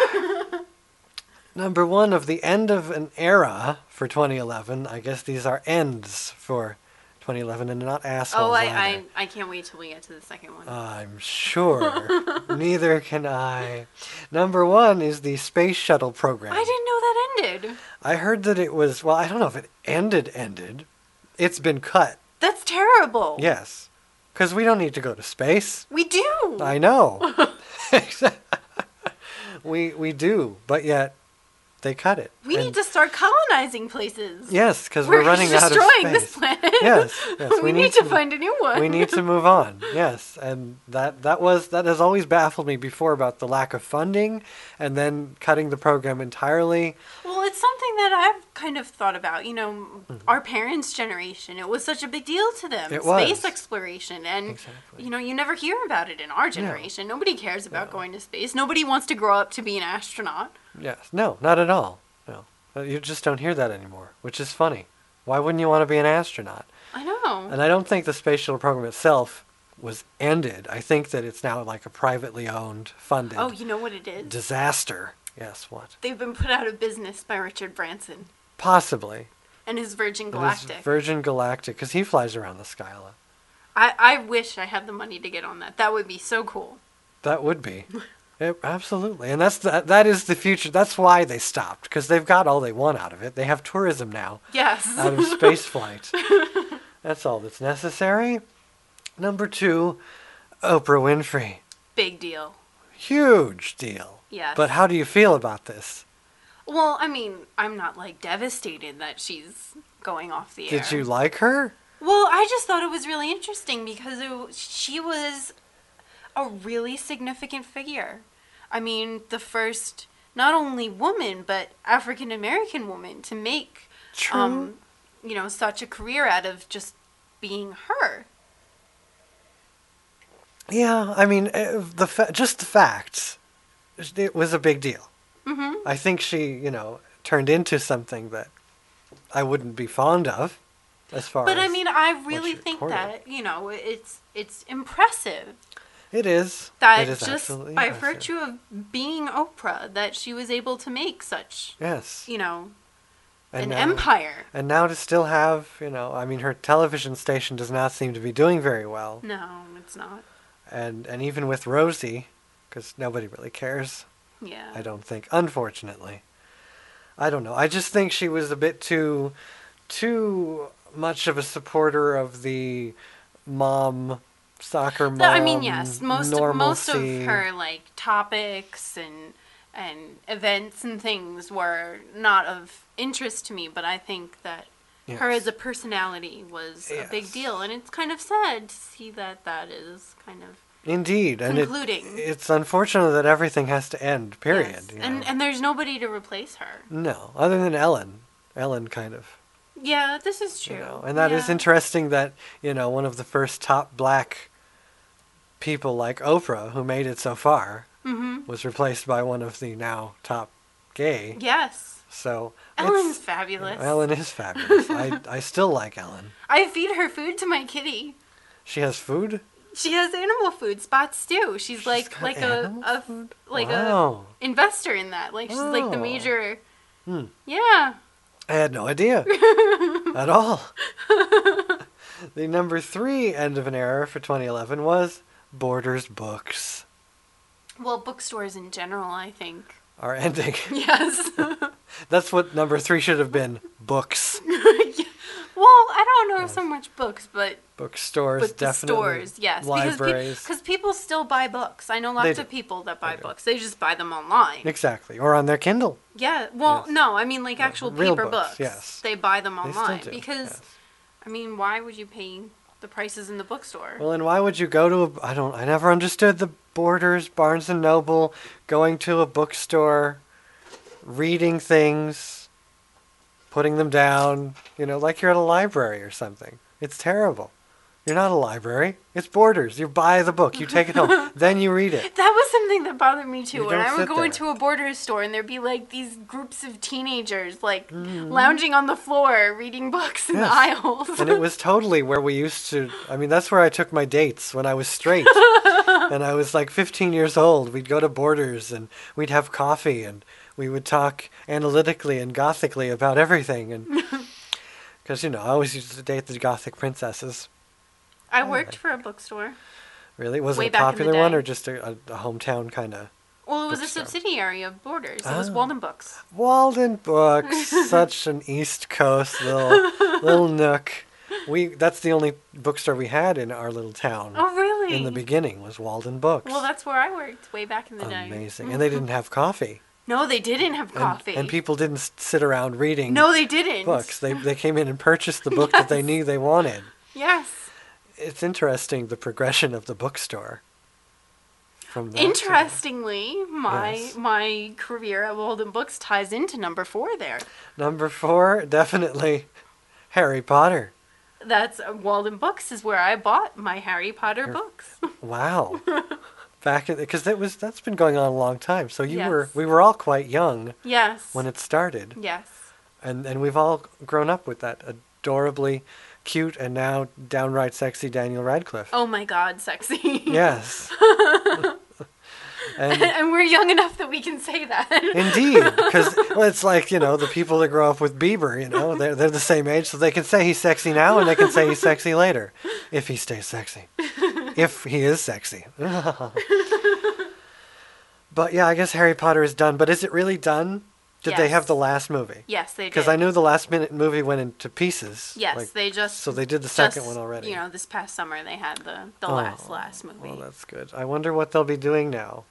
[SPEAKER 3] Number one of the end of an era for 2011. I guess these are ends for 2011, and not assholes.
[SPEAKER 14] Oh, I,
[SPEAKER 3] either.
[SPEAKER 14] I, I can't wait till we get to the second one.
[SPEAKER 3] I'm sure. Neither can I. Number one is the space shuttle program.
[SPEAKER 14] I didn't know that ended.
[SPEAKER 3] I heard that it was well, I don't know if it ended ended. It's been cut.
[SPEAKER 14] That's terrible.
[SPEAKER 3] Yes. Cuz we don't need to go to space.
[SPEAKER 14] We do.
[SPEAKER 3] I know. we we do, but yet they cut it.
[SPEAKER 14] we
[SPEAKER 3] And-
[SPEAKER 14] need to start colonizing places.
[SPEAKER 3] Yes, cuz we're, running out of space.
[SPEAKER 14] destroying this planet.
[SPEAKER 3] Yes, yes,
[SPEAKER 14] we, need, to find a new one.
[SPEAKER 3] we need to move on. Yes, and that that was that has always baffled me before about the lack of funding and then cutting the program entirely.
[SPEAKER 14] Well, it's something that I've kind of thought about. You know, our parents' generation, it was such a big deal to them.
[SPEAKER 3] Mm-hmm. It
[SPEAKER 14] space
[SPEAKER 3] was.
[SPEAKER 14] exploration. And, you know, you never hear about it in our generation. Nobody cares about going to space. Nobody wants to grow up to be an astronaut.
[SPEAKER 3] Yes, no, not at all. No, Uh, you just don't hear that anymore, which is funny. Why wouldn't you want to be an astronaut?
[SPEAKER 14] I know.
[SPEAKER 3] And I don't think the space shuttle program itself was ended. I think that it's now like a privately owned, funded
[SPEAKER 14] Oh, you know what it is?
[SPEAKER 3] disaster. Yes, what?
[SPEAKER 14] They've been put out of business by Richard Branson
[SPEAKER 3] Possibly.
[SPEAKER 14] and his Virgin
[SPEAKER 3] It was
[SPEAKER 14] Galactic.
[SPEAKER 3] Virgin Galactic, because he flies around the sky a lot.
[SPEAKER 14] I, I wish I had the money to get on that. That would be so cool.
[SPEAKER 3] That would be. It- absolutely. And that's the, that is the future. That's why they stopped because they've got all they want out of it. They have tourism now.
[SPEAKER 14] Yes.
[SPEAKER 3] Out of space flight. that's all that's necessary. Number 2, Oprah Winfrey.
[SPEAKER 14] Big deal.
[SPEAKER 3] Huge deal.
[SPEAKER 14] Yes.
[SPEAKER 3] But how do you feel about this?
[SPEAKER 14] Well, I mean, I'm not like devastated that she's going off the air.
[SPEAKER 3] Did you like her?
[SPEAKER 14] Well, I just thought it was really interesting because it, w- she was a really significant figure. I mean, the first not only woman but African American woman to make um, you know, such a career out of just being her.
[SPEAKER 3] Yeah, I mean eh, the fa- just the facts. It was a big deal.
[SPEAKER 14] Mhm.
[SPEAKER 3] I think she, you know, turned into something that I wouldn't be fond of as far
[SPEAKER 14] But
[SPEAKER 3] as
[SPEAKER 14] I mean, I really think
[SPEAKER 3] recorded.
[SPEAKER 14] that, you know, it's it's impressive
[SPEAKER 3] It is.
[SPEAKER 14] that
[SPEAKER 3] it is
[SPEAKER 14] just
[SPEAKER 3] absolutely
[SPEAKER 14] by
[SPEAKER 3] impressive.
[SPEAKER 14] virtue of being Oprah that she was able to make such
[SPEAKER 3] Yes.
[SPEAKER 14] you know, an
[SPEAKER 3] now-
[SPEAKER 14] empire.
[SPEAKER 3] And now to still have, you know, I mean, her television station does not seem to be doing very well,
[SPEAKER 14] No, it's not.
[SPEAKER 3] and and even with Rosie, because nobody really cares.
[SPEAKER 14] Yeah.
[SPEAKER 3] I don't think, unfortunately. I don't know. I just think she was a bit too, too much of a supporter of the mom, soccer mom.
[SPEAKER 14] Th- I mean, yes, most most of
[SPEAKER 3] normalcy.
[SPEAKER 14] her like topics and and events and things were not of interest to me, but I think that her as a personality was a big deal, and it's kind of sad to see that that is kind of
[SPEAKER 3] Indeed, and it-
[SPEAKER 14] Concluding.
[SPEAKER 3] it's unfortunate that everything has to end. Period. you
[SPEAKER 14] and
[SPEAKER 3] know.
[SPEAKER 14] and there's nobody to replace her.
[SPEAKER 3] no, other than Ellen, Ellen kind of,
[SPEAKER 14] Yeah, this is true.
[SPEAKER 3] and that is
[SPEAKER 14] yeah.
[SPEAKER 3] interesting. That you know, one of the first top black people like Oprah, who made it so far,
[SPEAKER 14] Mhm.
[SPEAKER 3] was replaced by one of the now top gay.
[SPEAKER 14] Yes,
[SPEAKER 3] So
[SPEAKER 14] Ellen's
[SPEAKER 3] it's-
[SPEAKER 14] fabulous.
[SPEAKER 3] Ellen is fabulous. I I still like Ellen.
[SPEAKER 14] I feed her food to my kitty.
[SPEAKER 3] She has food.
[SPEAKER 14] She has animal food spots too. She's, like like a, a like
[SPEAKER 3] Wow.
[SPEAKER 14] a investor in that. Like she's like the
[SPEAKER 3] Wow.
[SPEAKER 14] major.
[SPEAKER 3] Hmm.
[SPEAKER 14] Yeah.
[SPEAKER 3] I had no idea at all. the number three end of an era for 2011 was Borders Books
[SPEAKER 14] Well, bookstores in general, I think.
[SPEAKER 3] are ending.
[SPEAKER 14] Yes.
[SPEAKER 3] That's what number three should have been books.
[SPEAKER 14] Well, I don't know so much books, but
[SPEAKER 3] Bookstores,
[SPEAKER 14] but the
[SPEAKER 3] definitely.
[SPEAKER 14] stores, yes,
[SPEAKER 3] Libraries.
[SPEAKER 14] because pe- 'cause people still buy books. I know
[SPEAKER 3] They
[SPEAKER 14] lots
[SPEAKER 3] do.
[SPEAKER 14] of people that buy books. They just buy them online.
[SPEAKER 3] exactly. Or on their Kindle.
[SPEAKER 14] Yeah. Well, no, I mean like actual
[SPEAKER 3] Uh, real
[SPEAKER 14] paper
[SPEAKER 3] books,
[SPEAKER 14] books,
[SPEAKER 3] yes.
[SPEAKER 14] They buy them
[SPEAKER 3] They still
[SPEAKER 14] online
[SPEAKER 3] do,
[SPEAKER 14] because, I mean, why would you pay the prices in the bookstore?
[SPEAKER 3] Well, and why would you go to a. I don't. I never understood the Borders, Barnes and Noble, going to a bookstore, reading things, putting them down, you know, like you're at a library or something. It's terrible. You're not a library. It's Borders. You buy the book, you take it home, then you read it.
[SPEAKER 14] That was something that bothered me too.
[SPEAKER 3] You
[SPEAKER 14] when
[SPEAKER 3] don't
[SPEAKER 14] I would
[SPEAKER 3] sit
[SPEAKER 14] go into a Borders store and there'd be like these groups of teenagers like lounging on the floor reading books in the aisles.
[SPEAKER 3] Mm-hmm. and it was totally where we used to i mean that's where i took my dates when i was straight and i was like 15 years old we'd go to borders and we'd have coffee and we would talk analytically and gothically about everything and because you know i always used to date the gothic princesses
[SPEAKER 14] I worked for a bookstore.
[SPEAKER 3] really was
[SPEAKER 14] Way
[SPEAKER 3] it a
[SPEAKER 14] back in the
[SPEAKER 3] popular one
[SPEAKER 14] day.
[SPEAKER 3] or just a, a, a hometown kind of
[SPEAKER 14] Well, it was a subsidiary of Borders. It was
[SPEAKER 3] Ah.
[SPEAKER 14] Walden Books.
[SPEAKER 3] Walden Books, such an East Coast little little nook. We that's the only bookstore we had in our little town.
[SPEAKER 14] Oh, really?
[SPEAKER 3] In the beginning was Walden Books.
[SPEAKER 14] Well, that's where I worked way back in the day.
[SPEAKER 3] Amazing, and they didn't have coffee.
[SPEAKER 14] No, they didn't have
[SPEAKER 3] And-
[SPEAKER 14] coffee.
[SPEAKER 3] And, people didn't s- sit around reading.
[SPEAKER 14] No, they didn't.
[SPEAKER 3] Books. They they came in and purchased the book that they knew they wanted.
[SPEAKER 14] Yes.
[SPEAKER 3] It's interesting the progression of the bookstore. From that to-
[SPEAKER 14] Interestingly, my
[SPEAKER 3] Yes.
[SPEAKER 14] my career at Walden Books ties into number four there.
[SPEAKER 3] number four, definitely Harry Potter.
[SPEAKER 14] That's Walden Books is where I bought my Harry Potter
[SPEAKER 3] Your-
[SPEAKER 14] books.
[SPEAKER 3] Wow. Back because that was that's been going on a long time. So you were
[SPEAKER 14] Yes.
[SPEAKER 3] we were all quite young
[SPEAKER 14] Yes.
[SPEAKER 3] when it started,
[SPEAKER 14] Yes.
[SPEAKER 3] and and we've all grown up with that adorably cute and now downright sexy Daniel Radcliffe.
[SPEAKER 14] Oh my god, sexy.
[SPEAKER 3] Yes.
[SPEAKER 14] and,
[SPEAKER 3] And
[SPEAKER 14] we're young enough that we can say that.
[SPEAKER 3] indeed, because well, it's like you know the people that grow up with Bieber, you know they're they're the same age, so they can say he's sexy now and they can say he's sexy later, if he stays sexy, if he is sexy. But yeah, I guess Harry Potter is done. But is it really done? Did they
[SPEAKER 14] Yes.
[SPEAKER 3] have the last movie?
[SPEAKER 14] Yes, they did.
[SPEAKER 3] Because I knew the last minute movie went into pieces.
[SPEAKER 14] Yes,
[SPEAKER 3] like-
[SPEAKER 14] they just.
[SPEAKER 3] so they did the
[SPEAKER 14] just,
[SPEAKER 3] second one already.
[SPEAKER 14] You know, this past summer they had the the
[SPEAKER 3] Oh,
[SPEAKER 14] last last movie.
[SPEAKER 3] Well, that's good. I wonder what they'll be doing now.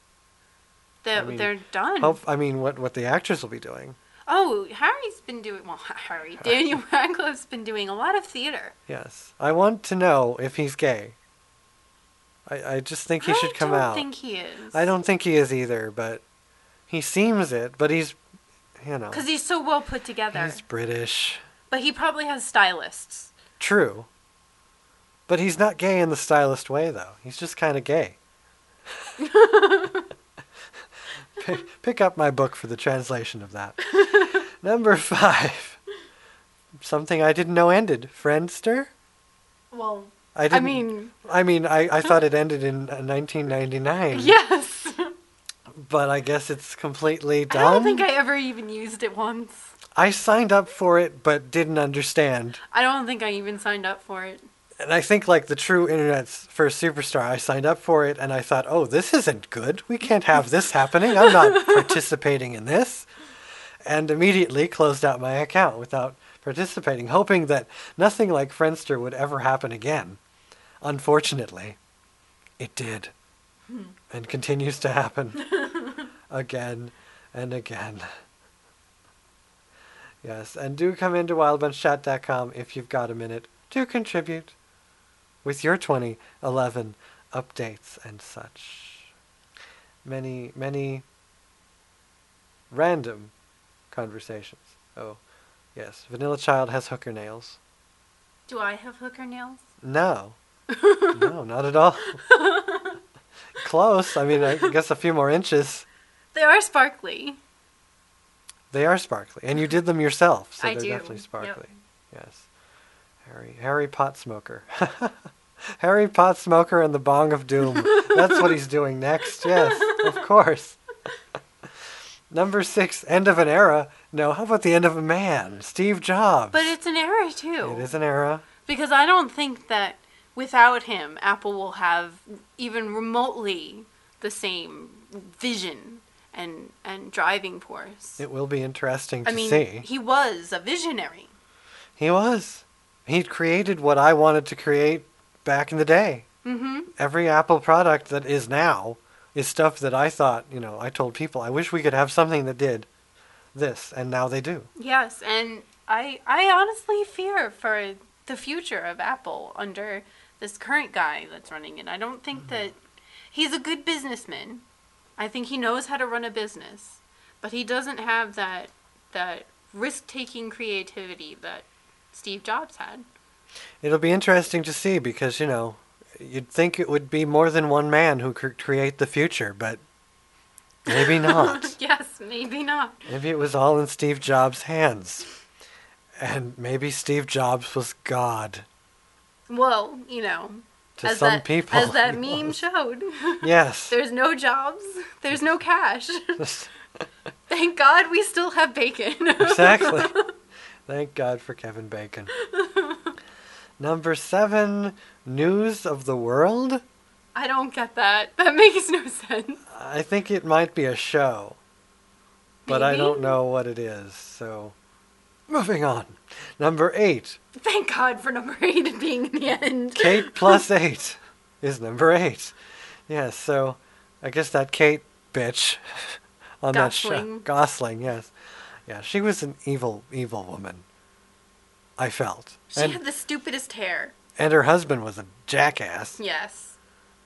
[SPEAKER 14] they're
[SPEAKER 3] I mean,
[SPEAKER 14] they're done.
[SPEAKER 3] Hope I mean what what the actors will be doing.
[SPEAKER 14] Oh, Harry's been doing well. Harry Daniel Radcliffe's been doing a lot of theater.
[SPEAKER 3] Yes, I want to know if he's gay. I I just think he should come
[SPEAKER 14] I don't
[SPEAKER 3] out.
[SPEAKER 14] think he is
[SPEAKER 3] I don't think he is either, but he seems it. But he's, you know,
[SPEAKER 14] because he's so well put together.
[SPEAKER 3] he's British.
[SPEAKER 14] But he probably has stylists.
[SPEAKER 3] True. But he's not gay in the stylist way, though. He's just kind of gay. pick, pick up my book for the translation of that. Number five. Something I didn't know ended. Friendster?
[SPEAKER 14] Well,
[SPEAKER 3] I didn't.
[SPEAKER 14] mean-
[SPEAKER 3] I mean, I, I thought it ended in uh, 1999.
[SPEAKER 14] yes.
[SPEAKER 3] But I guess it's completely
[SPEAKER 14] I
[SPEAKER 3] done.
[SPEAKER 14] don't think I ever even used it once.
[SPEAKER 3] I signed up for it, but didn't understand.
[SPEAKER 14] I don't think I even signed up for it.
[SPEAKER 3] And I think like the true internet's first superstar, I signed up for it and I thought, oh, this isn't good. We can't have this happening. I'm not participating in this. And immediately closed out my account without participating, hoping that nothing like Friendster would ever happen again. Unfortunately, it did and continues to happen again and again. Yes, and do come into wildbunchat.com if you've got a minute to contribute with your 2011 updates and such. Many, many random conversations. Oh, yes. Vanilla Child has hooker nails.
[SPEAKER 14] Do I have hooker nails?
[SPEAKER 3] No. no, not at all. Close. I mean, I guess a few more inches.
[SPEAKER 14] They are sparkly.
[SPEAKER 3] They are sparkly, and you did them yourself, so
[SPEAKER 14] I
[SPEAKER 3] they're
[SPEAKER 14] do.
[SPEAKER 3] definitely
[SPEAKER 14] Yep.
[SPEAKER 3] sparkly. Yes, Harry Harry Pot Smoker, Harry Pot Smoker and the Bong of Doom. That's what he's doing next. Yes, of course. Number six, end of an era. No, how about the end of a man? Steve Jobs.
[SPEAKER 14] But it's an error too.
[SPEAKER 3] it is an era.
[SPEAKER 14] Because I don't think that without him, Apple will have even remotely the same vision and and driving force.
[SPEAKER 3] It will be interesting to
[SPEAKER 14] I mean,
[SPEAKER 3] see.
[SPEAKER 14] he was a visionary.
[SPEAKER 3] He was. He created what I wanted to create back in the day.
[SPEAKER 14] Mm-hmm.
[SPEAKER 3] Every Apple product that is now is stuff that I thought, you know, I told people, I wish we could have something that did this, and now they do.
[SPEAKER 14] Yes, and I I honestly fear for the future of Apple under this current guy that's running it. I don't think
[SPEAKER 3] Mm-hmm.
[SPEAKER 14] that he's a good businessman. I think he knows how to run a business, but he doesn't have that that risk-taking creativity that Steve Jobs had.
[SPEAKER 3] It'll be interesting to see because, you know, you'd think it would be more than one man who could create the future, but maybe not.
[SPEAKER 14] yes, maybe not.
[SPEAKER 3] Maybe it was all in Steve Jobs' hands. And maybe Steve Jobs was God.
[SPEAKER 14] Well, you know,
[SPEAKER 3] To some
[SPEAKER 14] that,
[SPEAKER 3] people,
[SPEAKER 14] as that
[SPEAKER 3] he
[SPEAKER 14] meme
[SPEAKER 3] was.
[SPEAKER 14] showed.
[SPEAKER 3] Yes.
[SPEAKER 14] there's no jobs. There's no cash. Thank God we still have bacon.
[SPEAKER 3] exactly. Thank God for Kevin Bacon. Number seven, news of the world.
[SPEAKER 14] I don't get that. That makes no sense.
[SPEAKER 3] I think it might be a show, but I
[SPEAKER 14] Maybe.
[SPEAKER 3] don't know what it is. So, moving on. Number eight,
[SPEAKER 14] Thank God for number eight being in the end.
[SPEAKER 3] Kate plus eight is number eight. Yes, so I guess that Kate bitch on that show.
[SPEAKER 14] Gosling.
[SPEAKER 3] Gosling, yes. Yeah, she was an evil, evil woman. I felt.
[SPEAKER 14] She
[SPEAKER 3] and,
[SPEAKER 14] had the stupidest hair.
[SPEAKER 3] and her husband was a jackass.
[SPEAKER 14] Yes.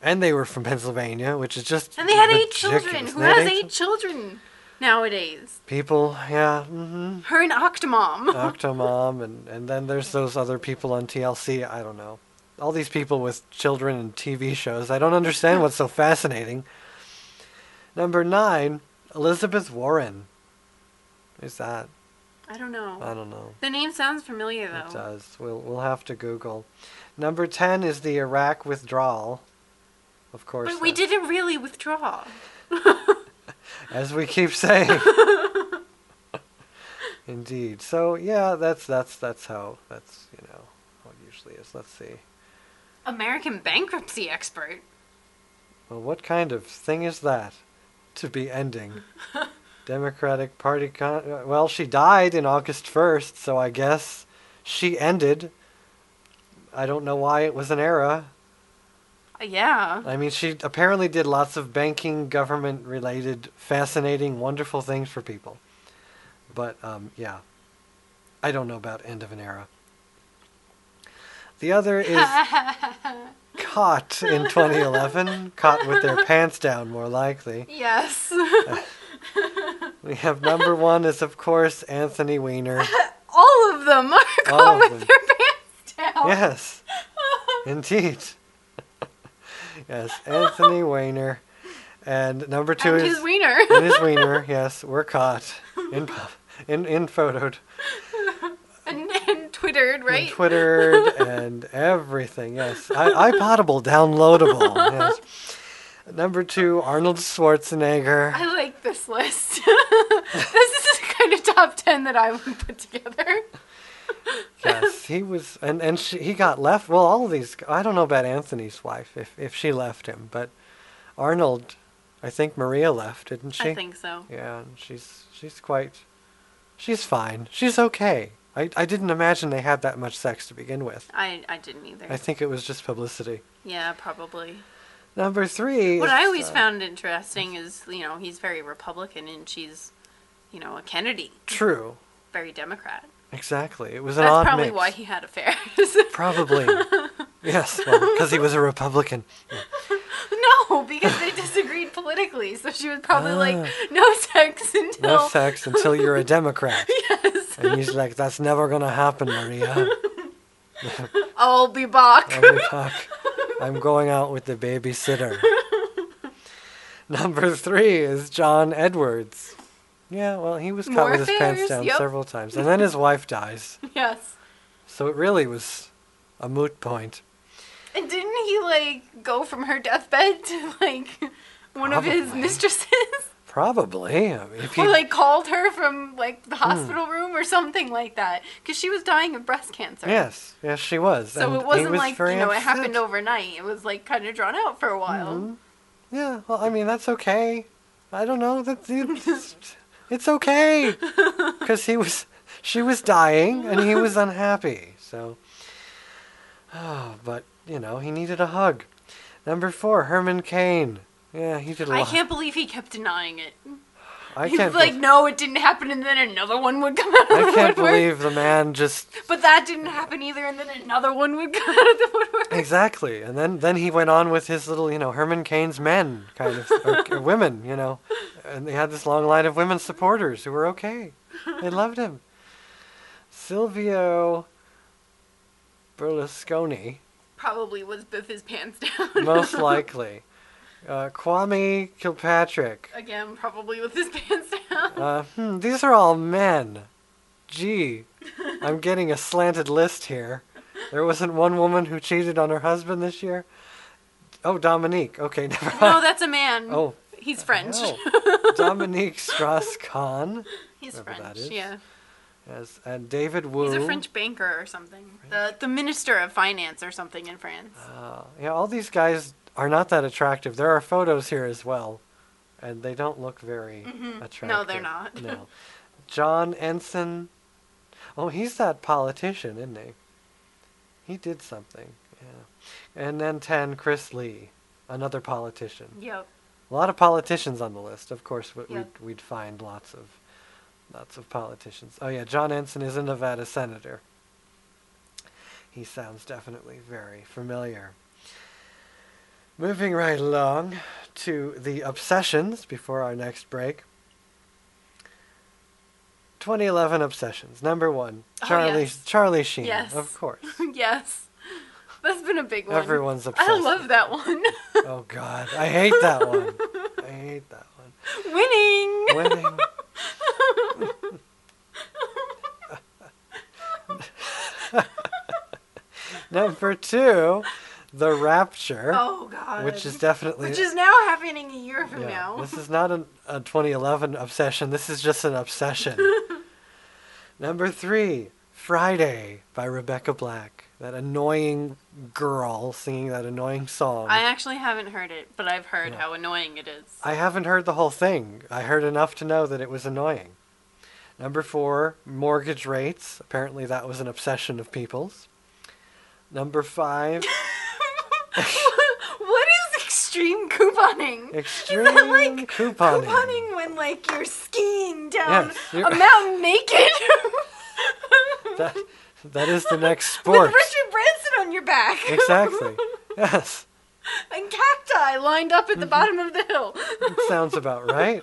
[SPEAKER 3] And they were from Pennsylvania, which is just.
[SPEAKER 14] And they had eight
[SPEAKER 3] ridiculous.
[SPEAKER 14] children. Who
[SPEAKER 3] They had
[SPEAKER 14] has eight children nowadays?
[SPEAKER 3] People, yeah. Mm-hmm.
[SPEAKER 14] Her and Octomom.
[SPEAKER 3] Uh, Octomom, and, and then there's those other people on TLC. I don't know. All these people with children and TV shows. I don't understand what's so fascinating. Number nine, Elizabeth Warren. Who's that?
[SPEAKER 14] I don't know.
[SPEAKER 3] I don't uh, know.
[SPEAKER 14] The name sounds familiar
[SPEAKER 3] It
[SPEAKER 14] though.
[SPEAKER 3] does. We'll we'll have to Google. Number ten is the Iraq withdrawal. Of course.
[SPEAKER 14] But we
[SPEAKER 3] that-
[SPEAKER 14] didn't really withdraw.
[SPEAKER 3] as we keep saying. Indeed. So yeah, that's that's that's how that's you know how it usually is. Let's see.
[SPEAKER 14] American bankruptcy expert.
[SPEAKER 3] Well, what kind of thing is that to be ending? Democratic Party. Con- uh, well, she died in August first, so I guess she ended. I don't know why it was an era.
[SPEAKER 14] Uh, Yeah.
[SPEAKER 3] I mean, she apparently did lots of banking, government related, fascinating, wonderful things for people. But, um, yeah. I don't know about End of an Era. The other is Caught in 2011. Caught with their pants down, more likely.
[SPEAKER 14] yes.
[SPEAKER 3] We have number one is, of course, Anthony Weiner.
[SPEAKER 14] All of them are
[SPEAKER 3] All
[SPEAKER 14] caught
[SPEAKER 3] of
[SPEAKER 14] with
[SPEAKER 3] them.
[SPEAKER 14] their pants down.
[SPEAKER 3] Yes. Indeed. yes, Anthony Weiner. And number two
[SPEAKER 14] And
[SPEAKER 3] is
[SPEAKER 14] his wiener.
[SPEAKER 3] and his wiener, yes, we're caught. In pub- in in photoed.
[SPEAKER 14] and, and Twittered, right?
[SPEAKER 3] And Twittered and everything, yes. I iPodable, downloadable, yes. Number two, Arnold Schwarzenegger.
[SPEAKER 14] I like this list. this is the kind of top 10 that I would put together.
[SPEAKER 3] Yes, he was, and and she, he got left. Well, all of these. I don't know about Anthony's wife, if if she left him, but Arnold, I think Maria left, didn't she?
[SPEAKER 14] I think so.
[SPEAKER 3] Yeah, and she's she's quite, she's fine. She's okay. I I didn't imagine they had that much sex to begin with.
[SPEAKER 14] I, I didn't either.
[SPEAKER 3] I think it was just publicity.
[SPEAKER 14] Yeah, probably.
[SPEAKER 3] Number three.
[SPEAKER 14] What
[SPEAKER 3] is,
[SPEAKER 14] I always
[SPEAKER 3] uh,
[SPEAKER 14] found interesting is, you know, he's very Republican and she's, you know, a Kennedy.
[SPEAKER 3] True.
[SPEAKER 14] very Democrat.
[SPEAKER 3] Exactly. It was an
[SPEAKER 14] That's
[SPEAKER 3] odd
[SPEAKER 14] probably
[SPEAKER 3] mix.
[SPEAKER 14] why he had affairs.
[SPEAKER 3] Probably. yes, because he was a Republican.
[SPEAKER 14] no, because they disagreed politically. So she was probably like, no sex until.
[SPEAKER 3] Ah. No sex until you're a Democrat. yes. And he's like, that's never going to happen, Maria.
[SPEAKER 14] I'll be back.
[SPEAKER 3] I'll be back. I'm going out with the babysitter. Number three is John Edwards. Yeah, well, he was caught
[SPEAKER 14] More
[SPEAKER 3] with his pants
[SPEAKER 14] affairs,
[SPEAKER 3] down
[SPEAKER 14] yep.
[SPEAKER 3] several times. And then his wife dies.
[SPEAKER 14] yes.
[SPEAKER 3] So it really was a moot point.
[SPEAKER 14] And didn't he like go from her deathbed to like one of his
[SPEAKER 3] Probably.
[SPEAKER 14] mistresses?
[SPEAKER 3] Probably. I mean, if he, Hmm.
[SPEAKER 14] or like called her from like the hospital room or something like that because she was dying of breast cancer.
[SPEAKER 3] yes, yes, she was.
[SPEAKER 14] So
[SPEAKER 3] and
[SPEAKER 14] it
[SPEAKER 3] he
[SPEAKER 14] wasn't
[SPEAKER 3] was
[SPEAKER 14] like you
[SPEAKER 3] very
[SPEAKER 14] know it
[SPEAKER 3] upset. Mm-hmm.
[SPEAKER 14] happened overnight. It was like kind of drawn out for a while.
[SPEAKER 3] Yeah, well, I mean, that's okay. I don't know. That's, it's, it's okay. Because he was, she was dying and he was unhappy. So, oh, but, you know, he needed a hug. Number four, Herman Cain. Yeah, he did a
[SPEAKER 14] I
[SPEAKER 3] lot.
[SPEAKER 14] can't believe he kept denying it.
[SPEAKER 3] I
[SPEAKER 14] He was
[SPEAKER 3] can't,
[SPEAKER 14] like,
[SPEAKER 3] be-
[SPEAKER 14] no, it didn't happen, and then another one would come out of
[SPEAKER 3] I
[SPEAKER 14] the
[SPEAKER 3] can't
[SPEAKER 14] woodwork.
[SPEAKER 3] believe the man just
[SPEAKER 14] But that didn't happen either, and then another one would come out of the woodwork.
[SPEAKER 3] Exactly. And then, then he went on with his little, you know, Herman Cain's men kind of, or, or women, you know. And they had this long line of women supporters who were okay. They loved him. Silvio Berlusconi,
[SPEAKER 14] Probably was with his pants down.
[SPEAKER 3] most likely. Uh, Kwame Kilpatrick.
[SPEAKER 14] Again, probably with his pants down.
[SPEAKER 3] Uh, hmm, these are all men. Gee, I'm getting a slanted list here. There wasn't one woman who cheated on her husband this year. Oh, Dominique. Okay, never mind.
[SPEAKER 14] no, that's a man.
[SPEAKER 3] Oh.
[SPEAKER 14] He's French.
[SPEAKER 3] Oh, Dominique Strauss-Kahn.
[SPEAKER 14] He's
[SPEAKER 3] whoever that
[SPEAKER 14] French.
[SPEAKER 3] is.
[SPEAKER 14] Yeah,
[SPEAKER 3] Yes, and David Wu.
[SPEAKER 14] he's a French banker or something. The the minister of finance or something in France.
[SPEAKER 3] Uh, yeah, all these guys are not that attractive. There are photos here as well, and they don't look very
[SPEAKER 14] Mhm.
[SPEAKER 3] attractive.
[SPEAKER 14] No, they're not.
[SPEAKER 3] no. John Ensign. Oh, he's that politician, isn't he? He did something. Yeah. And then 10, Chris Lee, another politician.
[SPEAKER 14] Yep.
[SPEAKER 3] A lot of politicians on the list, of course. We,
[SPEAKER 14] Yeah.
[SPEAKER 3] We'd we'd find lots of lots of politicians. Oh yeah, John Ensign is a Nevada senator. He sounds definitely very familiar. Moving right along to the obsessions before our next break. 2011 obsessions. Number one,
[SPEAKER 14] Oh,
[SPEAKER 3] Charlie
[SPEAKER 14] yes.
[SPEAKER 3] Charlie Sheen,
[SPEAKER 14] Yes.
[SPEAKER 3] of course.
[SPEAKER 14] yes, that's been a big one.
[SPEAKER 3] Everyone's
[SPEAKER 14] I
[SPEAKER 3] obsessed
[SPEAKER 14] love that one.
[SPEAKER 3] Oh God, I hate that one. I hate that one.
[SPEAKER 14] Winning.
[SPEAKER 3] Winning. Number two, The Rapture.
[SPEAKER 14] Oh, God.
[SPEAKER 3] Which is definitely
[SPEAKER 14] Which is now happening a year from
[SPEAKER 3] yeah,
[SPEAKER 14] now.
[SPEAKER 3] This is not an, a 2011 obsession. This is just an obsession. Number three, Friday by Rebecca Black. That annoying girl singing that annoying song.
[SPEAKER 14] I actually haven't heard it, but I've heard how annoying it is.
[SPEAKER 3] I haven't heard the whole thing. I heard enough to know that it was annoying. Number four, mortgage rates. Apparently, that was an obsession of people's. Number five,
[SPEAKER 14] What is extreme couponing?
[SPEAKER 3] extreme
[SPEAKER 14] that like
[SPEAKER 3] couponing.
[SPEAKER 14] Couponing when like you're skiing down
[SPEAKER 3] Yes,
[SPEAKER 14] a
[SPEAKER 3] you're-
[SPEAKER 14] mountain naked
[SPEAKER 3] That, that is the next
[SPEAKER 14] with
[SPEAKER 3] sport.
[SPEAKER 14] Richard Branson on your back.
[SPEAKER 3] exactly. Yes,
[SPEAKER 14] and cacti lined up
[SPEAKER 3] Mm-hmm.
[SPEAKER 14] at the bottom of the hill.
[SPEAKER 3] it sounds about right.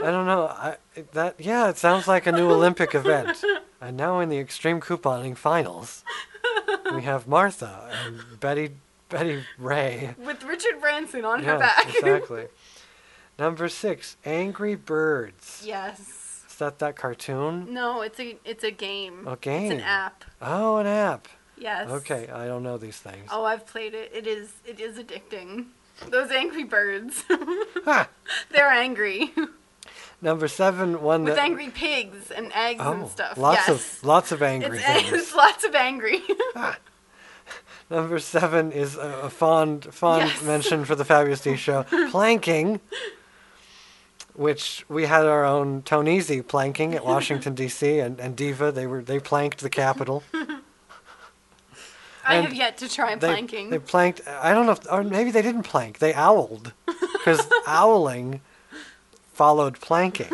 [SPEAKER 3] I don't know. I, that yeah, it sounds like a new Olympic event. And now in the extreme couponing finals, we have Martha and Betty Betty Ray.
[SPEAKER 14] With Richard Branson on her
[SPEAKER 3] yes,
[SPEAKER 14] back.
[SPEAKER 3] exactly. Number six, Angry Birds.
[SPEAKER 14] Yes.
[SPEAKER 3] Is that that cartoon?
[SPEAKER 14] No, it's a it's a game. Mm-hmm.
[SPEAKER 3] A
[SPEAKER 14] It's
[SPEAKER 3] game.
[SPEAKER 14] an app.
[SPEAKER 3] Oh, an app.
[SPEAKER 14] Yes.
[SPEAKER 3] Okay, I don't know these things.
[SPEAKER 14] Oh, I've played it. It is it is addicting. Those angry birds. They're angry.
[SPEAKER 3] Number seven, one
[SPEAKER 14] With
[SPEAKER 3] that
[SPEAKER 14] angry pigs and eggs
[SPEAKER 3] Oh,
[SPEAKER 14] and stuff. yes.
[SPEAKER 3] Lots of lots of angry
[SPEAKER 14] it's,
[SPEAKER 3] things.
[SPEAKER 14] it's lots of angry.
[SPEAKER 3] Number seven is a, a fond fond
[SPEAKER 14] Yes.
[SPEAKER 3] mention for the Fabulous D Show, planking. Which we had our own Toneezy planking at Washington D.C. and, and Diva. They were they planked the Capitol.
[SPEAKER 14] I
[SPEAKER 3] And
[SPEAKER 14] have yet to try
[SPEAKER 3] they,
[SPEAKER 14] planking.
[SPEAKER 3] They planked. I don't know, if, or maybe they didn't plank. They owled, because owling followed planking,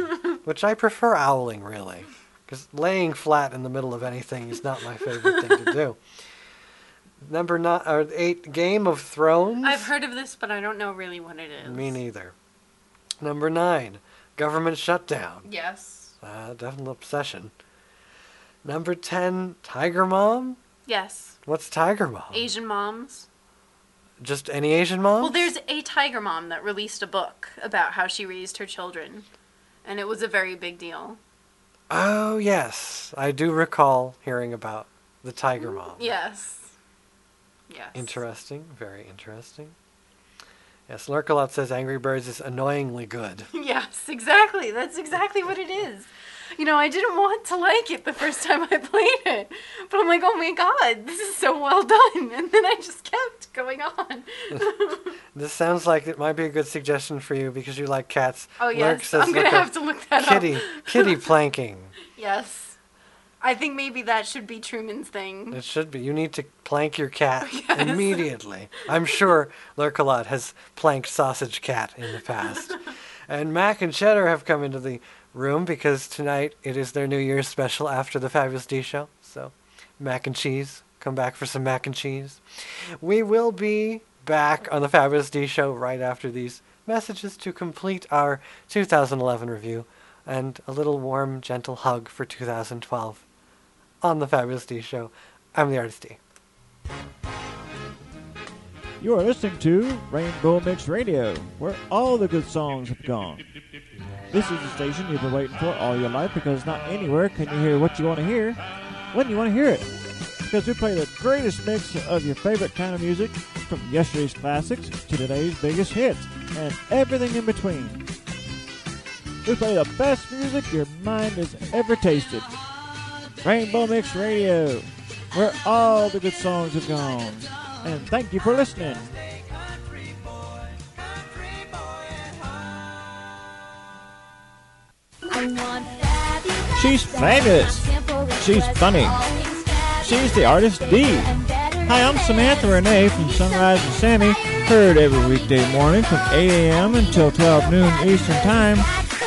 [SPEAKER 3] which I prefer owling really. Because laying flat in the middle of anything is not my favorite thing to do. Number nine, or eight, Game of Thrones.
[SPEAKER 14] I've heard of this, but I don't know really what it is.
[SPEAKER 3] Me neither. Number nine, government shutdown.
[SPEAKER 14] Yes.
[SPEAKER 3] Uh, definite obsession. Number ten, Tiger Mom.
[SPEAKER 14] Yes.
[SPEAKER 3] What's Tiger Mom?
[SPEAKER 14] Asian moms.
[SPEAKER 3] Just any Asian mom?
[SPEAKER 14] Well, there's a tiger mom that released a book about how she raised her children, and it was a very big deal.
[SPEAKER 3] Oh yes, I do recall hearing about the Tiger Mom.
[SPEAKER 14] Mm, Yes. Yes.
[SPEAKER 3] Interesting, very interesting. Yes, Lurkalot says Angry Birds is annoyingly good.
[SPEAKER 14] Yes, exactly. That's exactly what it is. You know, I didn't want to like it the first time I played it, but I'm like, oh my god, this is so well done. And then I just kept going on.
[SPEAKER 3] This sounds like it might be a good suggestion for you because you like cats.
[SPEAKER 14] Oh,
[SPEAKER 3] Lurk
[SPEAKER 14] yes,
[SPEAKER 3] says
[SPEAKER 14] I'm gonna
[SPEAKER 3] look
[SPEAKER 14] have
[SPEAKER 3] up
[SPEAKER 14] to look that up.
[SPEAKER 3] kitty, Kitty planking.
[SPEAKER 14] yes. I think maybe that should be Truman's thing.
[SPEAKER 3] It should be. You need to plank your cat immediately. I'm sure Lurkalot has planked Sausage Cat in the past. and Mac and Cheddar have come into the room because tonight it is their New Year's special after the Fabulous D show. So, mac and cheese. Come back for some mac and cheese. We will be back on the Fabulous D show right after these messages to complete our 2011 review and a little warm, gentle hug for 2012 on the Fabulous D Show. I'm the Artist D.
[SPEAKER 2] You are listening to Rainbow Mix Radio, where all the good songs have gone. This is the station you've been waiting for all your life because not anywhere can you hear what you want to hear when you want to hear it. Because we play the greatest mix of your favorite kind of music from yesterday's classics to today's biggest hits and everything in between. We play the best music your mind has ever tasted. Rainbow Mix Radio, where all the good songs have gone. And thank you for listening. She's fabulous. She's funny. She's the artist D. Hi, I'm Samantha Renee from Sunrise and Sammy, heard every weekday morning from 8 a.m. until 12 noon Eastern Time,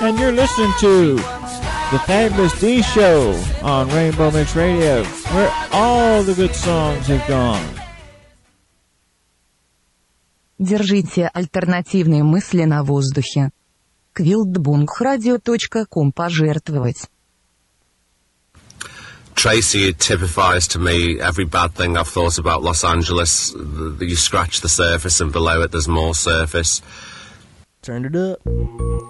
[SPEAKER 2] and you're listening to The Fabulous D Show on Rainbow Mix Radio, where all the good songs have gone.
[SPEAKER 4] Держите альтернативные мысли на воздухе. Quiltbunkradio.com пожертвовать.
[SPEAKER 7] Tracy typifies to me every bad thing I've thought about Los Angeles. Th- You scratch the surface, and below it, there's more surface.
[SPEAKER 9] Turned it up.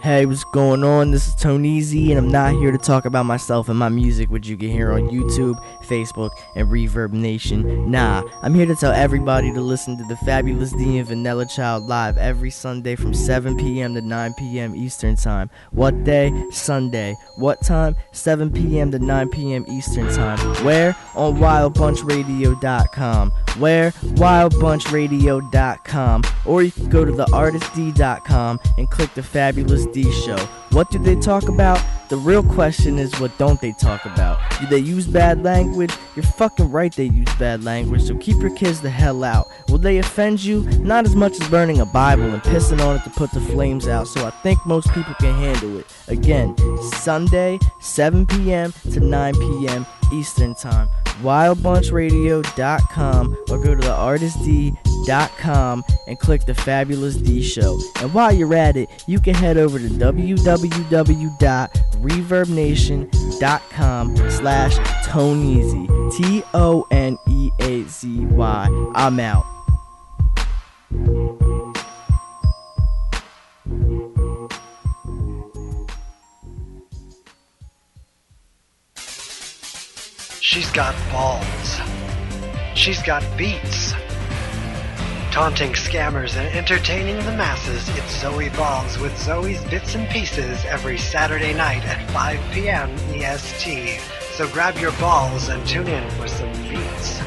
[SPEAKER 9] Hey, what's going on? This is Tony Z, and I'm not here to talk about myself and my music, which you can hear on YouTube, Facebook, and Reverb Nation. Nah, I'm here to tell everybody to listen to the fabulous D and Vanilla Child live every Sunday from 7 p.m. to 9 p.m. Eastern Time. What day? Sunday. What time? 7 p.m. to 9 p.m. Eastern Time. Where? On WildBunchRadio.com. Where? WildBunchRadio.com. Or you can go to theartistd.com and click the Fabulous D Show. What do they talk about? The real question is, what don't they talk about? Do they use bad language? You're fucking right they use bad language, so keep your kids the hell out. Will they offend you? Not as much as burning a Bible and pissing on it to put the flames out, so I think most people can handle it. Again, Sunday, 7 p.m. to 9 p.m. Eastern Time. WildBunchRadio.com or go to theartistd.com and click the Fabulous D Show. And while you're at it, you can head over to www.reverbnation.com slash Toneasy. E T-O-N-E-A-Z-Y. I'm out.
[SPEAKER 5] She's got balls. She's got beats. Taunting scammers and entertaining the masses, it's Zoe Balls with Zoe's Bits and Pieces every Saturday night at 5 p.m. EST. E So grab your balls and tune in for some beats.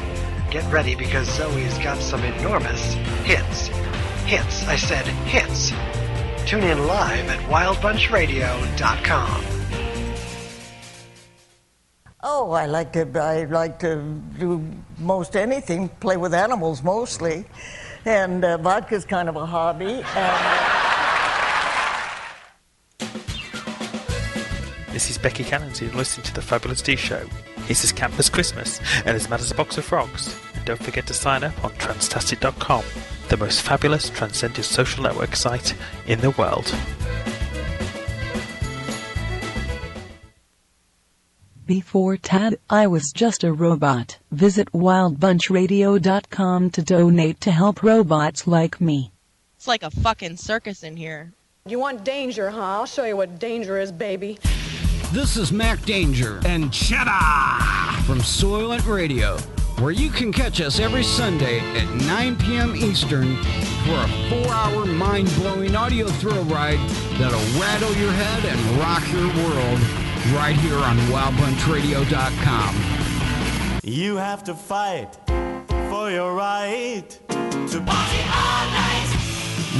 [SPEAKER 5] Get ready because Zoe's got some enormous hits. Hits, I said hits. Tune in live at wildbunchradio.com.
[SPEAKER 25] Oh, I like to I like to do most anything. Play with animals mostly, and uh, vodka's kind of a hobby. And,
[SPEAKER 7] You
[SPEAKER 19] This is Becky Cannons, and you're listening to The Fabulous D Show. It's as camp as Christmas, and as mad as a box of frogs. And don't forget to sign up on Transtastic.com, the most fabulous transcendent social network site in the world.
[SPEAKER 15] Before Tad, I was just a robot. Visit wildbunchradio.com to donate to help robots like me.
[SPEAKER 6] It's like a fucking circus in here.
[SPEAKER 8] You want danger, huh? I'll show you what danger is, baby.
[SPEAKER 17] This is Mac Danger and Cheddar from Soylent Radio, where you can catch us every Sunday at 9 p.m. Eastern for a four hour mind blowing audio thrill ride that'll rattle your head and rock your world right here on WildBunchRadio.com.
[SPEAKER 11] You have to fight for your right to party all night.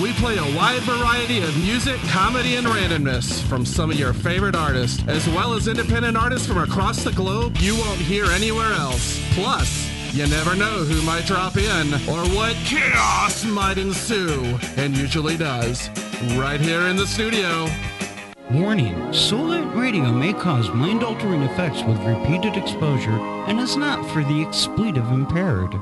[SPEAKER 12] We play a wide variety of music, comedy, and randomness from some of your favorite artists, as well as independent artists from across the globe you won't hear anywhere else. Plus, you never know who might drop in or what chaos might ensue, and usually does, right here in the studio.
[SPEAKER 17] Warning Solar radio may cause mind altering effects with repeated exposure and is not for the expletive impaired.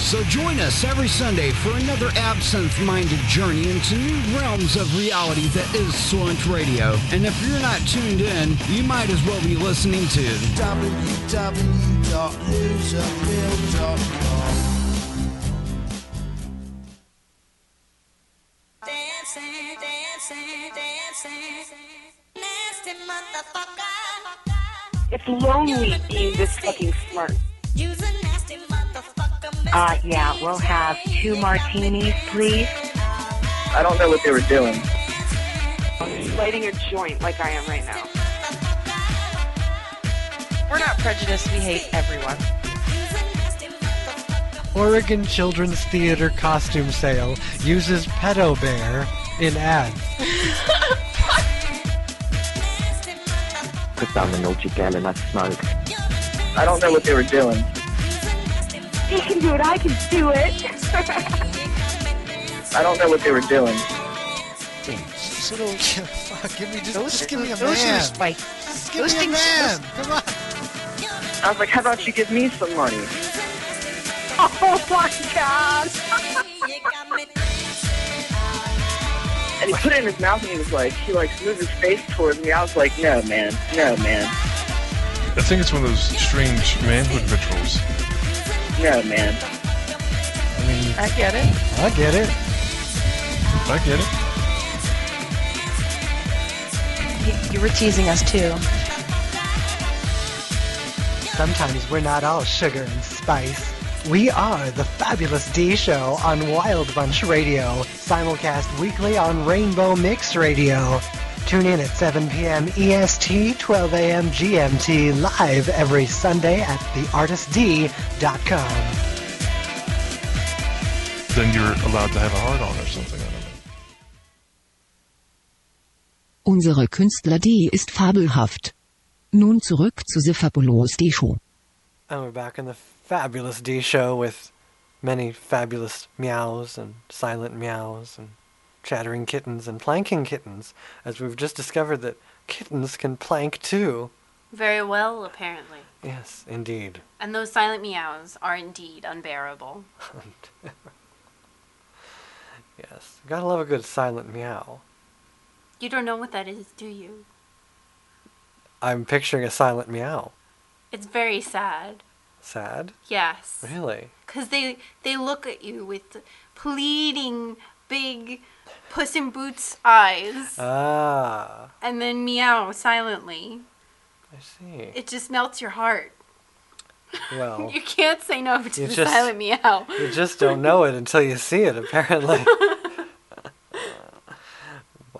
[SPEAKER 17] So join us every Sunday for another absinthe minded journey into new realms of reality that is Soylent Radio. And if you're not tuned in, you might as well be listening to
[SPEAKER 11] www.loserbill.com.
[SPEAKER 13] Dancing, dancing, dancing. Nasty motherfucker.
[SPEAKER 24] It's lonely being this fucking smart.
[SPEAKER 13] You's a nasty motherfucker.
[SPEAKER 24] Uh, yeah, we'll have two martinis, please.
[SPEAKER 5] I don't know what they were doing.
[SPEAKER 24] Lighting a joint like I am right now.
[SPEAKER 6] We're not prejudiced, we hate everyone.
[SPEAKER 3] Oregon Children's Theater costume sale uses pedo bear in ads.
[SPEAKER 16] Because I'm an OG gal and I smoke.
[SPEAKER 5] I don't know what they were doing.
[SPEAKER 24] He can do it, I can do it.
[SPEAKER 5] I don't know what they were doing.
[SPEAKER 3] Sit over fuck, give me just, just give me a
[SPEAKER 5] those are
[SPEAKER 3] man.
[SPEAKER 5] spike-
[SPEAKER 3] Just give
[SPEAKER 5] those
[SPEAKER 3] me a
[SPEAKER 5] things-
[SPEAKER 3] man. Come on.
[SPEAKER 5] I was like, how about you give me some money?
[SPEAKER 24] oh my god.
[SPEAKER 5] And he put it in his mouth and he was like, he like moved his face towards me. I was like, no, man, no, man,
[SPEAKER 26] I think it's one of those strange manhood rituals.
[SPEAKER 5] no, man.
[SPEAKER 26] I mean,
[SPEAKER 6] I get it.
[SPEAKER 26] I get it. I get it.
[SPEAKER 6] You, you were teasing us too.
[SPEAKER 8] Sometimes we're not all sugar and spice. We are the Fabulous D Show on Wild Bunch Radio, simulcast weekly on Rainbow Mix Radio. Tune in at 7 p.m. EST, 12 a.m. GMT, live every Sunday at theartistd.com.
[SPEAKER 26] Then you're allowed to have a hard on or something. I don't know.
[SPEAKER 11] Unsere Künstler D ist fabelhaft. Nun zurück zu The Fabulous D Show.
[SPEAKER 3] And we're back in the fabulous D show with many fabulous meows and silent meows and chattering kittens and planking kittens, as we've just discovered that kittens can plank too.
[SPEAKER 14] Very well, apparently.
[SPEAKER 3] Yes, indeed.
[SPEAKER 14] And those silent meows are indeed unbearable.
[SPEAKER 3] yes, gotta love a good silent meow.
[SPEAKER 14] You don't know what that is, do you?
[SPEAKER 3] I'm picturing a silent meow.
[SPEAKER 14] It's very sad.
[SPEAKER 3] Sad?
[SPEAKER 14] Yes.
[SPEAKER 3] Really?
[SPEAKER 14] Because they, they look at you with pleading, big Puss in Boots eyes
[SPEAKER 3] Ah,
[SPEAKER 14] and then meow silently.
[SPEAKER 3] I see.
[SPEAKER 14] It just melts your heart.
[SPEAKER 3] Well,
[SPEAKER 14] You can't say no to
[SPEAKER 3] You
[SPEAKER 14] the
[SPEAKER 3] Oh. just-
[SPEAKER 14] silent meow.
[SPEAKER 3] you just don't know it until you see it, apparently.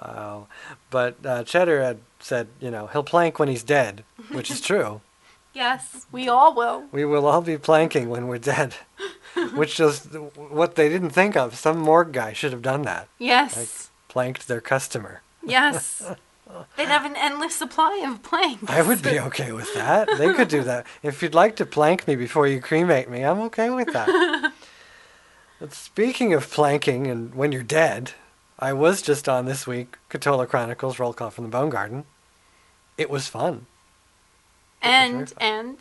[SPEAKER 3] wow. But uh, Cheddar had said, you know, he'll plank when he's dead, which is true.
[SPEAKER 14] Yes, we all will.
[SPEAKER 3] We will all be planking when we're dead, which is what they didn't think of. Some morgue guy should have done that.
[SPEAKER 14] Yes.
[SPEAKER 3] Like, planked their customer.
[SPEAKER 14] Yes. They'd have an endless supply of planks.
[SPEAKER 3] I would be okay with that. They could do that. If you'd like to plank me before you cremate me, I'm okay with that. but speaking of planking and when you're dead, I was just on this week Catola Chronicles roll call from the Bone Garden. It was fun.
[SPEAKER 14] And and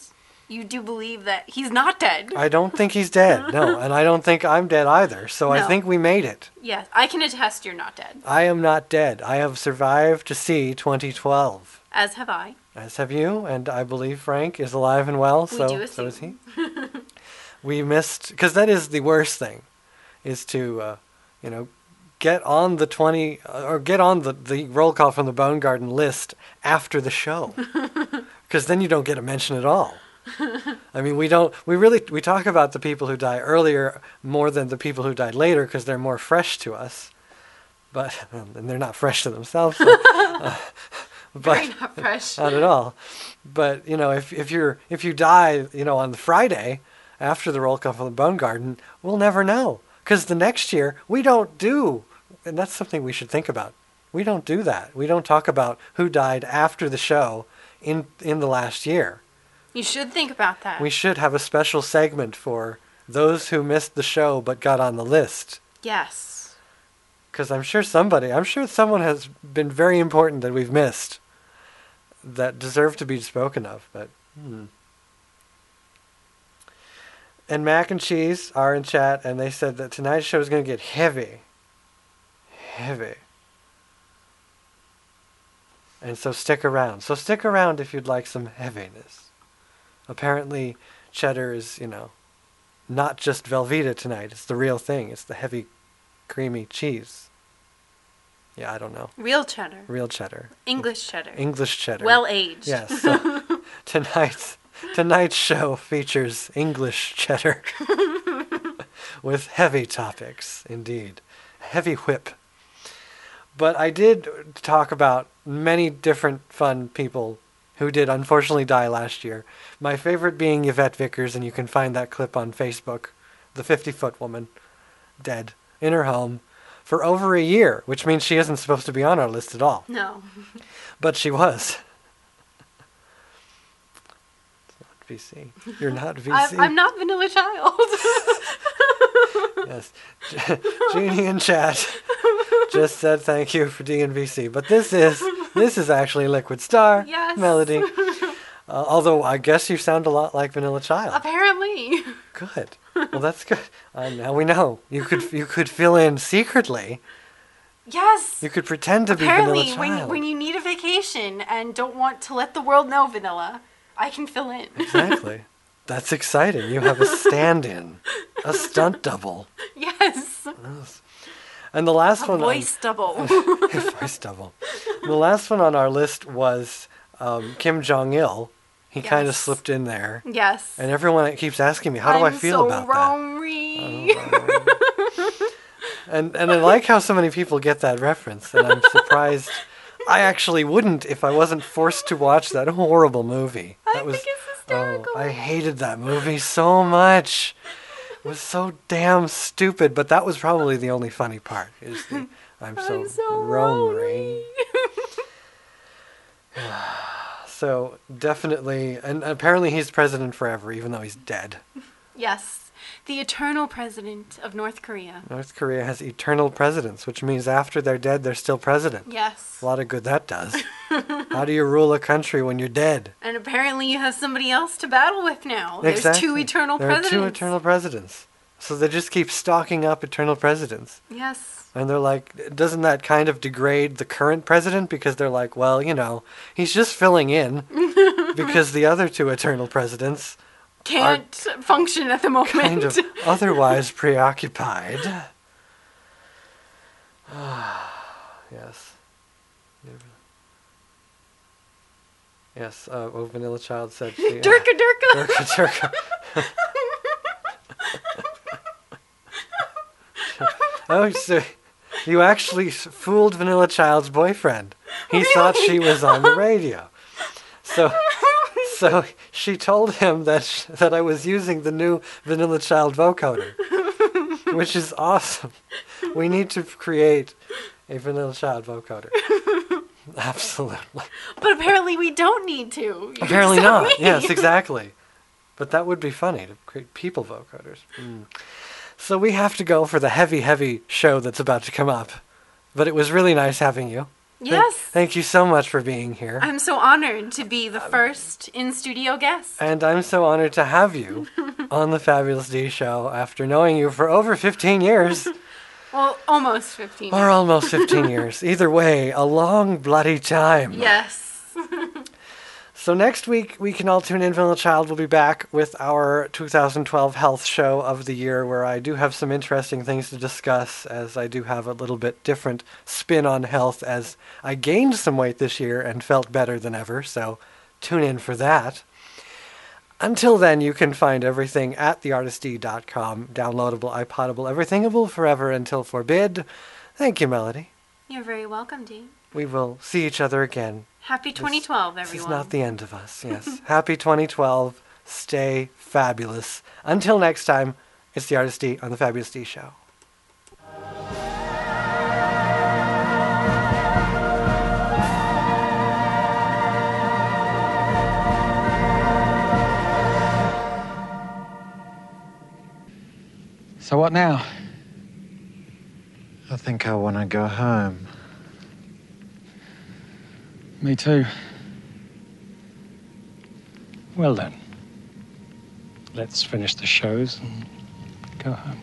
[SPEAKER 14] you do believe that he's not dead.
[SPEAKER 3] I don't think he's dead. No, and I don't think I'm dead either. So I
[SPEAKER 14] No.
[SPEAKER 3] think we made it.
[SPEAKER 14] Yes, I can attest you're not dead.
[SPEAKER 3] I am not dead. I have survived to see 2012.
[SPEAKER 14] As have I.
[SPEAKER 3] As have you, and I believe Frank is alive and well.
[SPEAKER 14] We
[SPEAKER 3] so
[SPEAKER 14] do
[SPEAKER 3] so is he. we missed because that is the worst thing, is to uh, you know get on the 20 uh, or get on the the roll call from the Bone Garden list after the show, because then you don't get a mention at all. I mean, we don't. We really we talk about the people who die earlier more than the people who died later because they're more fresh to us, but and they're not fresh to themselves. so, uh, but
[SPEAKER 14] Very not fresh.
[SPEAKER 3] not at all. But you know, if if you're if you die, you know, on the Friday after the roll call from the Bone Garden, we'll never know because the next year we don't do, and that's something we should think about. We don't do that. We don't talk about who died after the show in in the last year.
[SPEAKER 14] You should think about that.
[SPEAKER 3] We should have a special segment for those who missed the show but got on the list.
[SPEAKER 14] Yes.
[SPEAKER 3] Because I'm sure somebody, I'm sure someone has been very important that we've missed that deserve to be spoken of. But hmm. And Mac and Cheese are in chat, and they said that tonight's show is going to get heavy. Heavy. And so stick around. So stick around if you'd like some heaviness. Apparently, cheddar is, you know, not just Velveeta tonight. It's the real thing. It's the heavy, creamy cheese. Yeah, I don't know.
[SPEAKER 14] Real cheddar.
[SPEAKER 3] Real cheddar.
[SPEAKER 14] English cheddar.
[SPEAKER 3] English cheddar.
[SPEAKER 14] Well aged.
[SPEAKER 3] Yes. so tonight's tonight's show features English cheddar with heavy topics, indeed, heavy whip. But I did talk about many different fun people who did unfortunately die last year. My favorite being Yvette Vickers, and you can find that clip on Facebook. The 50 foot woman, dead in her home for over a year, which means she isn't supposed to be on our list at all
[SPEAKER 14] No.
[SPEAKER 3] but she was. It's not VC. You're not VC.
[SPEAKER 14] I, I'm not Vanilla Child.
[SPEAKER 3] Yes. Jeannie in chat just said thank you for D and VC, but this is this is actually Liquid Star
[SPEAKER 14] Yes.
[SPEAKER 3] melody. Uh, although I guess you sound a lot like Vanilla Child.
[SPEAKER 14] Apparently.
[SPEAKER 3] Good. Well, that's good. Uh, now we know you could you could fill in secretly.
[SPEAKER 14] Yes.
[SPEAKER 3] You could pretend to be
[SPEAKER 14] Apparently,
[SPEAKER 3] Vanilla Child.
[SPEAKER 14] when, when you need a vacation and don't want to let the world know Vanilla, I can fill in.
[SPEAKER 3] Exactly. That's exciting. You have a stand-in, a stunt double.
[SPEAKER 14] yes.
[SPEAKER 3] And the last
[SPEAKER 14] A
[SPEAKER 3] one on-
[SPEAKER 14] voice double.
[SPEAKER 3] voice double. The last one on our list was um, Kim Jong Il. He kind of
[SPEAKER 14] Yes.
[SPEAKER 3] slipped in there.
[SPEAKER 14] yes.
[SPEAKER 3] And everyone keeps asking me, "How do
[SPEAKER 14] I'm
[SPEAKER 3] I feel
[SPEAKER 14] so
[SPEAKER 3] about
[SPEAKER 14] lonely.
[SPEAKER 3] that?" And and I like how so many people get that reference, and I'm surprised. I actually wouldn't if I wasn't forced to watch that horrible movie. That I was, think it's hysterical. I hated that movie so much. It was so damn stupid, but that was probably the only funny part. Is the, I'm so, lonely. so definitely, and apparently he's president forever, even though he's dead.
[SPEAKER 14] Yes. The eternal president of North Korea.
[SPEAKER 3] North Korea has eternal presidents, which means after they're dead, they're still president.
[SPEAKER 14] Yes.
[SPEAKER 3] A lot of good that does. How do you rule a country when you're dead?
[SPEAKER 14] And apparently you have somebody else to battle with now. There's two
[SPEAKER 3] Exactly.
[SPEAKER 14] eternal
[SPEAKER 3] there
[SPEAKER 14] presidents.
[SPEAKER 3] There are two eternal presidents. So they just keep stocking up eternal presidents.
[SPEAKER 14] Yes.
[SPEAKER 3] And they're like, doesn't that kind of degrade the current president? Because they're like, well, you know, he's just filling in because the other two eternal presidents are
[SPEAKER 14] Can't function at the moment.
[SPEAKER 3] kind of otherwise preoccupied. yes. Yes, uh, oh, Vanilla Child said she. uh,
[SPEAKER 14] Durka Durka.
[SPEAKER 3] Durka Durka. oh, so you actually s- fooled Vanilla Child's boyfriend. He thought she was on the radio. So, so she told him that sh- that I was using the new Vanilla Child vocoder, which is awesome. We need to create a Vanilla Child vocoder. Absolutely.
[SPEAKER 14] But apparently we don't need to. You're
[SPEAKER 3] Apparently
[SPEAKER 14] so
[SPEAKER 3] not.
[SPEAKER 14] mean.
[SPEAKER 3] Yes, exactly. But that would be funny to create people vocoders. Mm. So we have to go for the heavy, heavy show that's about to come up. But it was really nice having you. Th-
[SPEAKER 14] Yes.
[SPEAKER 3] Thank you so much for being here.
[SPEAKER 14] I'm so honored to be the first in studio guest.
[SPEAKER 3] and I'm so honored to have you on the Fabulous D Show after knowing you for over 15 years.
[SPEAKER 14] Well, almost 15.
[SPEAKER 3] or almost 15 years. Either way, a long bloody time.
[SPEAKER 14] Yes.
[SPEAKER 3] So next week we can all tune in. Vanilla Child will be back with our 2012 health show of the year, where I do have some interesting things to discuss, as I do have a little bit different spin on health, as I gained some weight this year and felt better than ever. So tune in for that. Until then, you can find everything at theartistd.com, downloadable, iPodable, everythingable forever until forbid. Thank you, Melody.
[SPEAKER 14] You're very welcome, Dean.
[SPEAKER 3] We will see each other again.
[SPEAKER 14] Happy 2012,
[SPEAKER 3] This is
[SPEAKER 14] everyone.
[SPEAKER 3] not the end of us, yes. Happy 2012. Stay fabulous. Until next time, it's the Artist D on the Fabulous D Show.
[SPEAKER 1] So what now? I think I want to go home.
[SPEAKER 10] Me too.
[SPEAKER 1] Well then, let's finish the shows and go home.